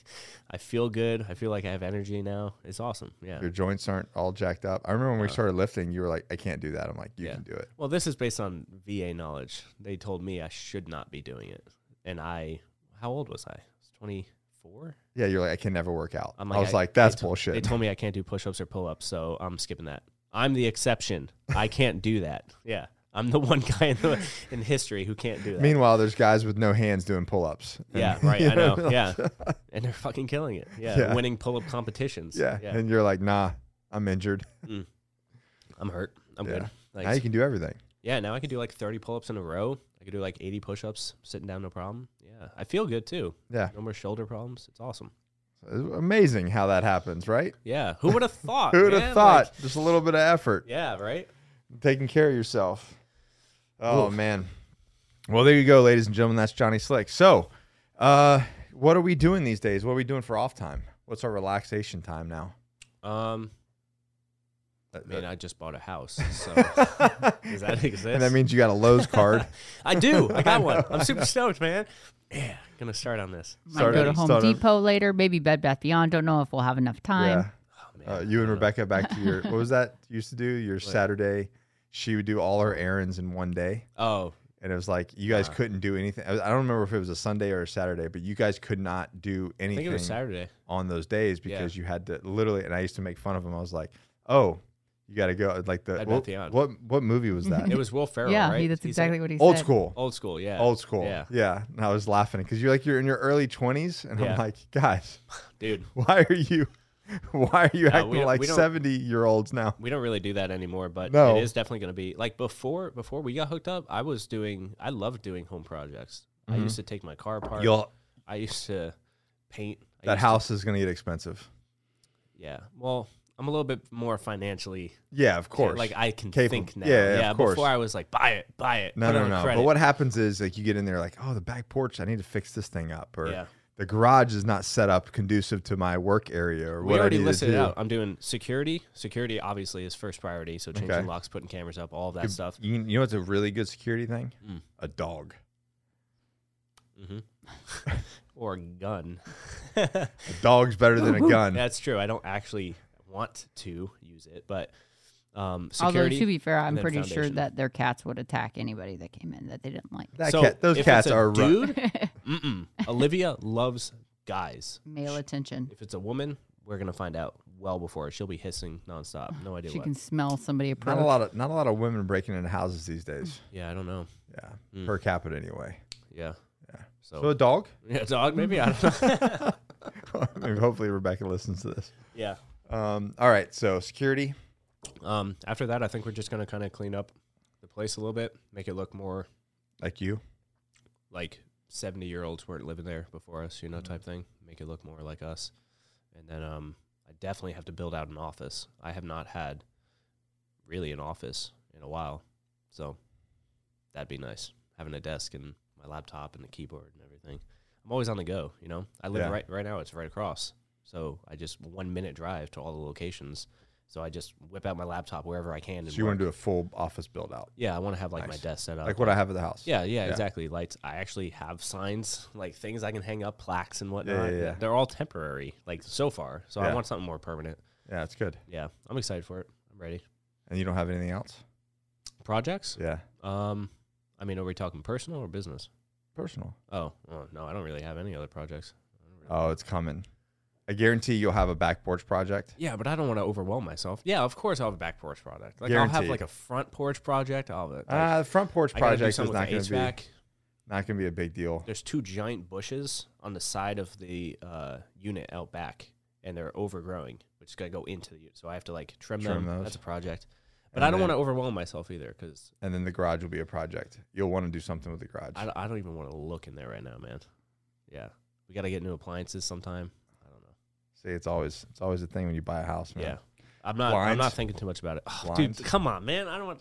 [SPEAKER 2] I feel good. I feel like I have energy now. It's awesome. Yeah.
[SPEAKER 1] your joints aren't all jacked up. I remember when we
[SPEAKER 2] No.
[SPEAKER 1] started lifting, you were like, I can't do that. I'm like, you
[SPEAKER 2] Uh. Yeah.
[SPEAKER 1] can do it.
[SPEAKER 2] Well, this is based on VA knowledge. They told me I should not be doing it, and I, how old was I? I was 24.
[SPEAKER 1] Yeah. You're like, I can never work out. i
[SPEAKER 2] I'm
[SPEAKER 1] was
[SPEAKER 2] I-
[SPEAKER 1] like, that's
[SPEAKER 2] they to-
[SPEAKER 1] bullshit.
[SPEAKER 2] They told me I can't do push-ups or pull-ups, so I'm skipping that. I'm the exception. I can't do that. Yeah, I'm the one guy in, the, in history who can't do that.
[SPEAKER 1] Meanwhile, there's guys with no hands doing pull ups.
[SPEAKER 2] yeah, right. I know. Yeah, and they're fucking killing it. Yeah,
[SPEAKER 1] Yeah.
[SPEAKER 2] winning pull-up competitions.
[SPEAKER 1] Yeah.
[SPEAKER 2] yeah.
[SPEAKER 1] And you're like, nah, I'm injured.
[SPEAKER 2] I'm hurt. I'm
[SPEAKER 1] Yeah.
[SPEAKER 2] good.
[SPEAKER 1] Now
[SPEAKER 2] Thanks.
[SPEAKER 1] you can do everything.
[SPEAKER 2] yeah, now I could do like 30 pull ups in a row. I could do like 80 push ups sitting down, no problem. Yeah, I feel good too.
[SPEAKER 1] Yeah.
[SPEAKER 2] No more shoulder problems. It's awesome.
[SPEAKER 1] It's amazing how that happens, right?
[SPEAKER 2] Yeah, who would have thought?
[SPEAKER 1] Who would
[SPEAKER 2] man?
[SPEAKER 1] have thought?
[SPEAKER 2] Uh, Like,
[SPEAKER 1] Just a little bit of effort,
[SPEAKER 2] yeah, right?
[SPEAKER 1] taking care of yourself. Oh
[SPEAKER 2] Oof.
[SPEAKER 1] man. Well, there you go, ladies and gentlemen. That's Johnny Slick. So, uh, what are we doing these days? What are we doing for off time? What's our relaxation time now?
[SPEAKER 2] Um,
[SPEAKER 1] That-
[SPEAKER 2] I mean, I just bought a house. So
[SPEAKER 1] that-
[SPEAKER 2] does that exist?
[SPEAKER 1] and that means you got a Lowe's card.
[SPEAKER 2] I do. I
[SPEAKER 1] I
[SPEAKER 2] got one.
[SPEAKER 1] know, I
[SPEAKER 2] I'm super stoked, man. Yeah, gonna start on this.
[SPEAKER 3] Might go to
[SPEAKER 1] Started-
[SPEAKER 3] Home
[SPEAKER 1] started-
[SPEAKER 3] Depot later, maybe Bed Bath Beyond. Don't know if we'll have enough time.
[SPEAKER 1] Yeah.
[SPEAKER 2] Oh, man.
[SPEAKER 1] Uh, you and Rebecca back to your what was that you used to do? Your Saturday. She would do all her errands in one day.
[SPEAKER 2] Oh,
[SPEAKER 1] and it was like you
[SPEAKER 2] Uh.
[SPEAKER 1] guys couldn't do anything. I I don't remember if it was a Sunday or a Saturday, but you guys could not do
[SPEAKER 2] I
[SPEAKER 1] anything
[SPEAKER 2] think it was Saturday.
[SPEAKER 1] on those days
[SPEAKER 2] Yeah.
[SPEAKER 1] because you had to literally. And I used to make fun of them. I was like, "Oh, you got to go." Like the
[SPEAKER 2] I'd
[SPEAKER 1] what,
[SPEAKER 2] bet the odds.
[SPEAKER 1] what what movie was that?
[SPEAKER 2] It was Will Ferrell,
[SPEAKER 3] Yeah,
[SPEAKER 2] right?
[SPEAKER 3] he, that's
[SPEAKER 2] He's
[SPEAKER 3] exactly
[SPEAKER 2] like,
[SPEAKER 3] what he
[SPEAKER 1] old
[SPEAKER 3] said.
[SPEAKER 1] school.
[SPEAKER 2] old school. Oh, Yeah,
[SPEAKER 1] Old school,
[SPEAKER 2] Yeah.
[SPEAKER 1] And I was laughing because you're like you're in your early 20s, and I'm
[SPEAKER 2] Yeah.
[SPEAKER 1] like, guys,
[SPEAKER 2] dude.
[SPEAKER 1] why are you, why are you
[SPEAKER 2] No,
[SPEAKER 1] acting
[SPEAKER 2] we don't-
[SPEAKER 1] like
[SPEAKER 2] we don't-
[SPEAKER 1] 70 year olds now?
[SPEAKER 2] we don't really do that anymore but
[SPEAKER 1] No.
[SPEAKER 2] it is definitely going to be like before before we got hooked up i was doing i loved doing home projects i
[SPEAKER 1] Mhm.
[SPEAKER 2] used to take my car apart
[SPEAKER 1] You'll
[SPEAKER 2] i used to paint I
[SPEAKER 1] that
[SPEAKER 2] used to-
[SPEAKER 1] house is gonna get expensive.
[SPEAKER 2] yeah well i'm a little bit more financially
[SPEAKER 1] Yeah, of course.
[SPEAKER 2] like i can
[SPEAKER 1] Capable.
[SPEAKER 2] think now
[SPEAKER 1] Yeah, yeah, of course.
[SPEAKER 2] before i was like buy it buy it
[SPEAKER 1] No,
[SPEAKER 2] put it
[SPEAKER 1] no,
[SPEAKER 2] on
[SPEAKER 1] no.
[SPEAKER 2] credit.
[SPEAKER 1] But what happens is like you get in there like, oh, the back porch, I need to fix this thing up, or
[SPEAKER 2] Yeah.
[SPEAKER 1] the garage is not set up conducive to my work area, or
[SPEAKER 2] we
[SPEAKER 1] what I
[SPEAKER 2] already
[SPEAKER 1] need
[SPEAKER 2] listed
[SPEAKER 1] to
[SPEAKER 2] it
[SPEAKER 1] do.
[SPEAKER 2] out i'm doing security security obviously is first priority so changing
[SPEAKER 1] Okay.
[SPEAKER 2] locks putting cameras up all of that
[SPEAKER 1] You-
[SPEAKER 2] stuff
[SPEAKER 1] You, you know, it's a really good security thing.
[SPEAKER 2] Mm.
[SPEAKER 1] A dog,
[SPEAKER 2] hmm or a gun
[SPEAKER 1] a dog's better than a gun.
[SPEAKER 2] That's true. I don't actually want to use it, but um,
[SPEAKER 3] Although
[SPEAKER 2] security.
[SPEAKER 3] to be fair, I'm
[SPEAKER 2] then
[SPEAKER 3] pretty sure
[SPEAKER 2] foundation.
[SPEAKER 3] that their cats would attack anybody that came in that they didn't like.
[SPEAKER 1] That
[SPEAKER 2] so
[SPEAKER 1] cat,
[SPEAKER 2] if
[SPEAKER 1] those
[SPEAKER 2] it's
[SPEAKER 1] cats
[SPEAKER 2] a
[SPEAKER 1] are ru-
[SPEAKER 2] dude. mm-mm. Olivia loves guys.
[SPEAKER 3] Male attention.
[SPEAKER 2] If it's a woman, we're gonna find out well before she'll be hissing nonstop. No idea
[SPEAKER 3] She
[SPEAKER 2] what.
[SPEAKER 3] can smell somebody
[SPEAKER 1] not
[SPEAKER 3] approach.
[SPEAKER 1] a lot of not a lot of women breaking into houses these days.
[SPEAKER 2] Yeah, I don't know.
[SPEAKER 1] Yeah,
[SPEAKER 2] Mm.
[SPEAKER 1] per capita anyway.
[SPEAKER 2] Yeah.
[SPEAKER 1] Yeah.
[SPEAKER 2] So,
[SPEAKER 1] So a dog.
[SPEAKER 2] yeah, dog maybe I don't know.
[SPEAKER 1] Maybe hopefully Rebecca listens to this.
[SPEAKER 2] yeah.
[SPEAKER 1] Um, all right, so security.
[SPEAKER 2] Um. After that, I think we're just gonna kind of clean up the place a little bit, make it look more
[SPEAKER 1] Like you,
[SPEAKER 2] like 70 year olds weren't living there before us, you
[SPEAKER 1] Mm-hmm.
[SPEAKER 2] know, type thing. Make it look more like us. And then um, I definitely have to build out an office. I have not had really an office in a while. So that'd be nice. Having a desk and my laptop and the keyboard and everything. I'm always on the go, you know. I live
[SPEAKER 1] Yeah.
[SPEAKER 2] right right now, it's right across. So I just one minute drive to all the locations. So I just whip out my laptop wherever I can. And
[SPEAKER 1] so you want
[SPEAKER 2] work.
[SPEAKER 1] to do a full office build out,
[SPEAKER 2] Yeah, I want to have like
[SPEAKER 1] Nice.
[SPEAKER 2] my desk set up.
[SPEAKER 1] like what I have at the house.
[SPEAKER 2] Uh, Yeah, yeah,
[SPEAKER 1] Yeah.
[SPEAKER 2] exactly. Lights. I actually have signs, like things I can hang up, plaques and whatnot.
[SPEAKER 1] yeah, yeah.
[SPEAKER 2] They're all temporary, like so far. So
[SPEAKER 1] Yeah.
[SPEAKER 2] I want something more permanent.
[SPEAKER 1] yeah, it's good.
[SPEAKER 2] Yeah, I'm excited for it. I'm ready.
[SPEAKER 1] And you don't have anything else.
[SPEAKER 2] Projects?
[SPEAKER 1] Yeah,
[SPEAKER 2] Um, I mean, are we talking personal or business?
[SPEAKER 1] personal.
[SPEAKER 2] Oh, oh no, I don't really have any other projects.
[SPEAKER 1] Oh, it's coming. I guarantee you'll have a back porch project.
[SPEAKER 2] Yeah, but I don't want to overwhelm myself. Yeah, of course I'll have a back porch product. Like I'll have
[SPEAKER 1] Guaranteed.
[SPEAKER 2] like a front porch project. I'll have a, like,
[SPEAKER 1] Uh, the front porch
[SPEAKER 2] I gotta do
[SPEAKER 1] project is
[SPEAKER 2] something
[SPEAKER 1] not going
[SPEAKER 2] with
[SPEAKER 1] to
[SPEAKER 2] the
[SPEAKER 1] be
[SPEAKER 2] HVAC.
[SPEAKER 1] not going to be a big deal.
[SPEAKER 2] There's two giant bushes on the side of the uh, unit out back, and they're overgrowing, which is gonna go into the unit. So I have to like trim,
[SPEAKER 1] Trim
[SPEAKER 2] them.
[SPEAKER 1] those.
[SPEAKER 2] That's a project. But
[SPEAKER 1] And
[SPEAKER 2] I don't
[SPEAKER 1] then-
[SPEAKER 2] want to overwhelm myself either because
[SPEAKER 1] And then the garage will be a project. You'll want to do something with the garage.
[SPEAKER 2] I, don't- I don't even want to look in there right now, man. Yeah, we gotta get new appliances sometime. I don't know.
[SPEAKER 1] See, it's always it's always a thing when you buy a house, man.
[SPEAKER 2] Yeah, I'm not. I'm
[SPEAKER 1] Blinds.
[SPEAKER 2] not thinking too much about it. Oh,
[SPEAKER 1] Blinds.
[SPEAKER 2] dude, come on, man. I don't want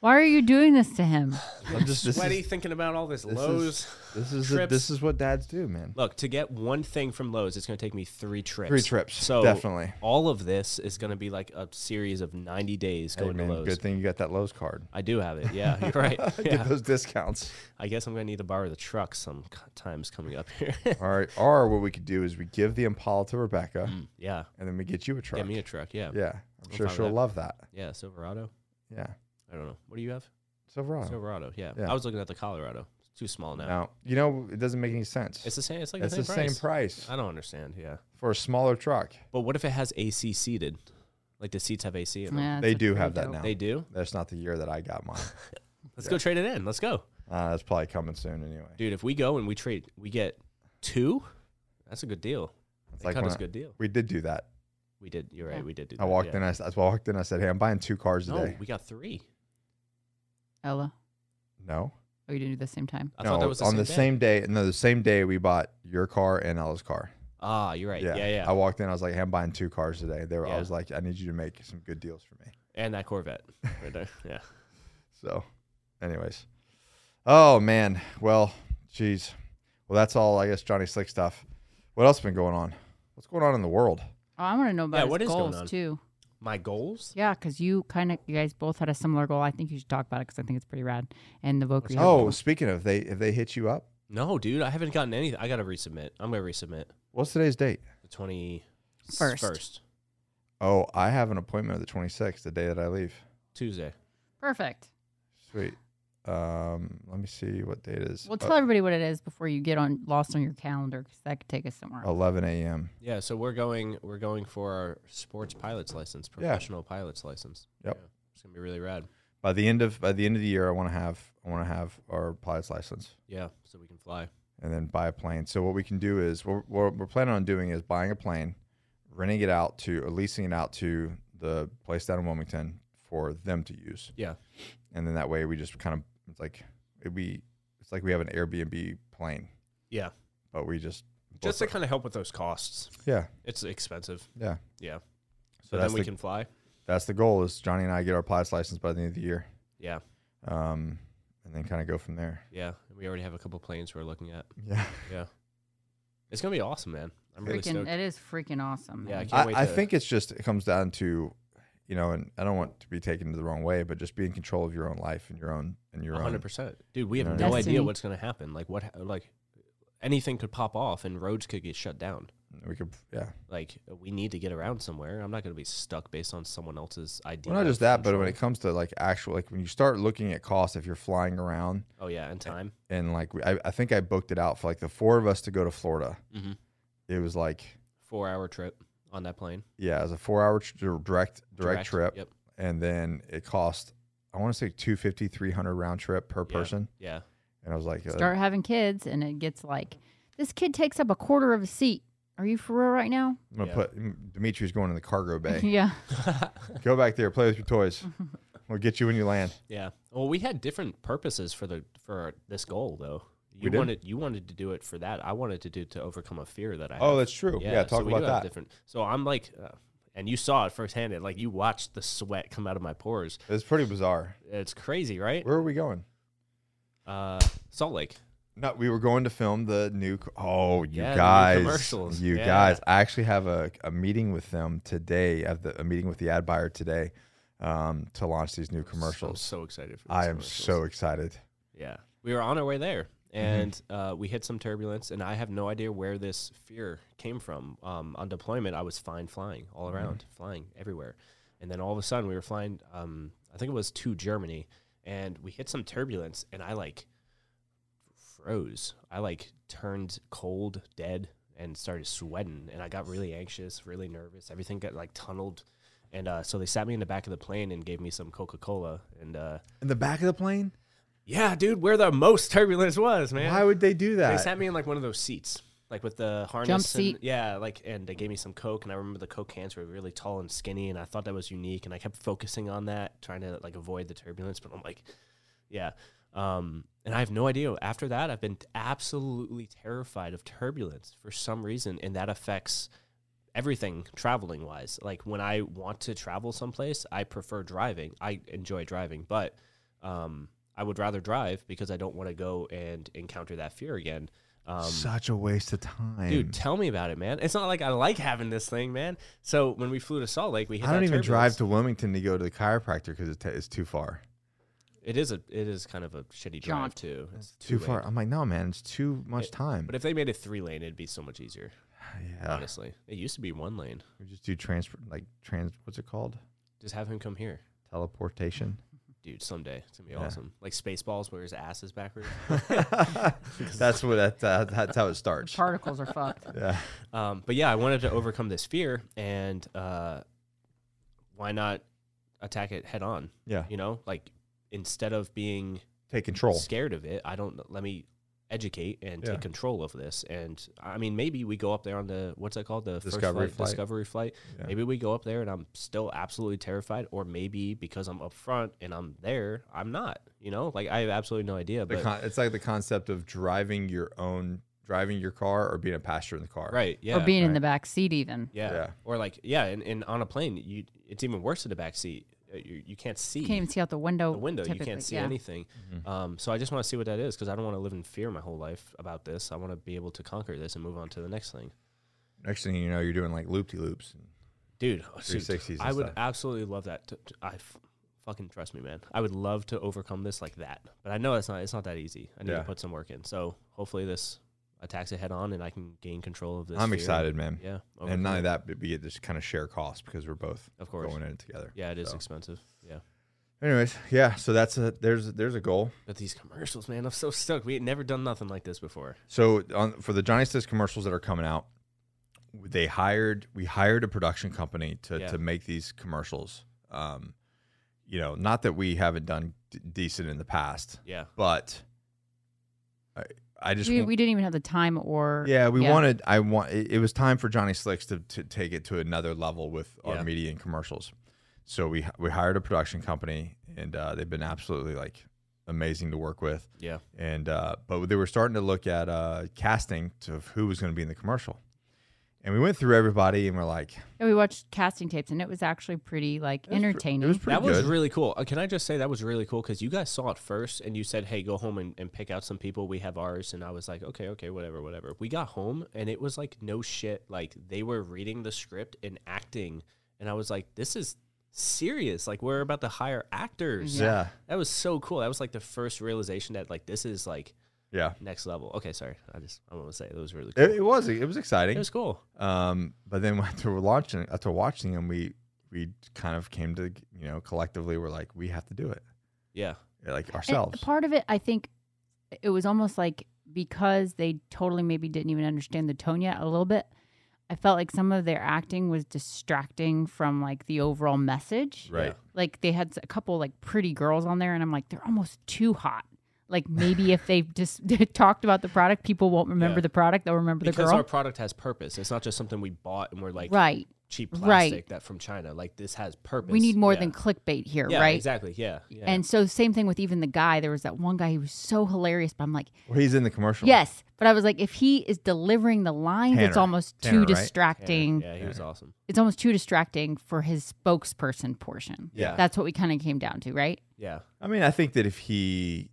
[SPEAKER 3] Why are you doing this to him?
[SPEAKER 1] I'm just this
[SPEAKER 2] sweaty
[SPEAKER 1] is
[SPEAKER 2] thinking about all this
[SPEAKER 1] this is-
[SPEAKER 2] Lowe's.
[SPEAKER 1] this is
[SPEAKER 2] trips.
[SPEAKER 1] this is what dads do, man.
[SPEAKER 2] Look, to get one thing from Lowe's, it's going to take me three trips.
[SPEAKER 1] Three trips,
[SPEAKER 2] So
[SPEAKER 1] definitely.
[SPEAKER 2] all of this is going to be like a series of 90 days
[SPEAKER 1] Hey,
[SPEAKER 2] going
[SPEAKER 1] man,
[SPEAKER 2] to Lowe's.
[SPEAKER 1] good thing you got that Lowe's card.
[SPEAKER 2] I do have it. Yeah, you're right.
[SPEAKER 1] Get
[SPEAKER 2] Yeah.
[SPEAKER 1] those discounts.
[SPEAKER 2] I guess I'm going to need to borrow the truck sometimes coming up here.
[SPEAKER 1] All right. Or what we could do is we give the Impala to Rebecca,
[SPEAKER 2] Mm, yeah.
[SPEAKER 1] and then we get you a truck.
[SPEAKER 2] Mm-hmm. Get me a truck. Yeah. yeah.
[SPEAKER 1] yeah, I'm sure
[SPEAKER 2] fine with
[SPEAKER 1] she'll
[SPEAKER 2] that.
[SPEAKER 1] love that.
[SPEAKER 2] Silverado.
[SPEAKER 1] Yeah,
[SPEAKER 2] I don't know. What do you have?
[SPEAKER 1] Silverado.
[SPEAKER 2] Silverado. Yeah.
[SPEAKER 1] Yeah.
[SPEAKER 2] I was looking at the Colorado. It's too small now.
[SPEAKER 1] Now you know it doesn't make any sense.
[SPEAKER 2] It's the same. It's like
[SPEAKER 1] It's
[SPEAKER 2] the,
[SPEAKER 1] the
[SPEAKER 2] same, price.
[SPEAKER 1] same price
[SPEAKER 2] I don't understand. Yeah.
[SPEAKER 1] for a smaller truck.
[SPEAKER 2] But what if it has AC seated? Like the seats have AC in them.
[SPEAKER 3] Yeah,
[SPEAKER 1] They
[SPEAKER 3] that's
[SPEAKER 1] do
[SPEAKER 3] pretty
[SPEAKER 1] have that
[SPEAKER 3] dope.
[SPEAKER 1] now.
[SPEAKER 2] They do.
[SPEAKER 1] That's not the year that I got mine.
[SPEAKER 2] Let's go trade it in. Let's go.
[SPEAKER 1] Uh, that's probably coming soon anyway.
[SPEAKER 2] Dude, if we go and we trade, we get two. That's a good deal.
[SPEAKER 1] It's
[SPEAKER 2] They cut
[SPEAKER 1] when
[SPEAKER 2] us a
[SPEAKER 1] I-
[SPEAKER 2] good deal.
[SPEAKER 1] We did do that.
[SPEAKER 2] We did. You're right.
[SPEAKER 3] Yeah.
[SPEAKER 2] We did do.
[SPEAKER 1] I
[SPEAKER 2] That.
[SPEAKER 1] walked
[SPEAKER 2] yeah.
[SPEAKER 1] in. I, s- I walked in. I said, "Hey, I'm buying two cars
[SPEAKER 2] No,
[SPEAKER 1] today."
[SPEAKER 2] we got three.
[SPEAKER 3] Ella,
[SPEAKER 1] No,
[SPEAKER 3] oh, you didn't do it the same time.
[SPEAKER 2] I
[SPEAKER 1] no.
[SPEAKER 2] thought that was the
[SPEAKER 1] on
[SPEAKER 2] same
[SPEAKER 1] the
[SPEAKER 2] day.
[SPEAKER 1] same day. No, the same day we bought your car and Ella's car.
[SPEAKER 2] Ah, you're right. Yeah, yeah.
[SPEAKER 1] I walked in. I was like, "Hey, I'm buying two cars today." They were, I
[SPEAKER 2] Yeah.
[SPEAKER 1] was like, "I need you to make some good deals for me."
[SPEAKER 2] and that Corvette right there. Yeah.
[SPEAKER 1] So, anyways, oh man. Well, geez. Well, that's all. I guess Johnny Slick stuff. What else been going on? What's going on in the world?
[SPEAKER 3] Oh, I want to know about
[SPEAKER 2] Yeah,
[SPEAKER 3] his
[SPEAKER 2] what is going
[SPEAKER 3] goals
[SPEAKER 2] on?
[SPEAKER 3] too.
[SPEAKER 2] My goals.
[SPEAKER 3] Yeah, because you kind of, you guys both had a similar goal. I think you should talk about it because I think it's pretty rad. And the vocal. you have
[SPEAKER 1] Oh,
[SPEAKER 3] going.
[SPEAKER 1] speaking of, they if they hit you up,
[SPEAKER 2] No, dude, I haven't gotten anything. I gotta resubmit. I'm gonna resubmit
[SPEAKER 1] what's today's date?
[SPEAKER 2] the twenty
[SPEAKER 3] First.
[SPEAKER 2] first
[SPEAKER 1] Oh, I have an appointment on the 26th, the day that I leave.
[SPEAKER 2] Tuesday.
[SPEAKER 3] perfect.
[SPEAKER 1] Sweet. Um, let me see what date it is.
[SPEAKER 3] Well,
[SPEAKER 1] Uh,
[SPEAKER 3] tell everybody what it is before you get on lost on your calendar because that could take us somewhere. else.
[SPEAKER 1] 11 a.m.
[SPEAKER 2] Yeah. So we're going. We're going for our sports pilot's license, professional pilot's license.
[SPEAKER 1] Yep.
[SPEAKER 2] Yeah, It's gonna be really rad.
[SPEAKER 1] By the end of by the end of the year, I want to have I want to have our pilot's license
[SPEAKER 2] Yeah. So we can fly.
[SPEAKER 1] and then buy a plane. So what we can do is what we're, what we're planning on doing is buying a plane, renting it out to or leasing it out to the place down in Wilmington for them to use,
[SPEAKER 2] Yeah.
[SPEAKER 1] and then that way we just kind of it's like it be it's like we have an Airbnb plane,
[SPEAKER 2] Yeah.
[SPEAKER 1] but we just
[SPEAKER 2] Just to kind of help with those costs.
[SPEAKER 1] yeah
[SPEAKER 2] It's expensive.
[SPEAKER 1] yeah.
[SPEAKER 2] Yeah.
[SPEAKER 1] So
[SPEAKER 2] So
[SPEAKER 1] that's
[SPEAKER 2] then we
[SPEAKER 1] the-
[SPEAKER 2] can fly.
[SPEAKER 1] That's the goal is Johnny and I get our pilot's license by the end of the year,
[SPEAKER 2] Yeah.
[SPEAKER 1] um, and then kind of go from there.
[SPEAKER 2] Yeah. And we already have a couple planes we're looking at.
[SPEAKER 1] Yeah.
[SPEAKER 2] Yeah. It's gonna be awesome, man. I'm really
[SPEAKER 3] freaking,
[SPEAKER 2] stoked.
[SPEAKER 3] it is freaking awesome.
[SPEAKER 2] Yeah, I
[SPEAKER 3] man.
[SPEAKER 2] can't
[SPEAKER 1] I,
[SPEAKER 2] wait
[SPEAKER 1] I
[SPEAKER 2] to-
[SPEAKER 1] think it's just it comes down to, you know, and I don't want to be taken the wrong way, but just be in control of your own life and your own and your own.
[SPEAKER 2] hundred percent, dude. We have
[SPEAKER 1] Yeah.
[SPEAKER 2] no
[SPEAKER 3] Destiny.
[SPEAKER 2] idea what's gonna happen. Like what? Like anything could pop off, and roads could get shut down.
[SPEAKER 1] We could, yeah.
[SPEAKER 2] Like we need to get around somewhere. I'm not gonna be stuck based on someone else's idea.
[SPEAKER 1] Well, not
[SPEAKER 2] of
[SPEAKER 1] just that, but when
[SPEAKER 2] control.
[SPEAKER 1] it comes to like actual, like when you start looking at costs, if you're flying around
[SPEAKER 2] oh yeah, and time.
[SPEAKER 1] and like we, I, I think I booked it out for like the four of us to go to Florida.
[SPEAKER 2] Mm-hmm.
[SPEAKER 1] It was like,
[SPEAKER 2] Four hour trip on that plane.
[SPEAKER 1] yeah, it was a four hour tr- direct direct, trip,
[SPEAKER 2] Yep.
[SPEAKER 1] and then it cost I want to say 250, 300 round trip per
[SPEAKER 2] Yeah.
[SPEAKER 1] person,
[SPEAKER 2] Yeah.
[SPEAKER 1] and I was like, uh,
[SPEAKER 3] Start having kids, and it gets like this kid takes up a quarter of a seat. Are you for real right now?
[SPEAKER 1] I'm gonna
[SPEAKER 2] Yeah.
[SPEAKER 1] put mm, Dimitri's going in the cargo bay.
[SPEAKER 3] yeah.
[SPEAKER 1] Go back there, play with your toys. We'll get you when you land.
[SPEAKER 2] Yeah. Well, we had different purposes for the for this goal though. You
[SPEAKER 1] did?
[SPEAKER 2] wanted you wanted to do it for that. I wanted to do it to overcome a fear that I had.
[SPEAKER 1] Oh, that's true. Yeah,
[SPEAKER 2] so
[SPEAKER 1] talk
[SPEAKER 2] we do
[SPEAKER 1] about
[SPEAKER 2] have
[SPEAKER 1] that.
[SPEAKER 2] Different. So I'm like, uh, and you saw it firsthand. It, like you watched the sweat come out of my pores.
[SPEAKER 1] It's pretty bizarre.
[SPEAKER 2] It's crazy, right?
[SPEAKER 1] Where are we going?
[SPEAKER 2] Uh, Salt Lake.
[SPEAKER 1] No, we were going to film the new. c- Oh, you
[SPEAKER 2] Yeah, the new
[SPEAKER 1] guys,
[SPEAKER 2] commercials.
[SPEAKER 1] you
[SPEAKER 2] Yeah.
[SPEAKER 1] guys. I actually have a, a meeting with them today. I have the, a meeting with the ad buyer today um, to launch these new
[SPEAKER 2] I'm
[SPEAKER 1] commercials.
[SPEAKER 2] so excited for. These
[SPEAKER 1] I am
[SPEAKER 2] commercials.
[SPEAKER 1] so excited.
[SPEAKER 2] Yeah, we were on our way there, and uh, we hit some turbulence, and I have no idea where this fear came from. Um, on deployment, I was fine flying all around, flying everywhere, and then all of a sudden we were flying. Um, I think it was to Germany, and we hit some turbulence, and I like froze. I like turned cold, dead, and started sweating, and I got really anxious, really nervous. Everything got like tunneled, and uh, so they sat me in the back of the plane and gave me some Coca Cola. And uh,
[SPEAKER 1] In the back of the plane?
[SPEAKER 2] yeah, dude, where the most turbulence was, man.
[SPEAKER 1] Why would they do that?
[SPEAKER 2] They sat me in like one of those seats, like with the harness. and-
[SPEAKER 3] seat.
[SPEAKER 2] yeah, like and they gave me some coke, and I remember the coke cans were really tall and skinny, and I thought that was unique, and I kept focusing on that, trying to like avoid the turbulence, but I'm like, yeah. Um, and I have no idea. After that, I've been absolutely terrified of turbulence for some reason, and that affects everything traveling wise. Like when I want to travel someplace, I prefer driving. I enjoy driving, but um, I would rather drive because I don't want to go and encounter that fear again. Um,
[SPEAKER 1] Such a waste of time.
[SPEAKER 2] dude, tell me about it, man. It's not like I like having this thing, man. So when we flew to Salt Lake, we hit
[SPEAKER 1] I don't
[SPEAKER 2] that
[SPEAKER 1] even drive
[SPEAKER 2] turbulence.
[SPEAKER 1] to Wilmington to go to the chiropractor because it t- it's too far.
[SPEAKER 2] It is a it is kind of a shitty drive
[SPEAKER 3] Jaunt.
[SPEAKER 2] too. It's
[SPEAKER 1] Too
[SPEAKER 2] two-way.
[SPEAKER 1] far. I'm like, no, man, it's too much time.
[SPEAKER 2] But if they made it three lane, it'd be so much easier.
[SPEAKER 1] yeah,
[SPEAKER 2] Honestly, it used to be one lane.
[SPEAKER 1] we just do transfer, like trans. What's it called?
[SPEAKER 2] Just have him come here,
[SPEAKER 1] Teleportation.
[SPEAKER 2] dude. Someday it's gonna be
[SPEAKER 1] Yeah.
[SPEAKER 2] awesome. Like Spaceballs, where his ass is backwards.
[SPEAKER 1] that's what that, that- that's how it starts.
[SPEAKER 3] Particles are fucked.
[SPEAKER 1] Yeah.
[SPEAKER 2] Um, but yeah, I wanted to overcome this fear, and uh, why not attack it head on?
[SPEAKER 1] Yeah.
[SPEAKER 2] You know, like instead of being
[SPEAKER 1] Take control.
[SPEAKER 2] scared of it, I don't let me educate and
[SPEAKER 1] Yeah.
[SPEAKER 2] take control of this. And I mean, maybe we go up there on the what's that called? The
[SPEAKER 1] Discovery
[SPEAKER 2] first flight,
[SPEAKER 1] flight.
[SPEAKER 2] discovery flight.
[SPEAKER 1] Yeah.
[SPEAKER 2] Maybe we go up there and I'm still absolutely terrified, or maybe because I'm up front and I'm there, I'm not. You know, like I have absolutely no idea.
[SPEAKER 1] The
[SPEAKER 2] but
[SPEAKER 1] con- it's like the concept of driving your own, driving your car, or being a passenger in the car.
[SPEAKER 2] right, yeah,
[SPEAKER 3] or being in
[SPEAKER 1] right.
[SPEAKER 3] the back seat even.
[SPEAKER 2] Yeah.
[SPEAKER 1] Yeah.
[SPEAKER 2] Or like, yeah, and, and on a plane, you it's even worse in the back seat. Uh, You, you can't see
[SPEAKER 3] You can't even see out the window.
[SPEAKER 2] the window. You
[SPEAKER 3] typically,
[SPEAKER 2] can't see
[SPEAKER 3] yeah.
[SPEAKER 2] anything.
[SPEAKER 1] Mm-hmm.
[SPEAKER 2] Um, so I just want to see what that is because I don't want to live in fear my whole life about this. I want to be able to conquer this and move on to the next thing.
[SPEAKER 1] Next thing you know, you're doing like loop de loops.
[SPEAKER 2] Dude, oh, shoot,
[SPEAKER 1] 360s and
[SPEAKER 2] I would
[SPEAKER 1] stuff.
[SPEAKER 2] absolutely love that. to- to- I f- fucking trust me, man. I would love to overcome this like that, but I know it's not. It's not that easy. I need
[SPEAKER 1] Yeah.
[SPEAKER 2] to put some work in. So hopefully this attacks it head on and I can gain control of this.
[SPEAKER 1] I'm
[SPEAKER 2] fear.
[SPEAKER 1] excited, man.
[SPEAKER 2] Yeah.
[SPEAKER 1] and
[SPEAKER 2] overcome
[SPEAKER 1] not only
[SPEAKER 2] it.
[SPEAKER 1] that, but we get this kind of share costs because we're both
[SPEAKER 2] Of course.
[SPEAKER 1] going in it together.
[SPEAKER 2] Yeah, it is
[SPEAKER 1] so.
[SPEAKER 2] expensive. Yeah.
[SPEAKER 1] Anyways, yeah. So that's a there's there's a goal.
[SPEAKER 2] But these commercials, man, I'm so stoked. We had never done nothing like this before.
[SPEAKER 1] So on, for the Johnny Says commercials that are coming out, they hired we hired a production company to
[SPEAKER 2] Yeah.
[SPEAKER 1] to make these commercials. Um, you know, not that we haven't done d- decent in the past,
[SPEAKER 2] Yeah.
[SPEAKER 1] but I I just
[SPEAKER 3] We,
[SPEAKER 1] wa-
[SPEAKER 3] we didn't even have the time or
[SPEAKER 1] yeah we wanted I want it, it was time for Johnny Slicks to, to take it to another level with
[SPEAKER 2] Yeah.
[SPEAKER 1] our media and commercials. So we h- we hired a production company and uh, they've been absolutely like amazing to work with.
[SPEAKER 2] Yeah.
[SPEAKER 1] and uh, but they were starting to look at uh, casting to who was going to be in the commercial, and we went through everybody and we're like,
[SPEAKER 3] Yeah, we watched casting tapes and it was actually pretty like
[SPEAKER 1] was pre-
[SPEAKER 3] entertaining.
[SPEAKER 1] it was pretty
[SPEAKER 2] That was
[SPEAKER 1] good.
[SPEAKER 2] really cool. Uh, can I just say that was really cool because you guys saw it first and you said, hey, go home and, and pick out some people. We have ours. And I was like, okay, okay, whatever, whatever. We got home and it was like, no shit. Like they were reading the script and acting. And I was like, this is serious. Like we're about to hire actors.
[SPEAKER 1] yeah, yeah,
[SPEAKER 2] That was so cool. That was like the first realization that like this is like next level. Okay, sorry. I just, I want to say it was really cool.
[SPEAKER 1] It, it was it was exciting.
[SPEAKER 2] It was cool.
[SPEAKER 1] Um, but then after launching, after watching them, we we kind of came to you know collectively we're like we have to do it
[SPEAKER 2] Yeah.
[SPEAKER 1] like
[SPEAKER 3] And
[SPEAKER 1] ourselves.
[SPEAKER 3] part of it, I think, it was almost like because they totally maybe didn't even understand the tone yet a little bit. I felt like some of their acting was distracting from like the overall message.
[SPEAKER 1] Right.
[SPEAKER 3] Like they had s- a couple like pretty girls on there, and I'm like, they're almost too hot. Like maybe if they just talked about the product, people won't remember
[SPEAKER 2] Yeah.
[SPEAKER 3] the product; they'll remember the
[SPEAKER 2] because
[SPEAKER 3] girl.
[SPEAKER 2] our product has purpose. It's not just something we bought and we're like
[SPEAKER 3] right.
[SPEAKER 2] cheap
[SPEAKER 3] Right.
[SPEAKER 2] plastic that from China. Like this has purpose.
[SPEAKER 3] We need more
[SPEAKER 2] Yeah.
[SPEAKER 3] than clickbait here,
[SPEAKER 2] yeah,
[SPEAKER 3] right?
[SPEAKER 2] Exactly. Yeah. yeah.
[SPEAKER 3] And so same thing with even the guy. There was that one guy who was so hilarious, but I'm like,
[SPEAKER 1] Well, he's in the commercial.
[SPEAKER 3] Yes, but I was like, if he is delivering the lines, it's
[SPEAKER 1] Tanner.
[SPEAKER 3] almost
[SPEAKER 1] Tanner,
[SPEAKER 3] too
[SPEAKER 1] right?
[SPEAKER 3] distracting.
[SPEAKER 2] yeah, he was awesome.
[SPEAKER 3] It's almost too distracting for his spokesperson portion.
[SPEAKER 2] Yeah.
[SPEAKER 3] That's what we kind of came down to, right?
[SPEAKER 2] Yeah.
[SPEAKER 1] I mean, I think that if he,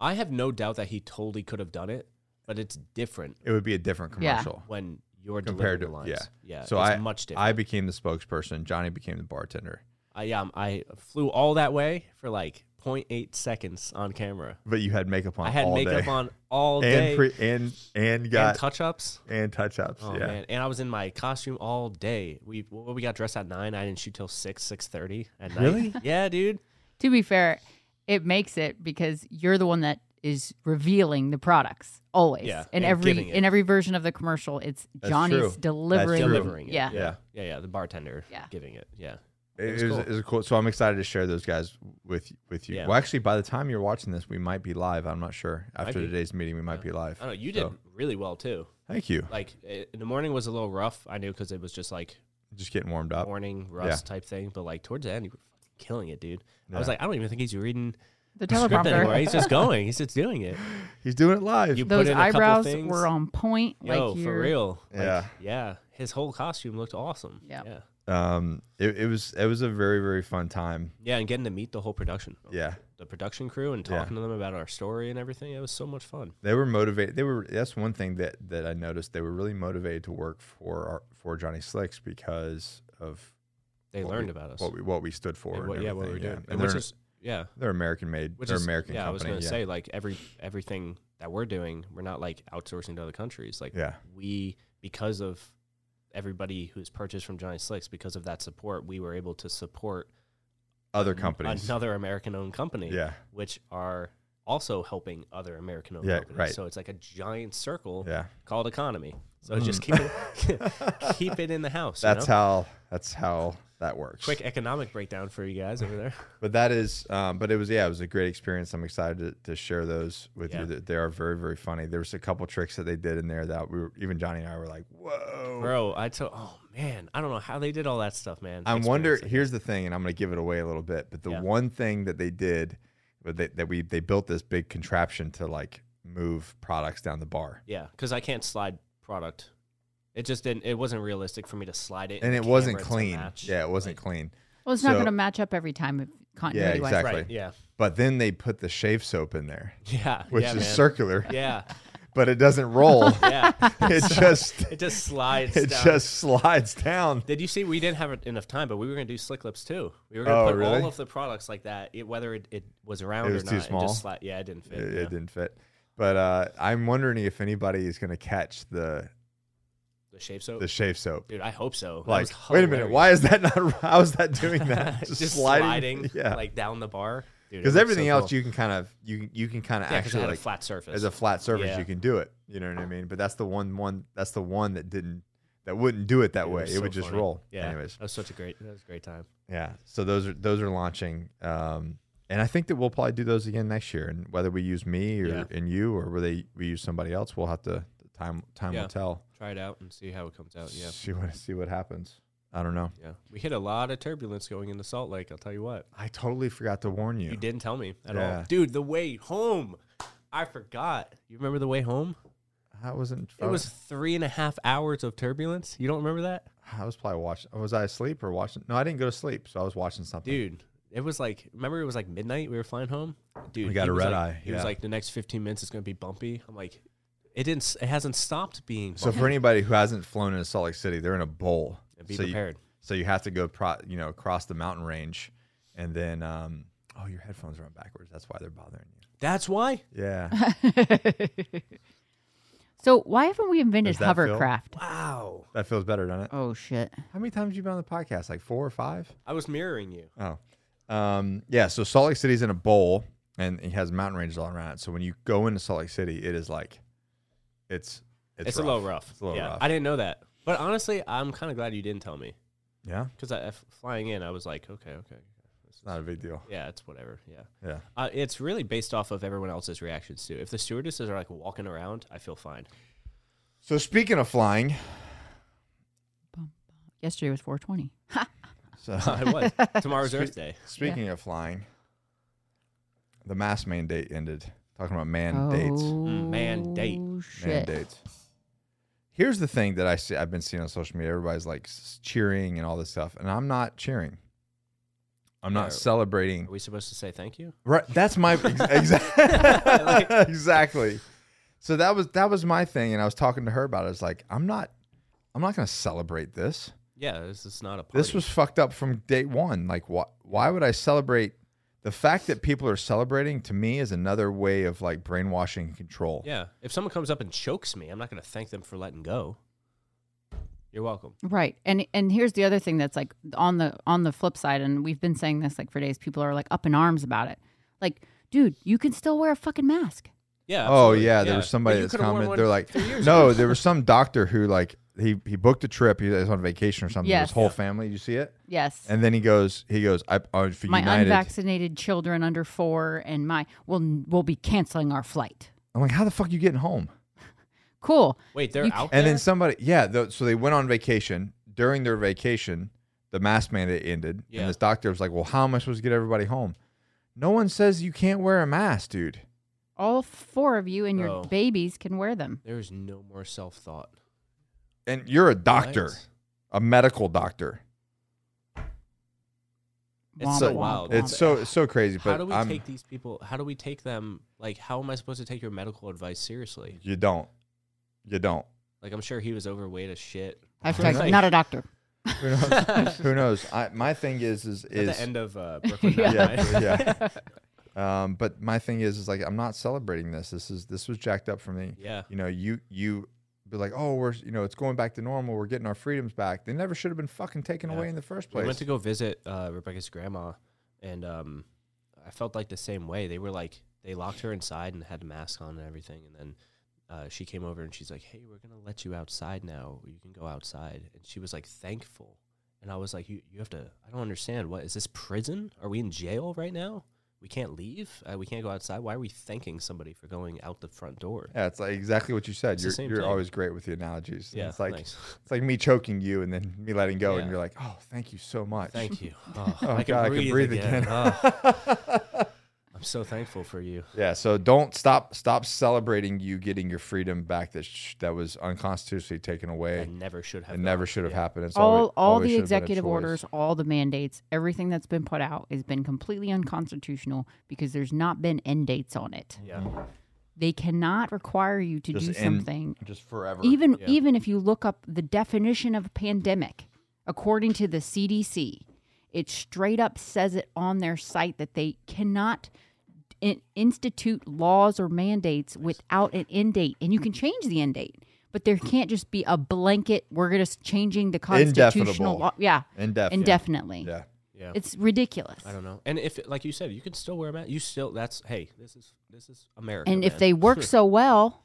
[SPEAKER 2] I have no doubt that he totally could have done it, but it's different
[SPEAKER 1] it would be a different
[SPEAKER 3] Yeah.
[SPEAKER 1] commercial.
[SPEAKER 2] when you're
[SPEAKER 1] Compared
[SPEAKER 2] delivering the
[SPEAKER 1] to-
[SPEAKER 2] lines.
[SPEAKER 1] yeah.
[SPEAKER 2] Yeah.
[SPEAKER 1] So
[SPEAKER 2] it's
[SPEAKER 1] I-
[SPEAKER 2] much different.
[SPEAKER 1] I became the spokesperson. Johnny became the bartender.
[SPEAKER 2] I, yeah, um, I flew all that way for like 0.8 seconds on camera.
[SPEAKER 1] But you had makeup on.
[SPEAKER 2] I had
[SPEAKER 1] all
[SPEAKER 2] makeup
[SPEAKER 1] day.
[SPEAKER 2] on all day
[SPEAKER 1] and pre- and and got
[SPEAKER 2] and touch ups.
[SPEAKER 1] and touch ups.
[SPEAKER 2] Oh
[SPEAKER 1] yeah.
[SPEAKER 2] man! And I was in my costume all day. We well, we got dressed at nine. I didn't shoot till six, six thirty at night.
[SPEAKER 1] Really?
[SPEAKER 2] Yeah, dude.
[SPEAKER 3] To be fair, it makes it because you're the one that is revealing the products always.
[SPEAKER 2] Yeah, and
[SPEAKER 3] in every
[SPEAKER 2] giving it.
[SPEAKER 3] in every version of the commercial, it's
[SPEAKER 1] That's
[SPEAKER 3] Johnny's
[SPEAKER 1] true.
[SPEAKER 3] delivering.
[SPEAKER 1] true.
[SPEAKER 2] delivering it.
[SPEAKER 3] Yeah.
[SPEAKER 2] yeah, yeah, yeah. The bartender
[SPEAKER 3] Yeah.
[SPEAKER 2] giving it. Yeah,
[SPEAKER 1] It,
[SPEAKER 2] It was
[SPEAKER 1] was,
[SPEAKER 2] cool.
[SPEAKER 1] it was cool. So I'm excited to share those guys with with you.
[SPEAKER 2] Yeah.
[SPEAKER 1] Well, actually, by the time you're watching this, we might be live. I'm not sure. After
[SPEAKER 2] be.
[SPEAKER 1] today's meeting, we might be live.
[SPEAKER 2] I don't know. You did
[SPEAKER 1] So,
[SPEAKER 2] really well too.
[SPEAKER 1] thank you.
[SPEAKER 2] Like i in the morning was a little rough. I knew because it was just like
[SPEAKER 1] Just getting warmed up.
[SPEAKER 2] morning rust type thing. But like towards the end, you were fucking killing it, dude. I was
[SPEAKER 1] Yeah.
[SPEAKER 2] like, I don't even think he's reading
[SPEAKER 3] The
[SPEAKER 2] the script anymore.
[SPEAKER 3] teleprompter.
[SPEAKER 2] He's just going. He's just doing it.
[SPEAKER 1] He's doing it live.
[SPEAKER 2] You
[SPEAKER 3] Those
[SPEAKER 2] put in a couple
[SPEAKER 3] eyebrows
[SPEAKER 2] things.
[SPEAKER 3] were on point.
[SPEAKER 2] Yo,
[SPEAKER 3] like
[SPEAKER 2] for
[SPEAKER 3] you're-
[SPEAKER 2] real. Like,
[SPEAKER 1] Yeah.
[SPEAKER 2] yeah. His whole costume looked awesome.
[SPEAKER 3] Yeah.
[SPEAKER 2] yeah.
[SPEAKER 1] um, it, it was it was a very very fun time.
[SPEAKER 2] Yeah, and getting to meet the whole production,
[SPEAKER 1] Yeah,
[SPEAKER 2] the production crew, and
[SPEAKER 1] Yeah.
[SPEAKER 2] talking to them about our story and everything. It was so much fun.
[SPEAKER 1] they were motivated. They were that's one thing that that I noticed. They were really motivated to work for our, for Johnny Slicks because of
[SPEAKER 2] They
[SPEAKER 1] what we-
[SPEAKER 2] learned about us.
[SPEAKER 1] what we what we stood for.
[SPEAKER 2] And
[SPEAKER 1] and
[SPEAKER 2] what- yeah, what we were
[SPEAKER 1] everything,
[SPEAKER 2] doing,
[SPEAKER 1] And
[SPEAKER 2] which
[SPEAKER 1] they're,
[SPEAKER 2] is yeah,
[SPEAKER 1] they're American made.
[SPEAKER 2] which
[SPEAKER 1] they're
[SPEAKER 2] is
[SPEAKER 1] American
[SPEAKER 2] Yeah, I was
[SPEAKER 1] company.
[SPEAKER 2] gonna
[SPEAKER 1] yeah.
[SPEAKER 2] say like every everything that we're doing, we're not like outsourcing to other countries. Like
[SPEAKER 1] yeah,
[SPEAKER 2] we because of everybody who's purchased from Johnny Slicks, because of that support, we were able to support
[SPEAKER 1] other companies.
[SPEAKER 2] another American-owned company,
[SPEAKER 1] Yeah,
[SPEAKER 2] which are also helping other American-owned
[SPEAKER 1] Yeah,
[SPEAKER 2] companies.
[SPEAKER 1] right.
[SPEAKER 2] So it's like a giant circle
[SPEAKER 1] yeah. Mm.
[SPEAKER 2] called economy. So it's just keep it, keep it in the house. you know?
[SPEAKER 1] That's how that's how that works.
[SPEAKER 2] quick economic breakdown for you guys over there.
[SPEAKER 1] But that is, um, but it was, yeah, it was a great experience. I'm excited to, to share those with
[SPEAKER 2] Yeah.
[SPEAKER 1] you. They- They are very, very funny. There was a couple tricks that they did in there that we were, even Johnny and I were like, whoa.
[SPEAKER 2] Bro, I told oh man, I don't know how they did all that stuff, man.
[SPEAKER 1] I
[SPEAKER 2] Experience
[SPEAKER 1] wonder.
[SPEAKER 2] it.
[SPEAKER 1] Here's the thing, and I'm going to give it away a little bit. But the
[SPEAKER 2] Yeah.
[SPEAKER 1] one thing that they did, but they, that we they built this big contraption to like move products down the bar,
[SPEAKER 2] Yeah, because I can't slide product. It just didn't it wasn't realistic for me to slide it. in
[SPEAKER 1] and
[SPEAKER 2] the
[SPEAKER 1] it wasn't
[SPEAKER 2] camera to
[SPEAKER 1] clean.
[SPEAKER 2] match.
[SPEAKER 1] Yeah, it wasn't clean.
[SPEAKER 3] Well, it's not
[SPEAKER 1] So-
[SPEAKER 3] going to match up every time, if- continuity wise.
[SPEAKER 1] exactly.
[SPEAKER 2] Right, yeah.
[SPEAKER 1] But then they put the shave soap in there,
[SPEAKER 2] Yeah.
[SPEAKER 1] which
[SPEAKER 2] yeah,
[SPEAKER 1] is
[SPEAKER 2] man.
[SPEAKER 1] circular,
[SPEAKER 2] Yeah.
[SPEAKER 1] but it doesn't roll.
[SPEAKER 2] Yeah.
[SPEAKER 1] it just
[SPEAKER 2] it just slides
[SPEAKER 1] it
[SPEAKER 2] down.
[SPEAKER 1] just slides down.
[SPEAKER 2] did you see we didn't have enough time, but we were gonna do slick lips too. We were gonna
[SPEAKER 1] Oh,
[SPEAKER 2] put
[SPEAKER 1] really?
[SPEAKER 2] all of the products like that, it, whether it, it was round
[SPEAKER 1] It was
[SPEAKER 2] or
[SPEAKER 1] too
[SPEAKER 2] not.
[SPEAKER 1] small?
[SPEAKER 2] It just sli- yeah, it didn't fit.
[SPEAKER 1] it,
[SPEAKER 2] yeah.
[SPEAKER 1] it didn't fit. But uh, I'm wondering if anybody is going to catch the
[SPEAKER 2] The shape soap.
[SPEAKER 1] the shave soap.
[SPEAKER 2] Dude, I hope so. That
[SPEAKER 1] Like,
[SPEAKER 2] was
[SPEAKER 1] wait a minute,
[SPEAKER 2] hilarious.
[SPEAKER 1] why is that not? How is that doing that?
[SPEAKER 2] just, sliding,
[SPEAKER 1] sliding, yeah.
[SPEAKER 2] like down the bar.
[SPEAKER 1] Because everything else you can kind of you can- you can kind of
[SPEAKER 2] yeah, because it
[SPEAKER 1] actually
[SPEAKER 2] had
[SPEAKER 1] like
[SPEAKER 2] a flat surface.
[SPEAKER 1] as a flat surface
[SPEAKER 2] Yeah.
[SPEAKER 1] you can do it. You know what I mean? But that's the one one that's the one that didn't that wouldn't do it that
[SPEAKER 2] Dude,
[SPEAKER 1] way. It,
[SPEAKER 2] was so
[SPEAKER 1] would just
[SPEAKER 2] funny.
[SPEAKER 1] roll.
[SPEAKER 2] Yeah,
[SPEAKER 1] Anyways,
[SPEAKER 2] that was such a great. That was a great time.
[SPEAKER 1] yeah. So those are those are launching, um, and I think that we'll probably do those again next year. And whether we use me or
[SPEAKER 2] Yeah.
[SPEAKER 1] and you or whether they we use somebody else, we'll have to time time
[SPEAKER 2] Yeah.
[SPEAKER 1] will tell.
[SPEAKER 2] Try it out and see how it comes out. Yeah,
[SPEAKER 1] See what see what happens. I don't know.
[SPEAKER 2] yeah. We hit a lot of turbulence going into Salt Lake. I'll tell you what.
[SPEAKER 1] I totally forgot to warn you.
[SPEAKER 2] You didn't tell me at all,
[SPEAKER 1] Yeah.
[SPEAKER 2] dude. The way home, I forgot. You remember the way home?
[SPEAKER 1] I wasn't.
[SPEAKER 2] It was three and a half hours of turbulence. You don't remember that,
[SPEAKER 1] I was probably watching. Was I asleep or watching? No, I didn't go to sleep, so I was watching something.
[SPEAKER 2] dude. It was like remember it was like midnight. We were flying home, dude.
[SPEAKER 1] We got
[SPEAKER 2] he
[SPEAKER 1] a
[SPEAKER 2] was
[SPEAKER 1] red
[SPEAKER 2] like-
[SPEAKER 1] eye,
[SPEAKER 2] He was
[SPEAKER 1] yeah.
[SPEAKER 2] like, the next fifteen minutes is gonna be bumpy. I'm like, it didn't. s- It hasn't stopped being.
[SPEAKER 1] So for anybody who hasn't flown into Salt Lake City, they're in a bowl.
[SPEAKER 2] And be
[SPEAKER 1] so You,
[SPEAKER 2] prepared.
[SPEAKER 1] so you have to go, pro, you know, across the mountain range, and then um, oh, your headphones are on backwards. That's why they're bothering you.
[SPEAKER 2] That's why.
[SPEAKER 1] Yeah,
[SPEAKER 3] so why haven't we invented
[SPEAKER 1] Does that feel-
[SPEAKER 3] hovercraft?
[SPEAKER 2] Wow.
[SPEAKER 1] that feels better, doesn't it?
[SPEAKER 3] Oh shit!
[SPEAKER 1] How many times have you been on the podcast? Like four or five.
[SPEAKER 2] I was mirroring you.
[SPEAKER 1] Oh, um, yeah. So Salt Lake City's in a bowl, and it has mountain ranges all around it. So when you go into Salt Lake City, it is like, it's it's,
[SPEAKER 2] It's, a little rough.
[SPEAKER 1] It's a little
[SPEAKER 2] yeah,
[SPEAKER 1] rough.
[SPEAKER 2] I didn't know that. But honestly, I'm kind of glad you didn't tell me
[SPEAKER 1] yeah,
[SPEAKER 2] because I, f- flying in, I was like, okay, okay,
[SPEAKER 1] it's not a big deal.
[SPEAKER 2] yeah, it's whatever. Yeah,
[SPEAKER 1] Yeah,
[SPEAKER 2] uh, it's really based off of everyone else's reactions too. If the stewardesses are like walking around, I feel fine.
[SPEAKER 1] So speaking of flying,
[SPEAKER 3] Yesterday was 420.
[SPEAKER 1] so
[SPEAKER 2] I was. Tomorrow's Earth Day.
[SPEAKER 1] speaking of flying, the mass mandate ended. Talking about
[SPEAKER 3] Oh
[SPEAKER 1] mandates,
[SPEAKER 2] Mandate.
[SPEAKER 3] shit!
[SPEAKER 1] mandates. Here's the thing that I see. I've been seeing on social media. Everybody's like s- cheering and all this stuff, and I'm not cheering. I'm not
[SPEAKER 2] Yeah.
[SPEAKER 1] celebrating.
[SPEAKER 2] Are we supposed to say thank you?
[SPEAKER 1] Right. That's my exactly exactly. So that was that was my thing, and I was talking to her about it. I was like, I'm not, I'm not going to celebrate this.
[SPEAKER 2] Yeah, this is not a party.
[SPEAKER 1] This was fucked up from day one. Like, why why would I celebrate? The fact that people are celebrating to me is another way of like brainwashing and control.
[SPEAKER 2] Yeah, if someone comes up and chokes me, I'm not going to thank them for letting go. You're welcome.
[SPEAKER 3] Right. And and here's the other thing that's like on the on the flip side and we've been saying this like for days people are like up in arms about it. Like dude, you can still wear a fucking mask.
[SPEAKER 2] Yeah.
[SPEAKER 1] Oh
[SPEAKER 2] absolutely.
[SPEAKER 1] yeah, there was
[SPEAKER 2] But
[SPEAKER 1] somebody
[SPEAKER 2] you
[SPEAKER 1] that's
[SPEAKER 2] coulda worn
[SPEAKER 1] comment.
[SPEAKER 2] one
[SPEAKER 1] They're like,
[SPEAKER 2] three years
[SPEAKER 1] no,
[SPEAKER 2] ago.
[SPEAKER 1] there was some doctor who like he he booked a trip. He was on vacation or something. with
[SPEAKER 3] Yes.
[SPEAKER 1] His whole family. You see it?
[SPEAKER 3] Yes.
[SPEAKER 1] And then he goes, he goes, I, I for
[SPEAKER 3] my
[SPEAKER 1] United.
[SPEAKER 3] unvaccinated children under four and my will will be canceling our flight.
[SPEAKER 1] I'm like, how the fuck you getting home?
[SPEAKER 3] Cool.
[SPEAKER 2] Wait, they're
[SPEAKER 3] You
[SPEAKER 2] out
[SPEAKER 1] And
[SPEAKER 2] there?
[SPEAKER 1] then somebody, yeah. Th- so they went on vacation. During their vacation, the mask mandate ended,
[SPEAKER 2] Yeah.
[SPEAKER 1] and this doctor was like, "Well, how am I supposed to get everybody home? No one says you can't wear a mask, dude.
[SPEAKER 3] All four of you and your
[SPEAKER 2] Oh.
[SPEAKER 3] babies can wear them.
[SPEAKER 2] There's no more self thought.
[SPEAKER 1] And you're a doctor, a medical doctor.
[SPEAKER 2] It's so wild.
[SPEAKER 1] It's
[SPEAKER 2] Wow.
[SPEAKER 1] so it's so crazy.
[SPEAKER 2] How
[SPEAKER 1] but
[SPEAKER 2] do we
[SPEAKER 1] I'm,
[SPEAKER 2] take these people? How do we take them? Like, how am I supposed to take your medical advice seriously?
[SPEAKER 1] you don't, you don't.
[SPEAKER 2] Like, I'm sure he was overweight as shit.
[SPEAKER 3] Hashtag
[SPEAKER 2] Like-
[SPEAKER 3] not a doctor.
[SPEAKER 1] Who knows? Who knows? I, my thing is is
[SPEAKER 2] At the
[SPEAKER 1] is
[SPEAKER 2] end of uh, Brooklyn Nine
[SPEAKER 1] yeah yeah. Um, but my thing is is like I'm not celebrating this. This is this was jacked up for me.
[SPEAKER 2] yeah.
[SPEAKER 1] You know, you you be like, oh, we're you know, it's going back to normal. We're getting our freedoms back. They never should have been fucking taken
[SPEAKER 2] Yeah.
[SPEAKER 1] away in the first
[SPEAKER 2] We
[SPEAKER 1] place.
[SPEAKER 2] went to go visit uh, Rebecca's grandma, and um, I felt like the same way. They were like, they locked her inside and had a mask on and everything, and then uh, she came over and she's like, "Hey, we're gonna let you outside now. You can go outside." And she was like, "Thankful," and I was like, "You, you have to. I don't understand. What is this prison? Are we in jail right now? We can't leave. Uh, we can't go outside. Why are we thanking somebody for going out the front door?"
[SPEAKER 1] yeah, it's like exactly what you said.
[SPEAKER 2] It's the
[SPEAKER 1] You're,
[SPEAKER 2] same
[SPEAKER 1] you're
[SPEAKER 2] thing.
[SPEAKER 1] always great with the analogies. And
[SPEAKER 2] Yeah,
[SPEAKER 1] it's like
[SPEAKER 2] thanks.
[SPEAKER 1] it's like me choking you and then me letting go, and
[SPEAKER 2] Yeah.
[SPEAKER 1] you're like, oh, thank you so much.
[SPEAKER 2] Thank you. Oh,
[SPEAKER 1] Oh,
[SPEAKER 2] I, can
[SPEAKER 1] God, I can
[SPEAKER 2] breathe
[SPEAKER 1] breathe
[SPEAKER 2] again.
[SPEAKER 1] again.
[SPEAKER 2] Oh. I'm so thankful for you.
[SPEAKER 1] Yeah, so don't stop stop celebrating you getting your freedom back that sh- that was unconstitutionally taken away.
[SPEAKER 2] That never should have.
[SPEAKER 1] it never
[SPEAKER 2] gone.
[SPEAKER 1] should have
[SPEAKER 2] Yeah.
[SPEAKER 1] happened. It's
[SPEAKER 3] all
[SPEAKER 1] always-
[SPEAKER 3] all
[SPEAKER 1] always
[SPEAKER 3] the
[SPEAKER 1] should have been a
[SPEAKER 3] executive
[SPEAKER 1] choice.
[SPEAKER 3] orders, all the mandates, everything that's been put out has been completely unconstitutional because there's not been end dates on it.
[SPEAKER 2] Yeah.
[SPEAKER 3] They cannot require you to
[SPEAKER 1] Just
[SPEAKER 3] do
[SPEAKER 1] end-
[SPEAKER 3] something
[SPEAKER 1] just forever.
[SPEAKER 3] even
[SPEAKER 2] Yeah.
[SPEAKER 3] even if you look up the definition of pandemic according to the CDC it straight up says it on their site that they cannot in- institute laws or mandates without an end date and you can change the end date but there can't just be a blanket we're going to changing the constitutional
[SPEAKER 1] Indefinable.
[SPEAKER 3] law yeah
[SPEAKER 1] indefinitely.
[SPEAKER 3] indefinitely
[SPEAKER 1] Yeah.
[SPEAKER 2] Yeah.
[SPEAKER 3] it's ridiculous
[SPEAKER 2] I don't know. And if, like you said, you can still wear a mask. You still. That's hey. This is this is America.
[SPEAKER 3] and if
[SPEAKER 2] man.
[SPEAKER 3] they work so well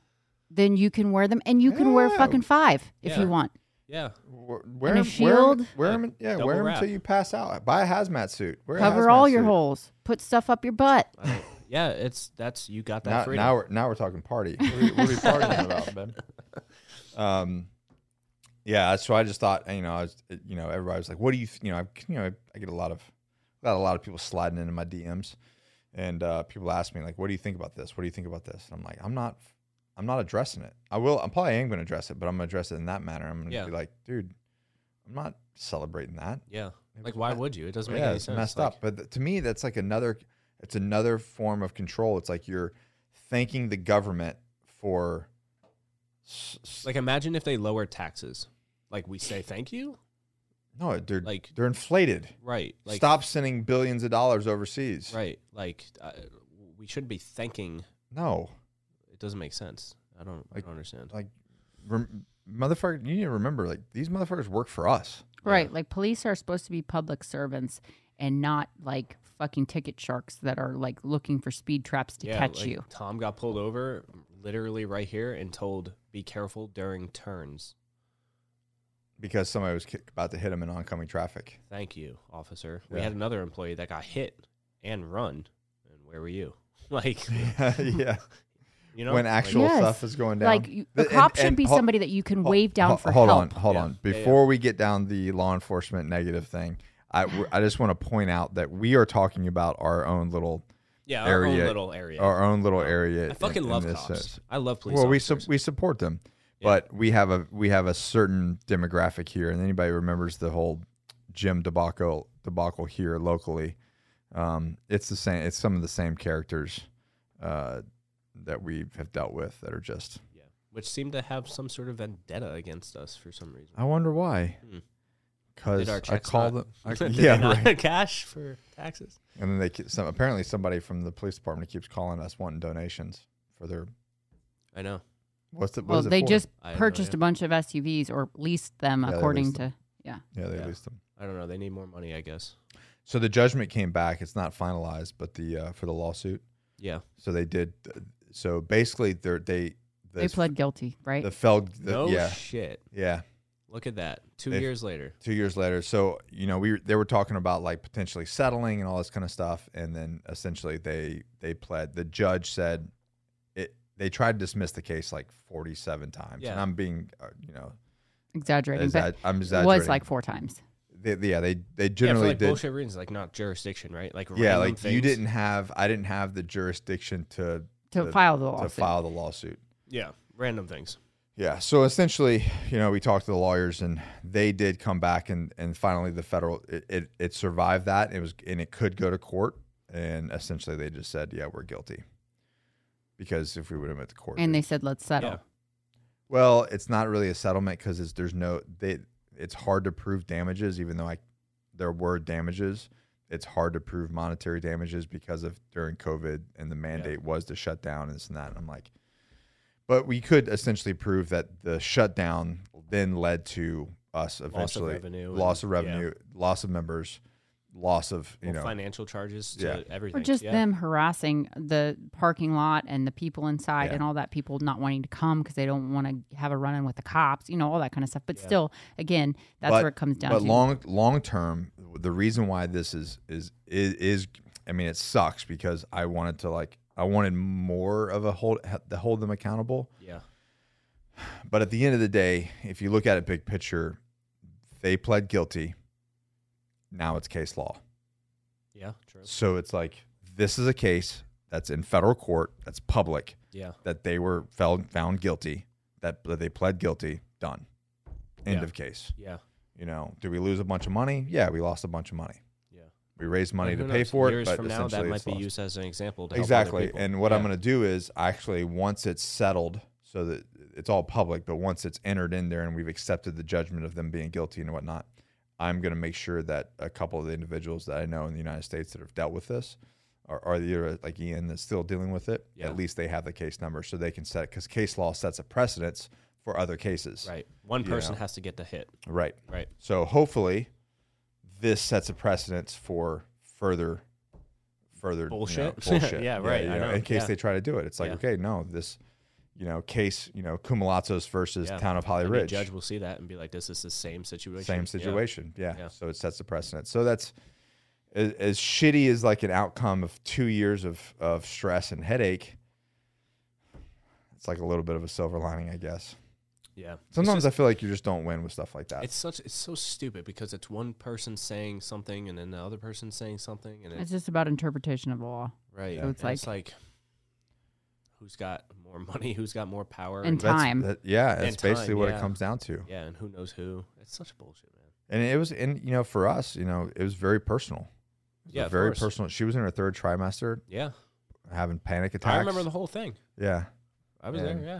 [SPEAKER 3] then you can wear them and you can wear
[SPEAKER 1] Yeah.
[SPEAKER 3] fucking five if
[SPEAKER 2] Yeah.
[SPEAKER 3] you want
[SPEAKER 2] yeah.
[SPEAKER 1] Wear, wear,
[SPEAKER 3] a
[SPEAKER 1] 'em-
[SPEAKER 3] shield.
[SPEAKER 1] Wear them, yeah,
[SPEAKER 2] Double
[SPEAKER 1] wear 'em
[SPEAKER 2] wrap.
[SPEAKER 1] until you pass out. Buy a hazmat suit. Wear a
[SPEAKER 3] cover
[SPEAKER 1] hazmat
[SPEAKER 3] all your
[SPEAKER 1] suit.
[SPEAKER 3] holes put stuff up your butt
[SPEAKER 2] I don't, yeah. It's that's you got that
[SPEAKER 1] Now,
[SPEAKER 2] freedom.
[SPEAKER 1] now we're now we're talking party. What are we, what are we partying about, man? Um, yeah. So I just thought, you know, I was, you know, everybody was like, "What do you, th- you know?" I, you know, I, I get a lot of, got a lot of people sliding into my DMs, and uh, people ask me like, "What do you think about this? What do you think about this?" And I'm like, "I'm not, I'm not addressing it. I will. I'm probably am going to address it, but I'm going to address it in that manner. I'm going to
[SPEAKER 2] Yeah.
[SPEAKER 1] be like, dude, I'm not celebrating that.
[SPEAKER 2] yeah.
[SPEAKER 1] It
[SPEAKER 2] Like
[SPEAKER 1] was
[SPEAKER 2] why
[SPEAKER 1] messed-
[SPEAKER 2] would you? It doesn't make
[SPEAKER 1] yeah,
[SPEAKER 2] any
[SPEAKER 1] it's
[SPEAKER 2] sense.
[SPEAKER 1] messed
[SPEAKER 2] Like,
[SPEAKER 1] up. But th- to me, that's like another. It's another form of control. It's like you're thanking the government for. s- s-
[SPEAKER 2] Like imagine if they lower taxes. Like we say thank you.
[SPEAKER 1] no, they're
[SPEAKER 2] like-
[SPEAKER 1] they're inflated.
[SPEAKER 2] Right. Like
[SPEAKER 1] Stop sending billions of dollars overseas.
[SPEAKER 2] Right. Like uh, we should be thanking.
[SPEAKER 1] No,
[SPEAKER 2] It doesn't make sense. I don't. I
[SPEAKER 1] Like- uh,
[SPEAKER 2] don't understand.
[SPEAKER 1] like, rem- motherfucker, you need to remember, like these motherfuckers work for us.
[SPEAKER 3] Right. Like police are supposed to be public servants and not like fucking ticket sharks that are like looking for speed traps to
[SPEAKER 2] yeah,
[SPEAKER 3] catch
[SPEAKER 2] like,
[SPEAKER 3] you.
[SPEAKER 2] Tom got pulled over, literally right here, and told be careful during turns.
[SPEAKER 1] Because somebody was ki- about to hit him in oncoming traffic.
[SPEAKER 2] Thank you, officer. We
[SPEAKER 1] Yeah.
[SPEAKER 2] had another employee that got hit and run. And where were you? Like,
[SPEAKER 1] yeah,
[SPEAKER 2] you know,
[SPEAKER 1] when
[SPEAKER 2] like,
[SPEAKER 1] actual
[SPEAKER 3] Yes.
[SPEAKER 1] stuff is going down.
[SPEAKER 3] Like you, a
[SPEAKER 1] Th- and-
[SPEAKER 3] cop should
[SPEAKER 1] and
[SPEAKER 3] be
[SPEAKER 1] hol-
[SPEAKER 3] somebody that you can
[SPEAKER 1] Ho-
[SPEAKER 3] wave down
[SPEAKER 1] ho-
[SPEAKER 3] for
[SPEAKER 1] hold
[SPEAKER 3] help.
[SPEAKER 1] on hold
[SPEAKER 2] Yeah.
[SPEAKER 1] on
[SPEAKER 2] Yeah, yeah.
[SPEAKER 1] before we get down the law enforcement negative thing i, w- I just want to point out that we are talking about our own little
[SPEAKER 2] yeah, our
[SPEAKER 1] area-
[SPEAKER 2] own little area.
[SPEAKER 1] our own little area
[SPEAKER 2] I
[SPEAKER 1] in-
[SPEAKER 2] fucking
[SPEAKER 1] in
[SPEAKER 2] love
[SPEAKER 1] this
[SPEAKER 2] cops.
[SPEAKER 1] sense.
[SPEAKER 2] I love police.
[SPEAKER 1] well we,
[SPEAKER 2] officers.
[SPEAKER 1] su- we support them
[SPEAKER 2] Yeah.
[SPEAKER 1] but we have a we have a certain demographic here and anybody who remembers the whole gym debacle debacle here locally um, it's the same it's some of the same characters uh, that we have dealt with that are just
[SPEAKER 2] yeah, which seem to have some sort of vendetta against us for some reason.
[SPEAKER 1] i wonder why
[SPEAKER 2] Hmm.
[SPEAKER 1] because
[SPEAKER 2] Did our
[SPEAKER 1] i
[SPEAKER 2] checks
[SPEAKER 1] call
[SPEAKER 2] not-
[SPEAKER 1] them I,
[SPEAKER 2] Did
[SPEAKER 1] yeah
[SPEAKER 2] they not
[SPEAKER 1] right.
[SPEAKER 2] have cash for taxes.
[SPEAKER 1] And then they keep, some apparently somebody from the police department keeps calling us wanting donations for their
[SPEAKER 2] I know.
[SPEAKER 1] what's the what
[SPEAKER 3] Well,
[SPEAKER 1] is it
[SPEAKER 3] they
[SPEAKER 1] for?
[SPEAKER 3] just
[SPEAKER 2] I have no
[SPEAKER 3] purchased
[SPEAKER 2] idea.
[SPEAKER 3] a bunch of SUVs or leased them
[SPEAKER 1] Yeah, they
[SPEAKER 3] according
[SPEAKER 1] leased
[SPEAKER 3] to
[SPEAKER 1] yeah they
[SPEAKER 2] yeah.
[SPEAKER 1] leased them.
[SPEAKER 2] I don't know. They need more money, I guess.
[SPEAKER 1] So the judgment came back. It's not finalized, but the uh, for the lawsuit
[SPEAKER 2] Yeah.
[SPEAKER 1] So they did. uh, So basically, they're, they
[SPEAKER 3] They pled guilty, right?
[SPEAKER 1] the Feld. The,
[SPEAKER 2] No
[SPEAKER 1] yeah,
[SPEAKER 2] shit.
[SPEAKER 1] yeah.
[SPEAKER 2] Look at that. 2
[SPEAKER 1] They've-
[SPEAKER 2] years later.
[SPEAKER 1] Two years later, so you know we they were talking about like potentially settling and all this kind of stuff, and then essentially they they pled. The judge said it. They tried to dismiss the case like forty seven times, and
[SPEAKER 2] Yeah.
[SPEAKER 1] I'm being uh, you know
[SPEAKER 3] Exaggerating,
[SPEAKER 1] exa- I'm
[SPEAKER 3] but it
[SPEAKER 1] exaggerating.
[SPEAKER 3] was like four times.
[SPEAKER 1] They- yeah they they
[SPEAKER 2] Yeah, for
[SPEAKER 1] generally
[SPEAKER 2] like
[SPEAKER 1] did
[SPEAKER 2] bullshit reasons, like not jurisdiction, right? Like
[SPEAKER 1] yeah
[SPEAKER 2] random
[SPEAKER 1] like
[SPEAKER 2] things.
[SPEAKER 1] you didn't have I didn't have the jurisdiction to
[SPEAKER 3] To
[SPEAKER 1] To-
[SPEAKER 3] file the
[SPEAKER 1] to
[SPEAKER 3] lawsuit.
[SPEAKER 1] file the lawsuit.
[SPEAKER 2] Yeah, random things.
[SPEAKER 1] Yeah. So essentially, you know, we talked to the lawyers and they did come back and and finally the federal it, it, it survived that. It was and it could go to court. And essentially they just said, Yeah, we're guilty. Because if we would have went to court.
[SPEAKER 3] and they said, let's settle.
[SPEAKER 2] Yeah.
[SPEAKER 1] well, it's not really a settlement because it's there's no they it's hard to prove damages, even though I there were damages. It's hard to prove monetary damages because of during COVID and the mandate was to shut down and this and that. And I'm like, but we could essentially prove that the shutdown then led to us eventually
[SPEAKER 2] revenue and-
[SPEAKER 1] loss of
[SPEAKER 2] yeah.
[SPEAKER 1] revenue, loss of members, loss of you
[SPEAKER 2] Well,
[SPEAKER 1] know
[SPEAKER 2] financial charges to
[SPEAKER 1] Yeah.
[SPEAKER 3] Or
[SPEAKER 2] everything.
[SPEAKER 3] just
[SPEAKER 2] yeah.
[SPEAKER 3] them harassing the parking lot and the people inside
[SPEAKER 1] Yeah.
[SPEAKER 3] and all that people not wanting to come because they don't want to have a run in with the cops, you know, all that kind of stuff. But still, again, that's
[SPEAKER 1] But-
[SPEAKER 3] where it comes down
[SPEAKER 1] but
[SPEAKER 3] to.
[SPEAKER 1] long long term the reason why this is is is, is i mean it sucks because i wanted to like i wanted more of a hold to hold them accountable
[SPEAKER 2] Yeah.
[SPEAKER 1] but at the end of the day if you look at it big picture they pled guilty now it's case law
[SPEAKER 2] Yeah. True.
[SPEAKER 1] so it's like this is a case that's in federal court that's public
[SPEAKER 2] Yeah.
[SPEAKER 1] that they were found found guilty that, that they pled guilty done end
[SPEAKER 2] Yeah.
[SPEAKER 1] of case
[SPEAKER 2] Yeah.
[SPEAKER 1] you know, do we lose a bunch of money? Yeah, we lost a bunch of money.
[SPEAKER 2] Yeah.
[SPEAKER 1] We raised money
[SPEAKER 2] And
[SPEAKER 1] to
[SPEAKER 2] who
[SPEAKER 1] pay
[SPEAKER 2] knows,
[SPEAKER 1] for it,
[SPEAKER 2] Years
[SPEAKER 1] but
[SPEAKER 2] from now,
[SPEAKER 1] essentially
[SPEAKER 2] that might
[SPEAKER 1] it's
[SPEAKER 2] be
[SPEAKER 1] lost.
[SPEAKER 2] used as an example to help other
[SPEAKER 1] exactly.
[SPEAKER 2] people.
[SPEAKER 1] And what I'm
[SPEAKER 2] Yeah.
[SPEAKER 1] going to do is actually once it's settled, so that it's all public, but once it's entered in there and we've accepted the judgment of them being guilty and whatnot, I'm going to make sure that a couple of the individuals that I know in the United States that have dealt with this. Are, are either like Ian that's still dealing with it?
[SPEAKER 2] Yeah.
[SPEAKER 1] At least they have the case number, so they can set because case law sets a precedence for other cases.
[SPEAKER 2] right, one
[SPEAKER 1] you
[SPEAKER 2] person
[SPEAKER 1] know.
[SPEAKER 2] has to get the hit.
[SPEAKER 1] Right.
[SPEAKER 2] Right.
[SPEAKER 1] So hopefully, this sets a precedence for further, further you know,
[SPEAKER 2] Bullshit.
[SPEAKER 1] bullshit.
[SPEAKER 2] Yeah, right,
[SPEAKER 1] you
[SPEAKER 2] I know,
[SPEAKER 1] In case
[SPEAKER 2] yeah.
[SPEAKER 1] they try to do it, it's like
[SPEAKER 2] Yeah.
[SPEAKER 1] okay, no, this, you know, case, you know, Cumulatos versus
[SPEAKER 2] Yeah.
[SPEAKER 1] Town of Holly
[SPEAKER 2] Every
[SPEAKER 1] Ridge,
[SPEAKER 2] judge will see that and be like, "This is the same situation."
[SPEAKER 1] same
[SPEAKER 2] Yeah.
[SPEAKER 1] situation. Yeah.
[SPEAKER 2] Yeah.
[SPEAKER 1] So it sets a precedent. So that's as, as shitty as like an outcome of two years of of stress and headache. It's like a little bit of a silver lining, I guess.
[SPEAKER 2] Yeah. It's
[SPEAKER 1] Sometimes I feel like you just don't win with stuff like that.
[SPEAKER 2] It's such it's so stupid because it's one person saying something and then the other person saying something and it's
[SPEAKER 3] it's just about interpretation of the law.
[SPEAKER 2] right.
[SPEAKER 1] So
[SPEAKER 2] and
[SPEAKER 3] it's
[SPEAKER 2] it's, like, who's got more money, who's got more power,
[SPEAKER 3] And
[SPEAKER 1] That's-
[SPEAKER 3] time.
[SPEAKER 1] that- yeah,
[SPEAKER 2] And
[SPEAKER 1] that's basically
[SPEAKER 2] time,
[SPEAKER 1] what it
[SPEAKER 2] yeah.
[SPEAKER 1] comes down to.
[SPEAKER 2] yeah, and who knows who. It's such bullshit, man.
[SPEAKER 1] And it was, and you know, for us, you know, it was very personal. It was a
[SPEAKER 2] Yeah, of
[SPEAKER 1] very
[SPEAKER 2] course.
[SPEAKER 1] personal. She was in her third trimester,
[SPEAKER 2] Yeah,
[SPEAKER 1] having panic attacks.
[SPEAKER 2] I remember the whole thing.
[SPEAKER 1] yeah.
[SPEAKER 2] I was
[SPEAKER 1] And,
[SPEAKER 2] there. Yeah.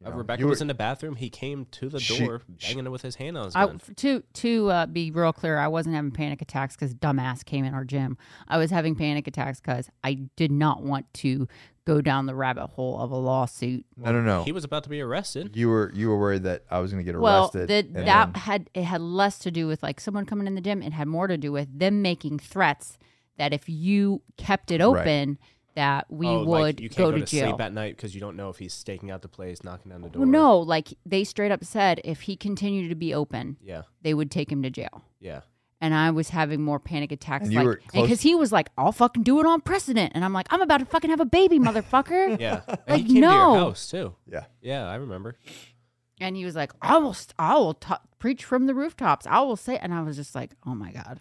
[SPEAKER 1] you
[SPEAKER 2] Uh,
[SPEAKER 1] know,
[SPEAKER 2] Rebecca
[SPEAKER 1] you were-
[SPEAKER 2] was in the bathroom. He came to the
[SPEAKER 1] She-
[SPEAKER 2] door,
[SPEAKER 1] she-
[SPEAKER 2] banging it with his hand on his
[SPEAKER 3] I,
[SPEAKER 2] gun.
[SPEAKER 3] f- to to uh, be real clear, I wasn't having panic attacks because dumbass came in our gym. I was having panic attacks because I did not want to go down the rabbit hole of a lawsuit.
[SPEAKER 1] No, no, no.
[SPEAKER 2] He was about to be arrested.
[SPEAKER 1] you were you were worried that I was going to get
[SPEAKER 3] Well,
[SPEAKER 1] arrested.
[SPEAKER 3] that
[SPEAKER 1] and
[SPEAKER 3] that
[SPEAKER 1] then-
[SPEAKER 3] had it had less to do with like someone coming in the gym. It had more to do with them making threats that if you kept it
[SPEAKER 1] Right.
[SPEAKER 3] open, that we
[SPEAKER 2] Oh,
[SPEAKER 3] would
[SPEAKER 2] like, you can't go, to,
[SPEAKER 3] jail.
[SPEAKER 2] sleep at night because you don't know if he's staking out the place, knocking down the door.
[SPEAKER 3] well, no, like they straight up said if he continued to be open,
[SPEAKER 2] Yeah.
[SPEAKER 3] they would take him to jail.
[SPEAKER 2] Yeah.
[SPEAKER 3] and I was having more panic attacks.
[SPEAKER 1] And you were
[SPEAKER 3] like,
[SPEAKER 1] close-
[SPEAKER 3] because he was like, "I'll fucking do it on precedent," and I'm like, "I'm about to fucking have a baby, motherfucker."
[SPEAKER 2] Yeah. And
[SPEAKER 3] Like,
[SPEAKER 2] he came to
[SPEAKER 3] no.
[SPEAKER 2] your house too.
[SPEAKER 1] yeah,
[SPEAKER 2] Yeah, I remember.
[SPEAKER 3] And he was like, "I will, st- I will t- preach from the rooftops. I will say," and I was just like, "Oh my god,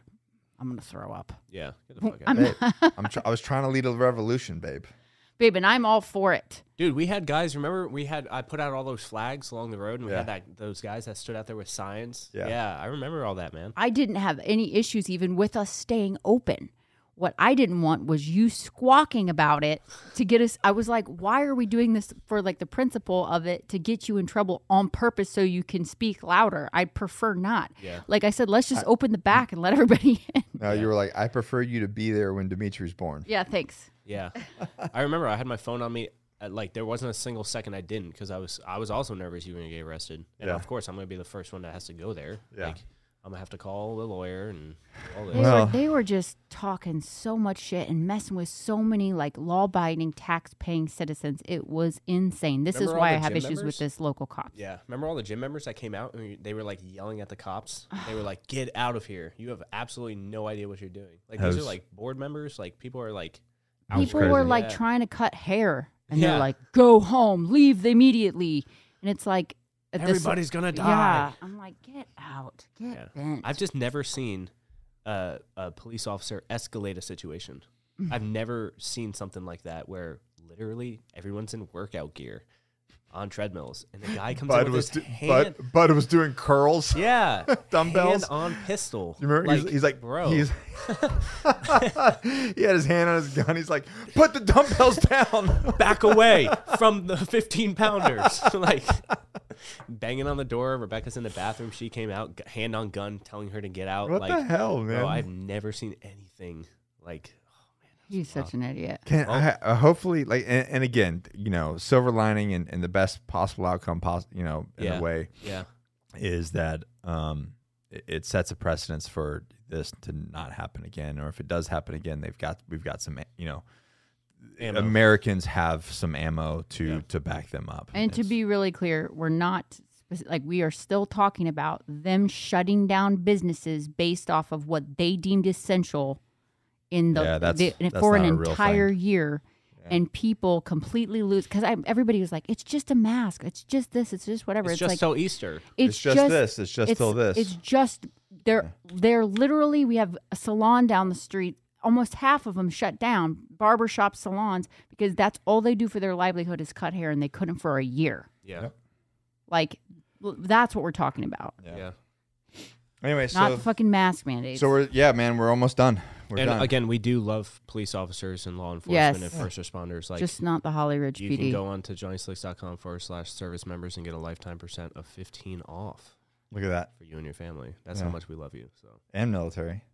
[SPEAKER 3] I'm gonna throw up."
[SPEAKER 2] Yeah. Get the fuck out.
[SPEAKER 3] I'm,
[SPEAKER 1] babe, I'm tr- I was trying to lead a revolution, babe.
[SPEAKER 3] babe, and I'm all for it.
[SPEAKER 2] Dude, we had guys. Remember, we had I put out all those flags along the road, and we had
[SPEAKER 1] Yeah.
[SPEAKER 2] that those guys that stood out there with signs.
[SPEAKER 1] Yeah.
[SPEAKER 2] yeah, I remember all that, man.
[SPEAKER 3] I didn't have any issues even with us staying open. What I didn't want was you squawking about it to get us. I was like, why are we doing this for like the principle of it to get you in trouble on purpose so you can speak louder? I'd prefer not.
[SPEAKER 2] Yeah.
[SPEAKER 3] Like I said, let's just open the back and let everybody in.
[SPEAKER 1] No, you were like, I prefer you to be there when Dimitri's born.
[SPEAKER 3] yeah, thanks.
[SPEAKER 2] Yeah, I remember. I had my phone on me. At, like there wasn't a single second I didn't because I was I was also nervous you were gonna get arrested, and
[SPEAKER 1] Yeah.
[SPEAKER 2] of course I'm gonna be the first one that has to go there.
[SPEAKER 1] Yeah.
[SPEAKER 2] Like, I'm gonna have to call the lawyer and all
[SPEAKER 3] They,
[SPEAKER 2] this.
[SPEAKER 1] Well-
[SPEAKER 3] were, they were just talking so much shit and messing with so many like law-abiding, tax-paying citizens. It was insane. This
[SPEAKER 2] Remember
[SPEAKER 3] is
[SPEAKER 2] all
[SPEAKER 3] why I
[SPEAKER 2] the
[SPEAKER 3] have
[SPEAKER 2] gym
[SPEAKER 3] issues
[SPEAKER 2] members?
[SPEAKER 3] with this local cop.
[SPEAKER 2] Yeah, remember all the gym members that came out and we- they were like yelling at the cops. They were like, "Get out of here! You have absolutely no idea what you're doing." Like those
[SPEAKER 1] Has-
[SPEAKER 2] are like board members. Like people are like,
[SPEAKER 3] People
[SPEAKER 1] crazy.
[SPEAKER 3] were like
[SPEAKER 2] Yeah.
[SPEAKER 3] trying to cut hair, and
[SPEAKER 2] Yeah.
[SPEAKER 3] they're like, "Go home, leave immediately." And it's like at this-
[SPEAKER 2] "Everybody's gonna die."
[SPEAKER 3] Yeah, I'm like, get out, get
[SPEAKER 2] Yeah.
[SPEAKER 3] bent.
[SPEAKER 2] I've just never seen a, a police officer escalate a situation.
[SPEAKER 1] Mm-hmm.
[SPEAKER 2] I've never seen something like that where literally everyone's in workout gear on treadmills and the guy comes in
[SPEAKER 1] Bud
[SPEAKER 2] with
[SPEAKER 1] was
[SPEAKER 2] his
[SPEAKER 1] do-
[SPEAKER 2] hand.
[SPEAKER 1] Bud, Bud was doing curls.
[SPEAKER 2] yeah,
[SPEAKER 1] Dumbbells?
[SPEAKER 2] hand on pistol.
[SPEAKER 1] You remember? he's, he's like,
[SPEAKER 2] bro,
[SPEAKER 1] He's, he had his hand on his gun. He's like, put the dumbbells down.
[SPEAKER 2] back away from the 15 pounders. like banging on the door. Rebecca's in the bathroom. She came out, g- hand on gun, telling her to get out.
[SPEAKER 1] what
[SPEAKER 2] like,
[SPEAKER 1] the hell, man?
[SPEAKER 2] bro, I've never seen anything like.
[SPEAKER 3] He's
[SPEAKER 2] Oh.
[SPEAKER 3] such an idiot.
[SPEAKER 1] Can I, uh, hopefully like and, and again, you know, silver lining and, and the best possible outcome, pos- you know, in
[SPEAKER 2] Yeah.
[SPEAKER 1] a way
[SPEAKER 2] Yeah,
[SPEAKER 1] is that um, it, it sets a precedence for this to not happen again, or if it does happen again, they've got we've got some, you know,
[SPEAKER 2] Ammo.
[SPEAKER 1] Americans have some ammo to
[SPEAKER 2] Yeah.
[SPEAKER 1] to back them up.
[SPEAKER 3] And to
[SPEAKER 1] It's-
[SPEAKER 3] be really clear, we're not spec- like we are still talking about them shutting down businesses based off of what they deemed essential in the,
[SPEAKER 1] Yeah, that's-
[SPEAKER 3] the-
[SPEAKER 1] that's
[SPEAKER 3] for an
[SPEAKER 1] not a real
[SPEAKER 3] entire year. And people completely lose because everybody was like, "It's just a mask. It's just this. It's just whatever."
[SPEAKER 2] it's,
[SPEAKER 3] It's,
[SPEAKER 2] just
[SPEAKER 3] like
[SPEAKER 2] so Easter.
[SPEAKER 1] it's, just, this. It's just
[SPEAKER 3] it's,
[SPEAKER 1] till this.
[SPEAKER 3] It's just they're they're literally we have a salon down the street. Almost half of them shut down barbershop salons because that's all they do for their livelihood is cut hair, and they couldn't for a year.
[SPEAKER 2] Yeah,
[SPEAKER 1] Yep.
[SPEAKER 3] Like l- that's what we're talking about,
[SPEAKER 2] yeah.
[SPEAKER 1] anyway, so
[SPEAKER 3] not the fucking mask mandates.
[SPEAKER 1] So we're yeah, man, we're almost done. We're
[SPEAKER 2] and
[SPEAKER 1] done.
[SPEAKER 2] again, we do love police officers and law enforcement
[SPEAKER 3] Yes.
[SPEAKER 2] and first responders. Like,
[SPEAKER 3] just not the Holly Ridge
[SPEAKER 2] you can
[SPEAKER 3] PD.
[SPEAKER 2] go on to johnnyslicks.com forward slash service members and get a lifetime percent of 15 off
[SPEAKER 1] Look at that.
[SPEAKER 2] for you and your family. That's
[SPEAKER 1] Yeah.
[SPEAKER 2] how much we love you. So,
[SPEAKER 1] And military.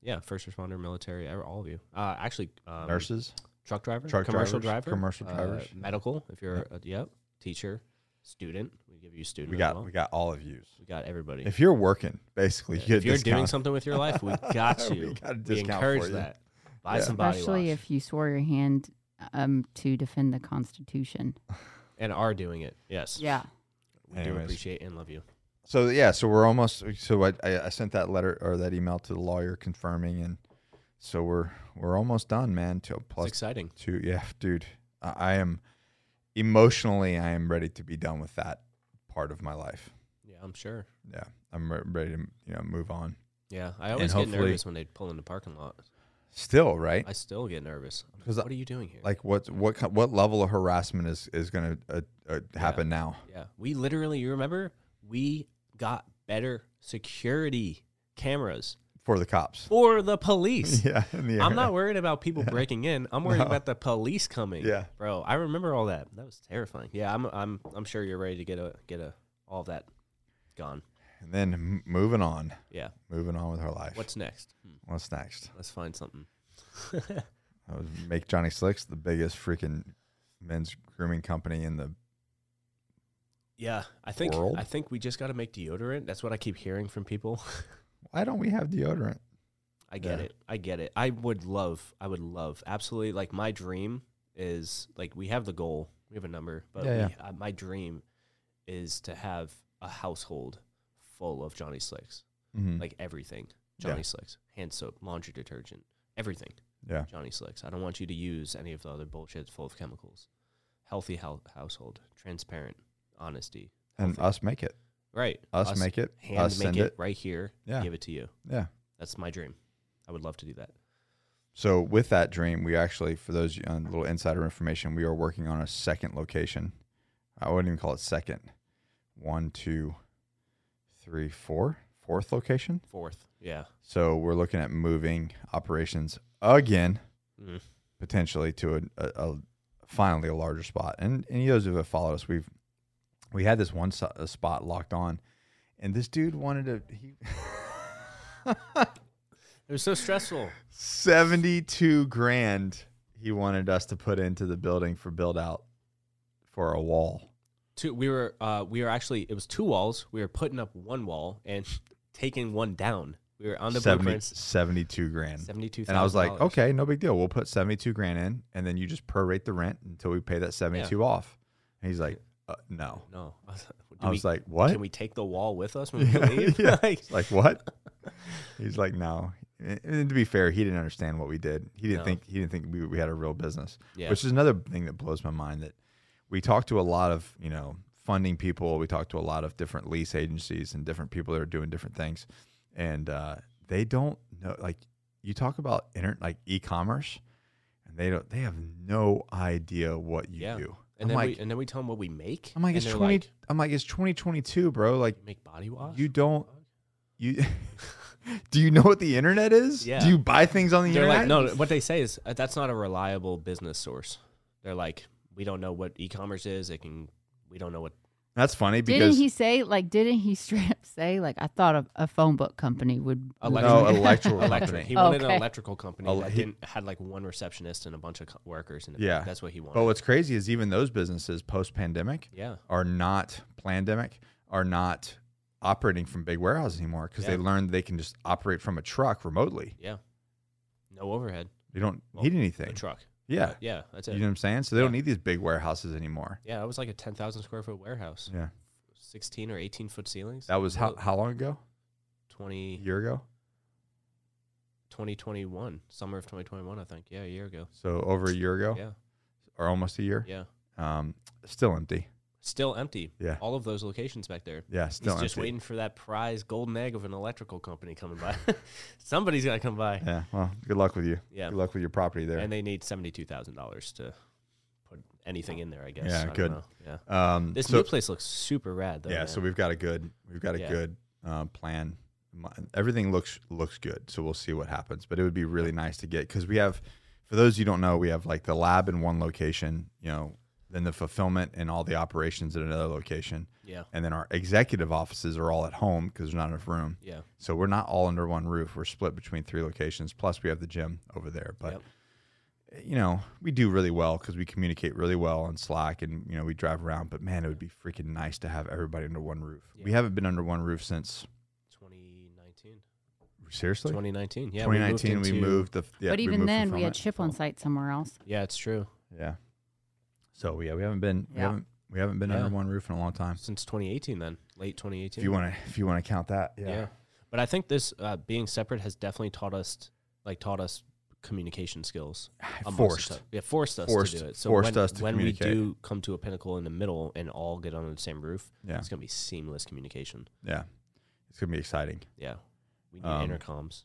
[SPEAKER 2] yeah, first responder, military, ever- all of you. Uh, actually, um,
[SPEAKER 1] Nurses.
[SPEAKER 2] truck driver,
[SPEAKER 1] Truck
[SPEAKER 2] commercial
[SPEAKER 1] drivers,
[SPEAKER 2] driver,
[SPEAKER 1] commercial
[SPEAKER 2] uh,
[SPEAKER 1] drivers.
[SPEAKER 2] medical. If you're a yep, teacher, student, we give you student.
[SPEAKER 1] We
[SPEAKER 2] as
[SPEAKER 1] got
[SPEAKER 2] well.
[SPEAKER 1] we got all of yous.
[SPEAKER 2] we got everybody.
[SPEAKER 1] If you're working, basically,
[SPEAKER 2] Yeah,
[SPEAKER 1] you
[SPEAKER 2] if you're doing something with your life, we got
[SPEAKER 1] We
[SPEAKER 2] you.
[SPEAKER 1] got a
[SPEAKER 2] we
[SPEAKER 1] discount for
[SPEAKER 2] encourage
[SPEAKER 1] you.
[SPEAKER 2] that. Buy
[SPEAKER 1] Yeah.
[SPEAKER 2] some body
[SPEAKER 3] especially
[SPEAKER 2] wash.
[SPEAKER 3] if you swore your hand um, to defend the Constitution.
[SPEAKER 2] and are doing it. Yes,
[SPEAKER 3] Yeah,
[SPEAKER 2] we do
[SPEAKER 1] Anyways.
[SPEAKER 2] appreciate and love you.
[SPEAKER 1] So yeah, so we're almost. So I, I I sent that letter or that email to the lawyer confirming, and so we're we're almost done, man. To
[SPEAKER 2] It's
[SPEAKER 1] plus
[SPEAKER 2] exciting.
[SPEAKER 1] two, yeah, dude. I I am emotionally, I am ready to be done with that part of my life.
[SPEAKER 2] Yeah, I'm sure.
[SPEAKER 1] Yeah, I'm re- ready to you know move on.
[SPEAKER 2] Yeah, I always get
[SPEAKER 1] hopefully-
[SPEAKER 2] nervous when they pull in the parking lot.
[SPEAKER 1] Still, right?
[SPEAKER 2] I still get nervous. I'm like,
[SPEAKER 1] 'Cause I-
[SPEAKER 2] what are you doing here?
[SPEAKER 1] Like what what ki- what level of harassment is is going to uh, uh, happen now?
[SPEAKER 2] yeah, we literally. You remember we got better security cameras
[SPEAKER 1] for the cops.
[SPEAKER 2] for the police.
[SPEAKER 1] Yeah, in the
[SPEAKER 2] I'm
[SPEAKER 1] area.
[SPEAKER 2] not worried about people breaking in. I'm worried about the police coming.
[SPEAKER 1] Yeah.
[SPEAKER 2] bro, I remember all that. That was terrifying. Yeah, I'm, I'm, I'm sure you're ready to get a, get a, all that gone.
[SPEAKER 1] And then m- moving on,
[SPEAKER 2] Yeah.
[SPEAKER 1] moving on with her life.
[SPEAKER 2] What's next? Hmm,
[SPEAKER 1] What's next?
[SPEAKER 2] Let's find something.
[SPEAKER 1] I was make Johnny Slicks the biggest freaking men's grooming company in the.
[SPEAKER 2] Yeah, I think,
[SPEAKER 1] World?
[SPEAKER 2] I think we just got to make deodorant. That's what I keep hearing from people.
[SPEAKER 1] Why don't we have deodorant?
[SPEAKER 2] I get
[SPEAKER 1] Yeah.
[SPEAKER 2] it. I get it. I would love, I would love, absolutely. Like my dream is like we have the goal, we have a number, but
[SPEAKER 1] Yeah,
[SPEAKER 2] we, Uh, my dream is to have a household full of Johnny Slicks,
[SPEAKER 1] Mhm.
[SPEAKER 2] like everything
[SPEAKER 1] Yeah.
[SPEAKER 2] Johnny Slicks, hand soap, laundry detergent, everything
[SPEAKER 1] yeah,
[SPEAKER 2] Johnny Slicks. I don't want you to use any of the other bullshits full of chemicals. Healthy hou- household, transparent, honesty.
[SPEAKER 1] and
[SPEAKER 2] healthy.
[SPEAKER 1] us make it.
[SPEAKER 2] right?
[SPEAKER 1] Us, make it.
[SPEAKER 2] hand
[SPEAKER 1] us
[SPEAKER 2] make
[SPEAKER 1] send
[SPEAKER 2] it,
[SPEAKER 1] it.
[SPEAKER 2] right here.
[SPEAKER 1] Yeah.
[SPEAKER 2] give it to you.
[SPEAKER 1] Yeah.
[SPEAKER 2] That's my dream. I would love to do that.
[SPEAKER 1] So with that dream, we actually, for those uh, little insider information, we are working on a second location. I wouldn't even call it second. One, two, three, four. Fourth location.
[SPEAKER 2] Fourth, yeah.
[SPEAKER 1] So we're looking at moving operations again,
[SPEAKER 2] Mhm.
[SPEAKER 1] potentially to a, a, a finally a larger spot. And any of those who have followed us, we've we had this one so- uh, spot locked on, and this dude wanted to he
[SPEAKER 2] It was so stressful.
[SPEAKER 1] seventy two grand. He wanted us to put into the building for build out for a wall.
[SPEAKER 2] Two, we were, uh, we were actually. It was two walls. We were putting up one wall and taking one down. We were on the
[SPEAKER 1] 70,
[SPEAKER 2] blueprints.
[SPEAKER 1] 72 grand.
[SPEAKER 2] Seventy-two.
[SPEAKER 1] And I was like, okay, no big deal. We'll put 72 grand in and then you just prorate the rent until we pay that 72 off. And he's like, uh, no.
[SPEAKER 2] No. I was, do
[SPEAKER 1] I
[SPEAKER 2] we-
[SPEAKER 1] was like, what?
[SPEAKER 2] Can we take the wall with us when we leave?
[SPEAKER 1] yeah.
[SPEAKER 2] Like,
[SPEAKER 1] It's like, what? He's like, no. And and to be fair, he didn't understand what we did. He didn't
[SPEAKER 2] No.
[SPEAKER 1] think he didn't think we, we had a real business.
[SPEAKER 2] Yeah.
[SPEAKER 1] Which is another thing that blows my mind that we talk to a lot of, you know, funding people, we talk to a lot of different lease agencies and different people that are doing different things. And uh, they don't know like you talk about internet like e commerce and they don't they have no idea what you
[SPEAKER 2] Yeah.
[SPEAKER 1] do.
[SPEAKER 2] and
[SPEAKER 1] I'm
[SPEAKER 2] then
[SPEAKER 1] like
[SPEAKER 2] we and then we tell them what we make.
[SPEAKER 1] I'm like,
[SPEAKER 2] and
[SPEAKER 1] it's
[SPEAKER 2] they're
[SPEAKER 1] twenty
[SPEAKER 2] Like,
[SPEAKER 1] I'm like, it's twenty twenty two, bro. Like
[SPEAKER 2] "You make body wash.
[SPEAKER 1] you don't you do you know what the internet is?
[SPEAKER 2] Yeah.
[SPEAKER 1] Do you buy things on the
[SPEAKER 2] They're like,
[SPEAKER 1] internet?
[SPEAKER 2] no. no, What they say is uh, that's not a reliable business source. They're like, we don't know what e-commerce is. It can. We don't know what.
[SPEAKER 1] That's funny
[SPEAKER 3] Didn't
[SPEAKER 1] because
[SPEAKER 3] he say like? Didn't he straight up say like? I thought a, a phone book company would.
[SPEAKER 1] no
[SPEAKER 2] Electric.
[SPEAKER 1] electrical
[SPEAKER 2] Electric.
[SPEAKER 1] electric.
[SPEAKER 2] He wanted an
[SPEAKER 3] Okay.
[SPEAKER 2] electrical company
[SPEAKER 1] Ele-
[SPEAKER 2] that
[SPEAKER 1] he-
[SPEAKER 2] didn't had like one receptionist and a bunch of co- workers, and
[SPEAKER 1] Yeah.
[SPEAKER 2] that's what he wanted.
[SPEAKER 1] But what's crazy is even those businesses post pandemic
[SPEAKER 2] yeah,
[SPEAKER 1] are not pandemic are not operating from big warehouses anymore because
[SPEAKER 2] Yeah.
[SPEAKER 1] they learned they can just operate from a truck remotely.
[SPEAKER 2] yeah. No overhead.
[SPEAKER 1] You don't
[SPEAKER 2] Well,
[SPEAKER 1] need
[SPEAKER 2] A
[SPEAKER 1] anything.
[SPEAKER 2] truck.
[SPEAKER 1] Yeah.
[SPEAKER 2] Uh, yeah. That's
[SPEAKER 1] You
[SPEAKER 2] it.
[SPEAKER 1] know what I'm saying? So they don't
[SPEAKER 2] Yeah.
[SPEAKER 1] need these big warehouses anymore.
[SPEAKER 2] yeah, it was like a ten thousand square foot warehouse,
[SPEAKER 1] Yeah.
[SPEAKER 2] sixteen or eighteen foot ceilings.
[SPEAKER 1] That was how,
[SPEAKER 2] Whoa.
[SPEAKER 1] how long ago? A
[SPEAKER 2] 20,
[SPEAKER 1] year ago?
[SPEAKER 2] 2021, summer of 2021, I think. Yeah, a year ago.
[SPEAKER 1] So over a year ago
[SPEAKER 2] Yeah,
[SPEAKER 1] or almost a year.
[SPEAKER 2] yeah.
[SPEAKER 1] Um, still empty.
[SPEAKER 2] Still empty.
[SPEAKER 1] Yeah.
[SPEAKER 2] All of those locations back there.
[SPEAKER 1] Yeah.
[SPEAKER 2] He's
[SPEAKER 1] Still
[SPEAKER 2] just
[SPEAKER 1] empty.
[SPEAKER 2] waiting for that prize golden egg of an electrical company coming by. Somebody's got to come by.
[SPEAKER 1] Yeah. Well, good luck with you.
[SPEAKER 2] Yeah.
[SPEAKER 1] Good luck with your property there.
[SPEAKER 2] And they need $72,000 to put anything in there, I guess.
[SPEAKER 1] Yeah,
[SPEAKER 2] I don't
[SPEAKER 1] good.
[SPEAKER 2] know. Yeah.
[SPEAKER 1] um,
[SPEAKER 2] This
[SPEAKER 1] so-
[SPEAKER 2] new place looks super rad, though.
[SPEAKER 1] yeah
[SPEAKER 2] man.
[SPEAKER 1] so we've got a good we've got a
[SPEAKER 2] Yeah.
[SPEAKER 1] good uh, plan Mi- everything looks looks good so we'll see what happens but it would be really nice to get because we have for those you don't know we have like the lab in one location you know then the fulfillment and all the operations at another location
[SPEAKER 2] Yeah.
[SPEAKER 1] and then our executive offices are all at home because there's not enough room
[SPEAKER 2] Yeah.
[SPEAKER 1] so we're not all under one roof we're split between three locations plus we have the gym over there but
[SPEAKER 2] Yep.
[SPEAKER 1] you know, we do really well because we communicate really well on Slack and, you know, we drive around. But man, it would be freaking nice to have everybody under one roof. We
[SPEAKER 2] Yeah.
[SPEAKER 1] haven't been under one roof since,
[SPEAKER 2] 2019.
[SPEAKER 1] seriously?
[SPEAKER 2] 2019. Yeah.
[SPEAKER 1] 2019, we moved,
[SPEAKER 2] into-
[SPEAKER 1] the. Yeah,
[SPEAKER 3] but
[SPEAKER 1] we
[SPEAKER 3] even
[SPEAKER 1] moved
[SPEAKER 3] then, we had
[SPEAKER 1] fulfillment.
[SPEAKER 3] ship on site somewhere else.
[SPEAKER 2] Yeah, it's true.
[SPEAKER 1] Yeah. So, yeah, we haven't been, we
[SPEAKER 3] Yeah.
[SPEAKER 1] haven't, we haven't been
[SPEAKER 2] Yeah.
[SPEAKER 1] under one roof in a long time.
[SPEAKER 2] Since 2018, then. Late 2018.
[SPEAKER 1] If you want to, if you want to count that, yeah.
[SPEAKER 2] Yeah. But I think this uh, being separate has definitely taught us, like, taught us communication skills. amongst
[SPEAKER 1] Forced.
[SPEAKER 2] Us. Yeah, forced us
[SPEAKER 1] Forced-
[SPEAKER 2] to do it. So
[SPEAKER 1] forced
[SPEAKER 2] when,
[SPEAKER 1] us to
[SPEAKER 2] when we
[SPEAKER 1] communicate.
[SPEAKER 2] do come to a pinnacle in the middle and all get under the same roof,
[SPEAKER 1] Yeah.
[SPEAKER 2] it's going to be seamless communication.
[SPEAKER 1] Yeah. It's going to be exciting.
[SPEAKER 2] Yeah. We need
[SPEAKER 1] Um,
[SPEAKER 2] intercoms.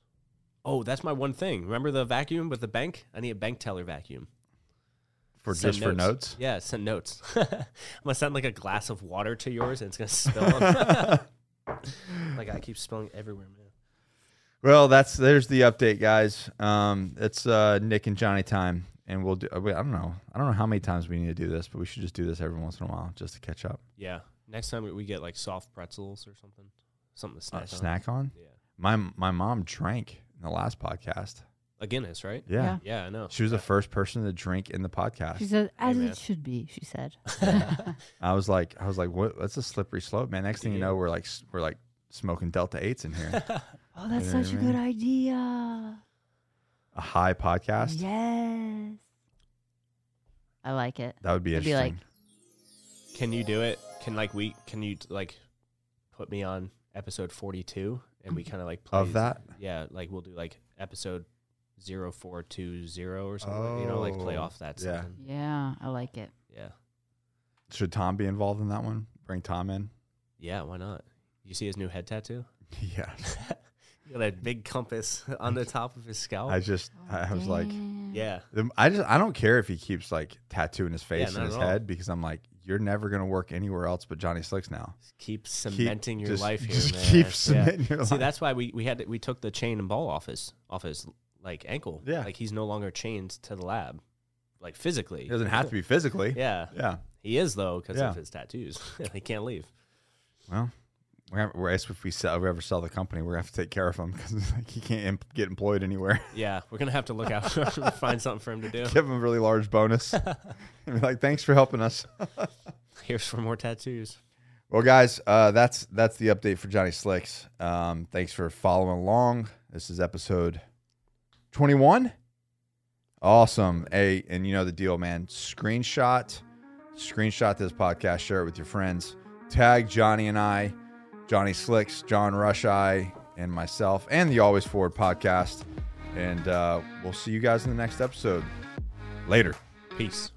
[SPEAKER 2] Oh, that's my one thing. Remember the vacuum with the bank? I need a bank teller vacuum.
[SPEAKER 1] For
[SPEAKER 2] Send
[SPEAKER 1] just for notes.
[SPEAKER 2] Yeah, send notes. I'm gonna send like a glass of water to yours, and it's gonna spill. on- like I keep spilling everywhere, man.
[SPEAKER 1] Well, that's, there's the update, guys. Um, it's uh, Nick and Johnny time. And we'll do, uh, I don't know. I don't know how many times we need to do this, but we should just do this every once in a while just to catch up.
[SPEAKER 2] Yeah. Next time we- we get like soft pretzels or something, something to
[SPEAKER 1] uh,
[SPEAKER 2] snack. on.
[SPEAKER 1] snack on.
[SPEAKER 2] Yeah.
[SPEAKER 1] My my mom drank in the last podcast.
[SPEAKER 2] A Guinness, right?
[SPEAKER 1] Yeah.
[SPEAKER 3] Yeah.
[SPEAKER 2] Yeah, I know.
[SPEAKER 1] She was the first person to drink in the podcast.
[SPEAKER 3] She said, "As
[SPEAKER 2] man.
[SPEAKER 3] it should be," she said. "Oh,
[SPEAKER 1] I was like, I was like, what? That's a slippery slope, man. Next thing you
[SPEAKER 2] Yeah.
[SPEAKER 1] know, we're like, s- we're like smoking Delta Eights in here.
[SPEAKER 3] Oh, that's
[SPEAKER 1] You know what
[SPEAKER 3] such
[SPEAKER 1] I
[SPEAKER 3] a good idea.
[SPEAKER 1] a high podcast.
[SPEAKER 3] Yes. I like it.
[SPEAKER 1] That would be
[SPEAKER 3] I'd be like-
[SPEAKER 1] interesting.
[SPEAKER 2] Can you do it? Can like we can you like put me on episode 42 and we kind of like play
[SPEAKER 1] of that,
[SPEAKER 2] Yeah, like we'll do like episode 0420 or something. You know, like play
[SPEAKER 1] Oh,
[SPEAKER 2] off that
[SPEAKER 1] yeah.
[SPEAKER 2] something.
[SPEAKER 3] Yeah, I like it.
[SPEAKER 2] Yeah.
[SPEAKER 1] should Tom be involved in that one? Bring Tom in.
[SPEAKER 2] Yeah, why not? You see his new head tattoo?
[SPEAKER 1] yeah.
[SPEAKER 2] He got a big compass on the top of his scalp.
[SPEAKER 1] I just, I was like,
[SPEAKER 3] Oh,
[SPEAKER 2] yeah.
[SPEAKER 1] the- I just, I don't care if he keeps like tattooing his face
[SPEAKER 2] not
[SPEAKER 1] and his
[SPEAKER 2] at all.
[SPEAKER 1] head because I'm like, you're never gonna work anywhere else but Johnny Slicks now.
[SPEAKER 2] Keep
[SPEAKER 1] Keep-
[SPEAKER 2] cementing your
[SPEAKER 1] just-
[SPEAKER 2] life here,
[SPEAKER 1] just
[SPEAKER 2] man.
[SPEAKER 1] Keep
[SPEAKER 2] Yeah.
[SPEAKER 1] cementing your life.
[SPEAKER 2] See, that's why we we had to, we took the chain and ball off his off his like ankle.
[SPEAKER 1] Yeah.
[SPEAKER 2] like he's no longer chained to the lab, like physically.
[SPEAKER 1] It doesn't have to be physically.
[SPEAKER 2] Yeah,
[SPEAKER 1] Yeah.
[SPEAKER 2] he is though because
[SPEAKER 1] Yeah.
[SPEAKER 2] of his tattoos. he can't leave.
[SPEAKER 1] Well, we're, gonna- we're if we sell, if we ever sell the company, we're gonna have to take care of him because like he can't em- get employed anywhere.
[SPEAKER 2] Yeah, we're gonna have to look out for find something for him to do.
[SPEAKER 1] Give him a really large bonus. and be like, thanks for helping us.
[SPEAKER 2] Here's for more tattoos.
[SPEAKER 1] Well, guys, uh, that's that's the update for Johnny Slicks. Um, thanks for following along. This is episode twenty-one. Awesome. Hey, and you know the deal, man. Screenshot, screenshot this podcast. Share it with your friends. Tag Johnny and I, Johnny Slicks, John Rusheye, and myself, and the Always Forward podcast. And uh, we'll see you guys in the next episode. Later.
[SPEAKER 2] Peace.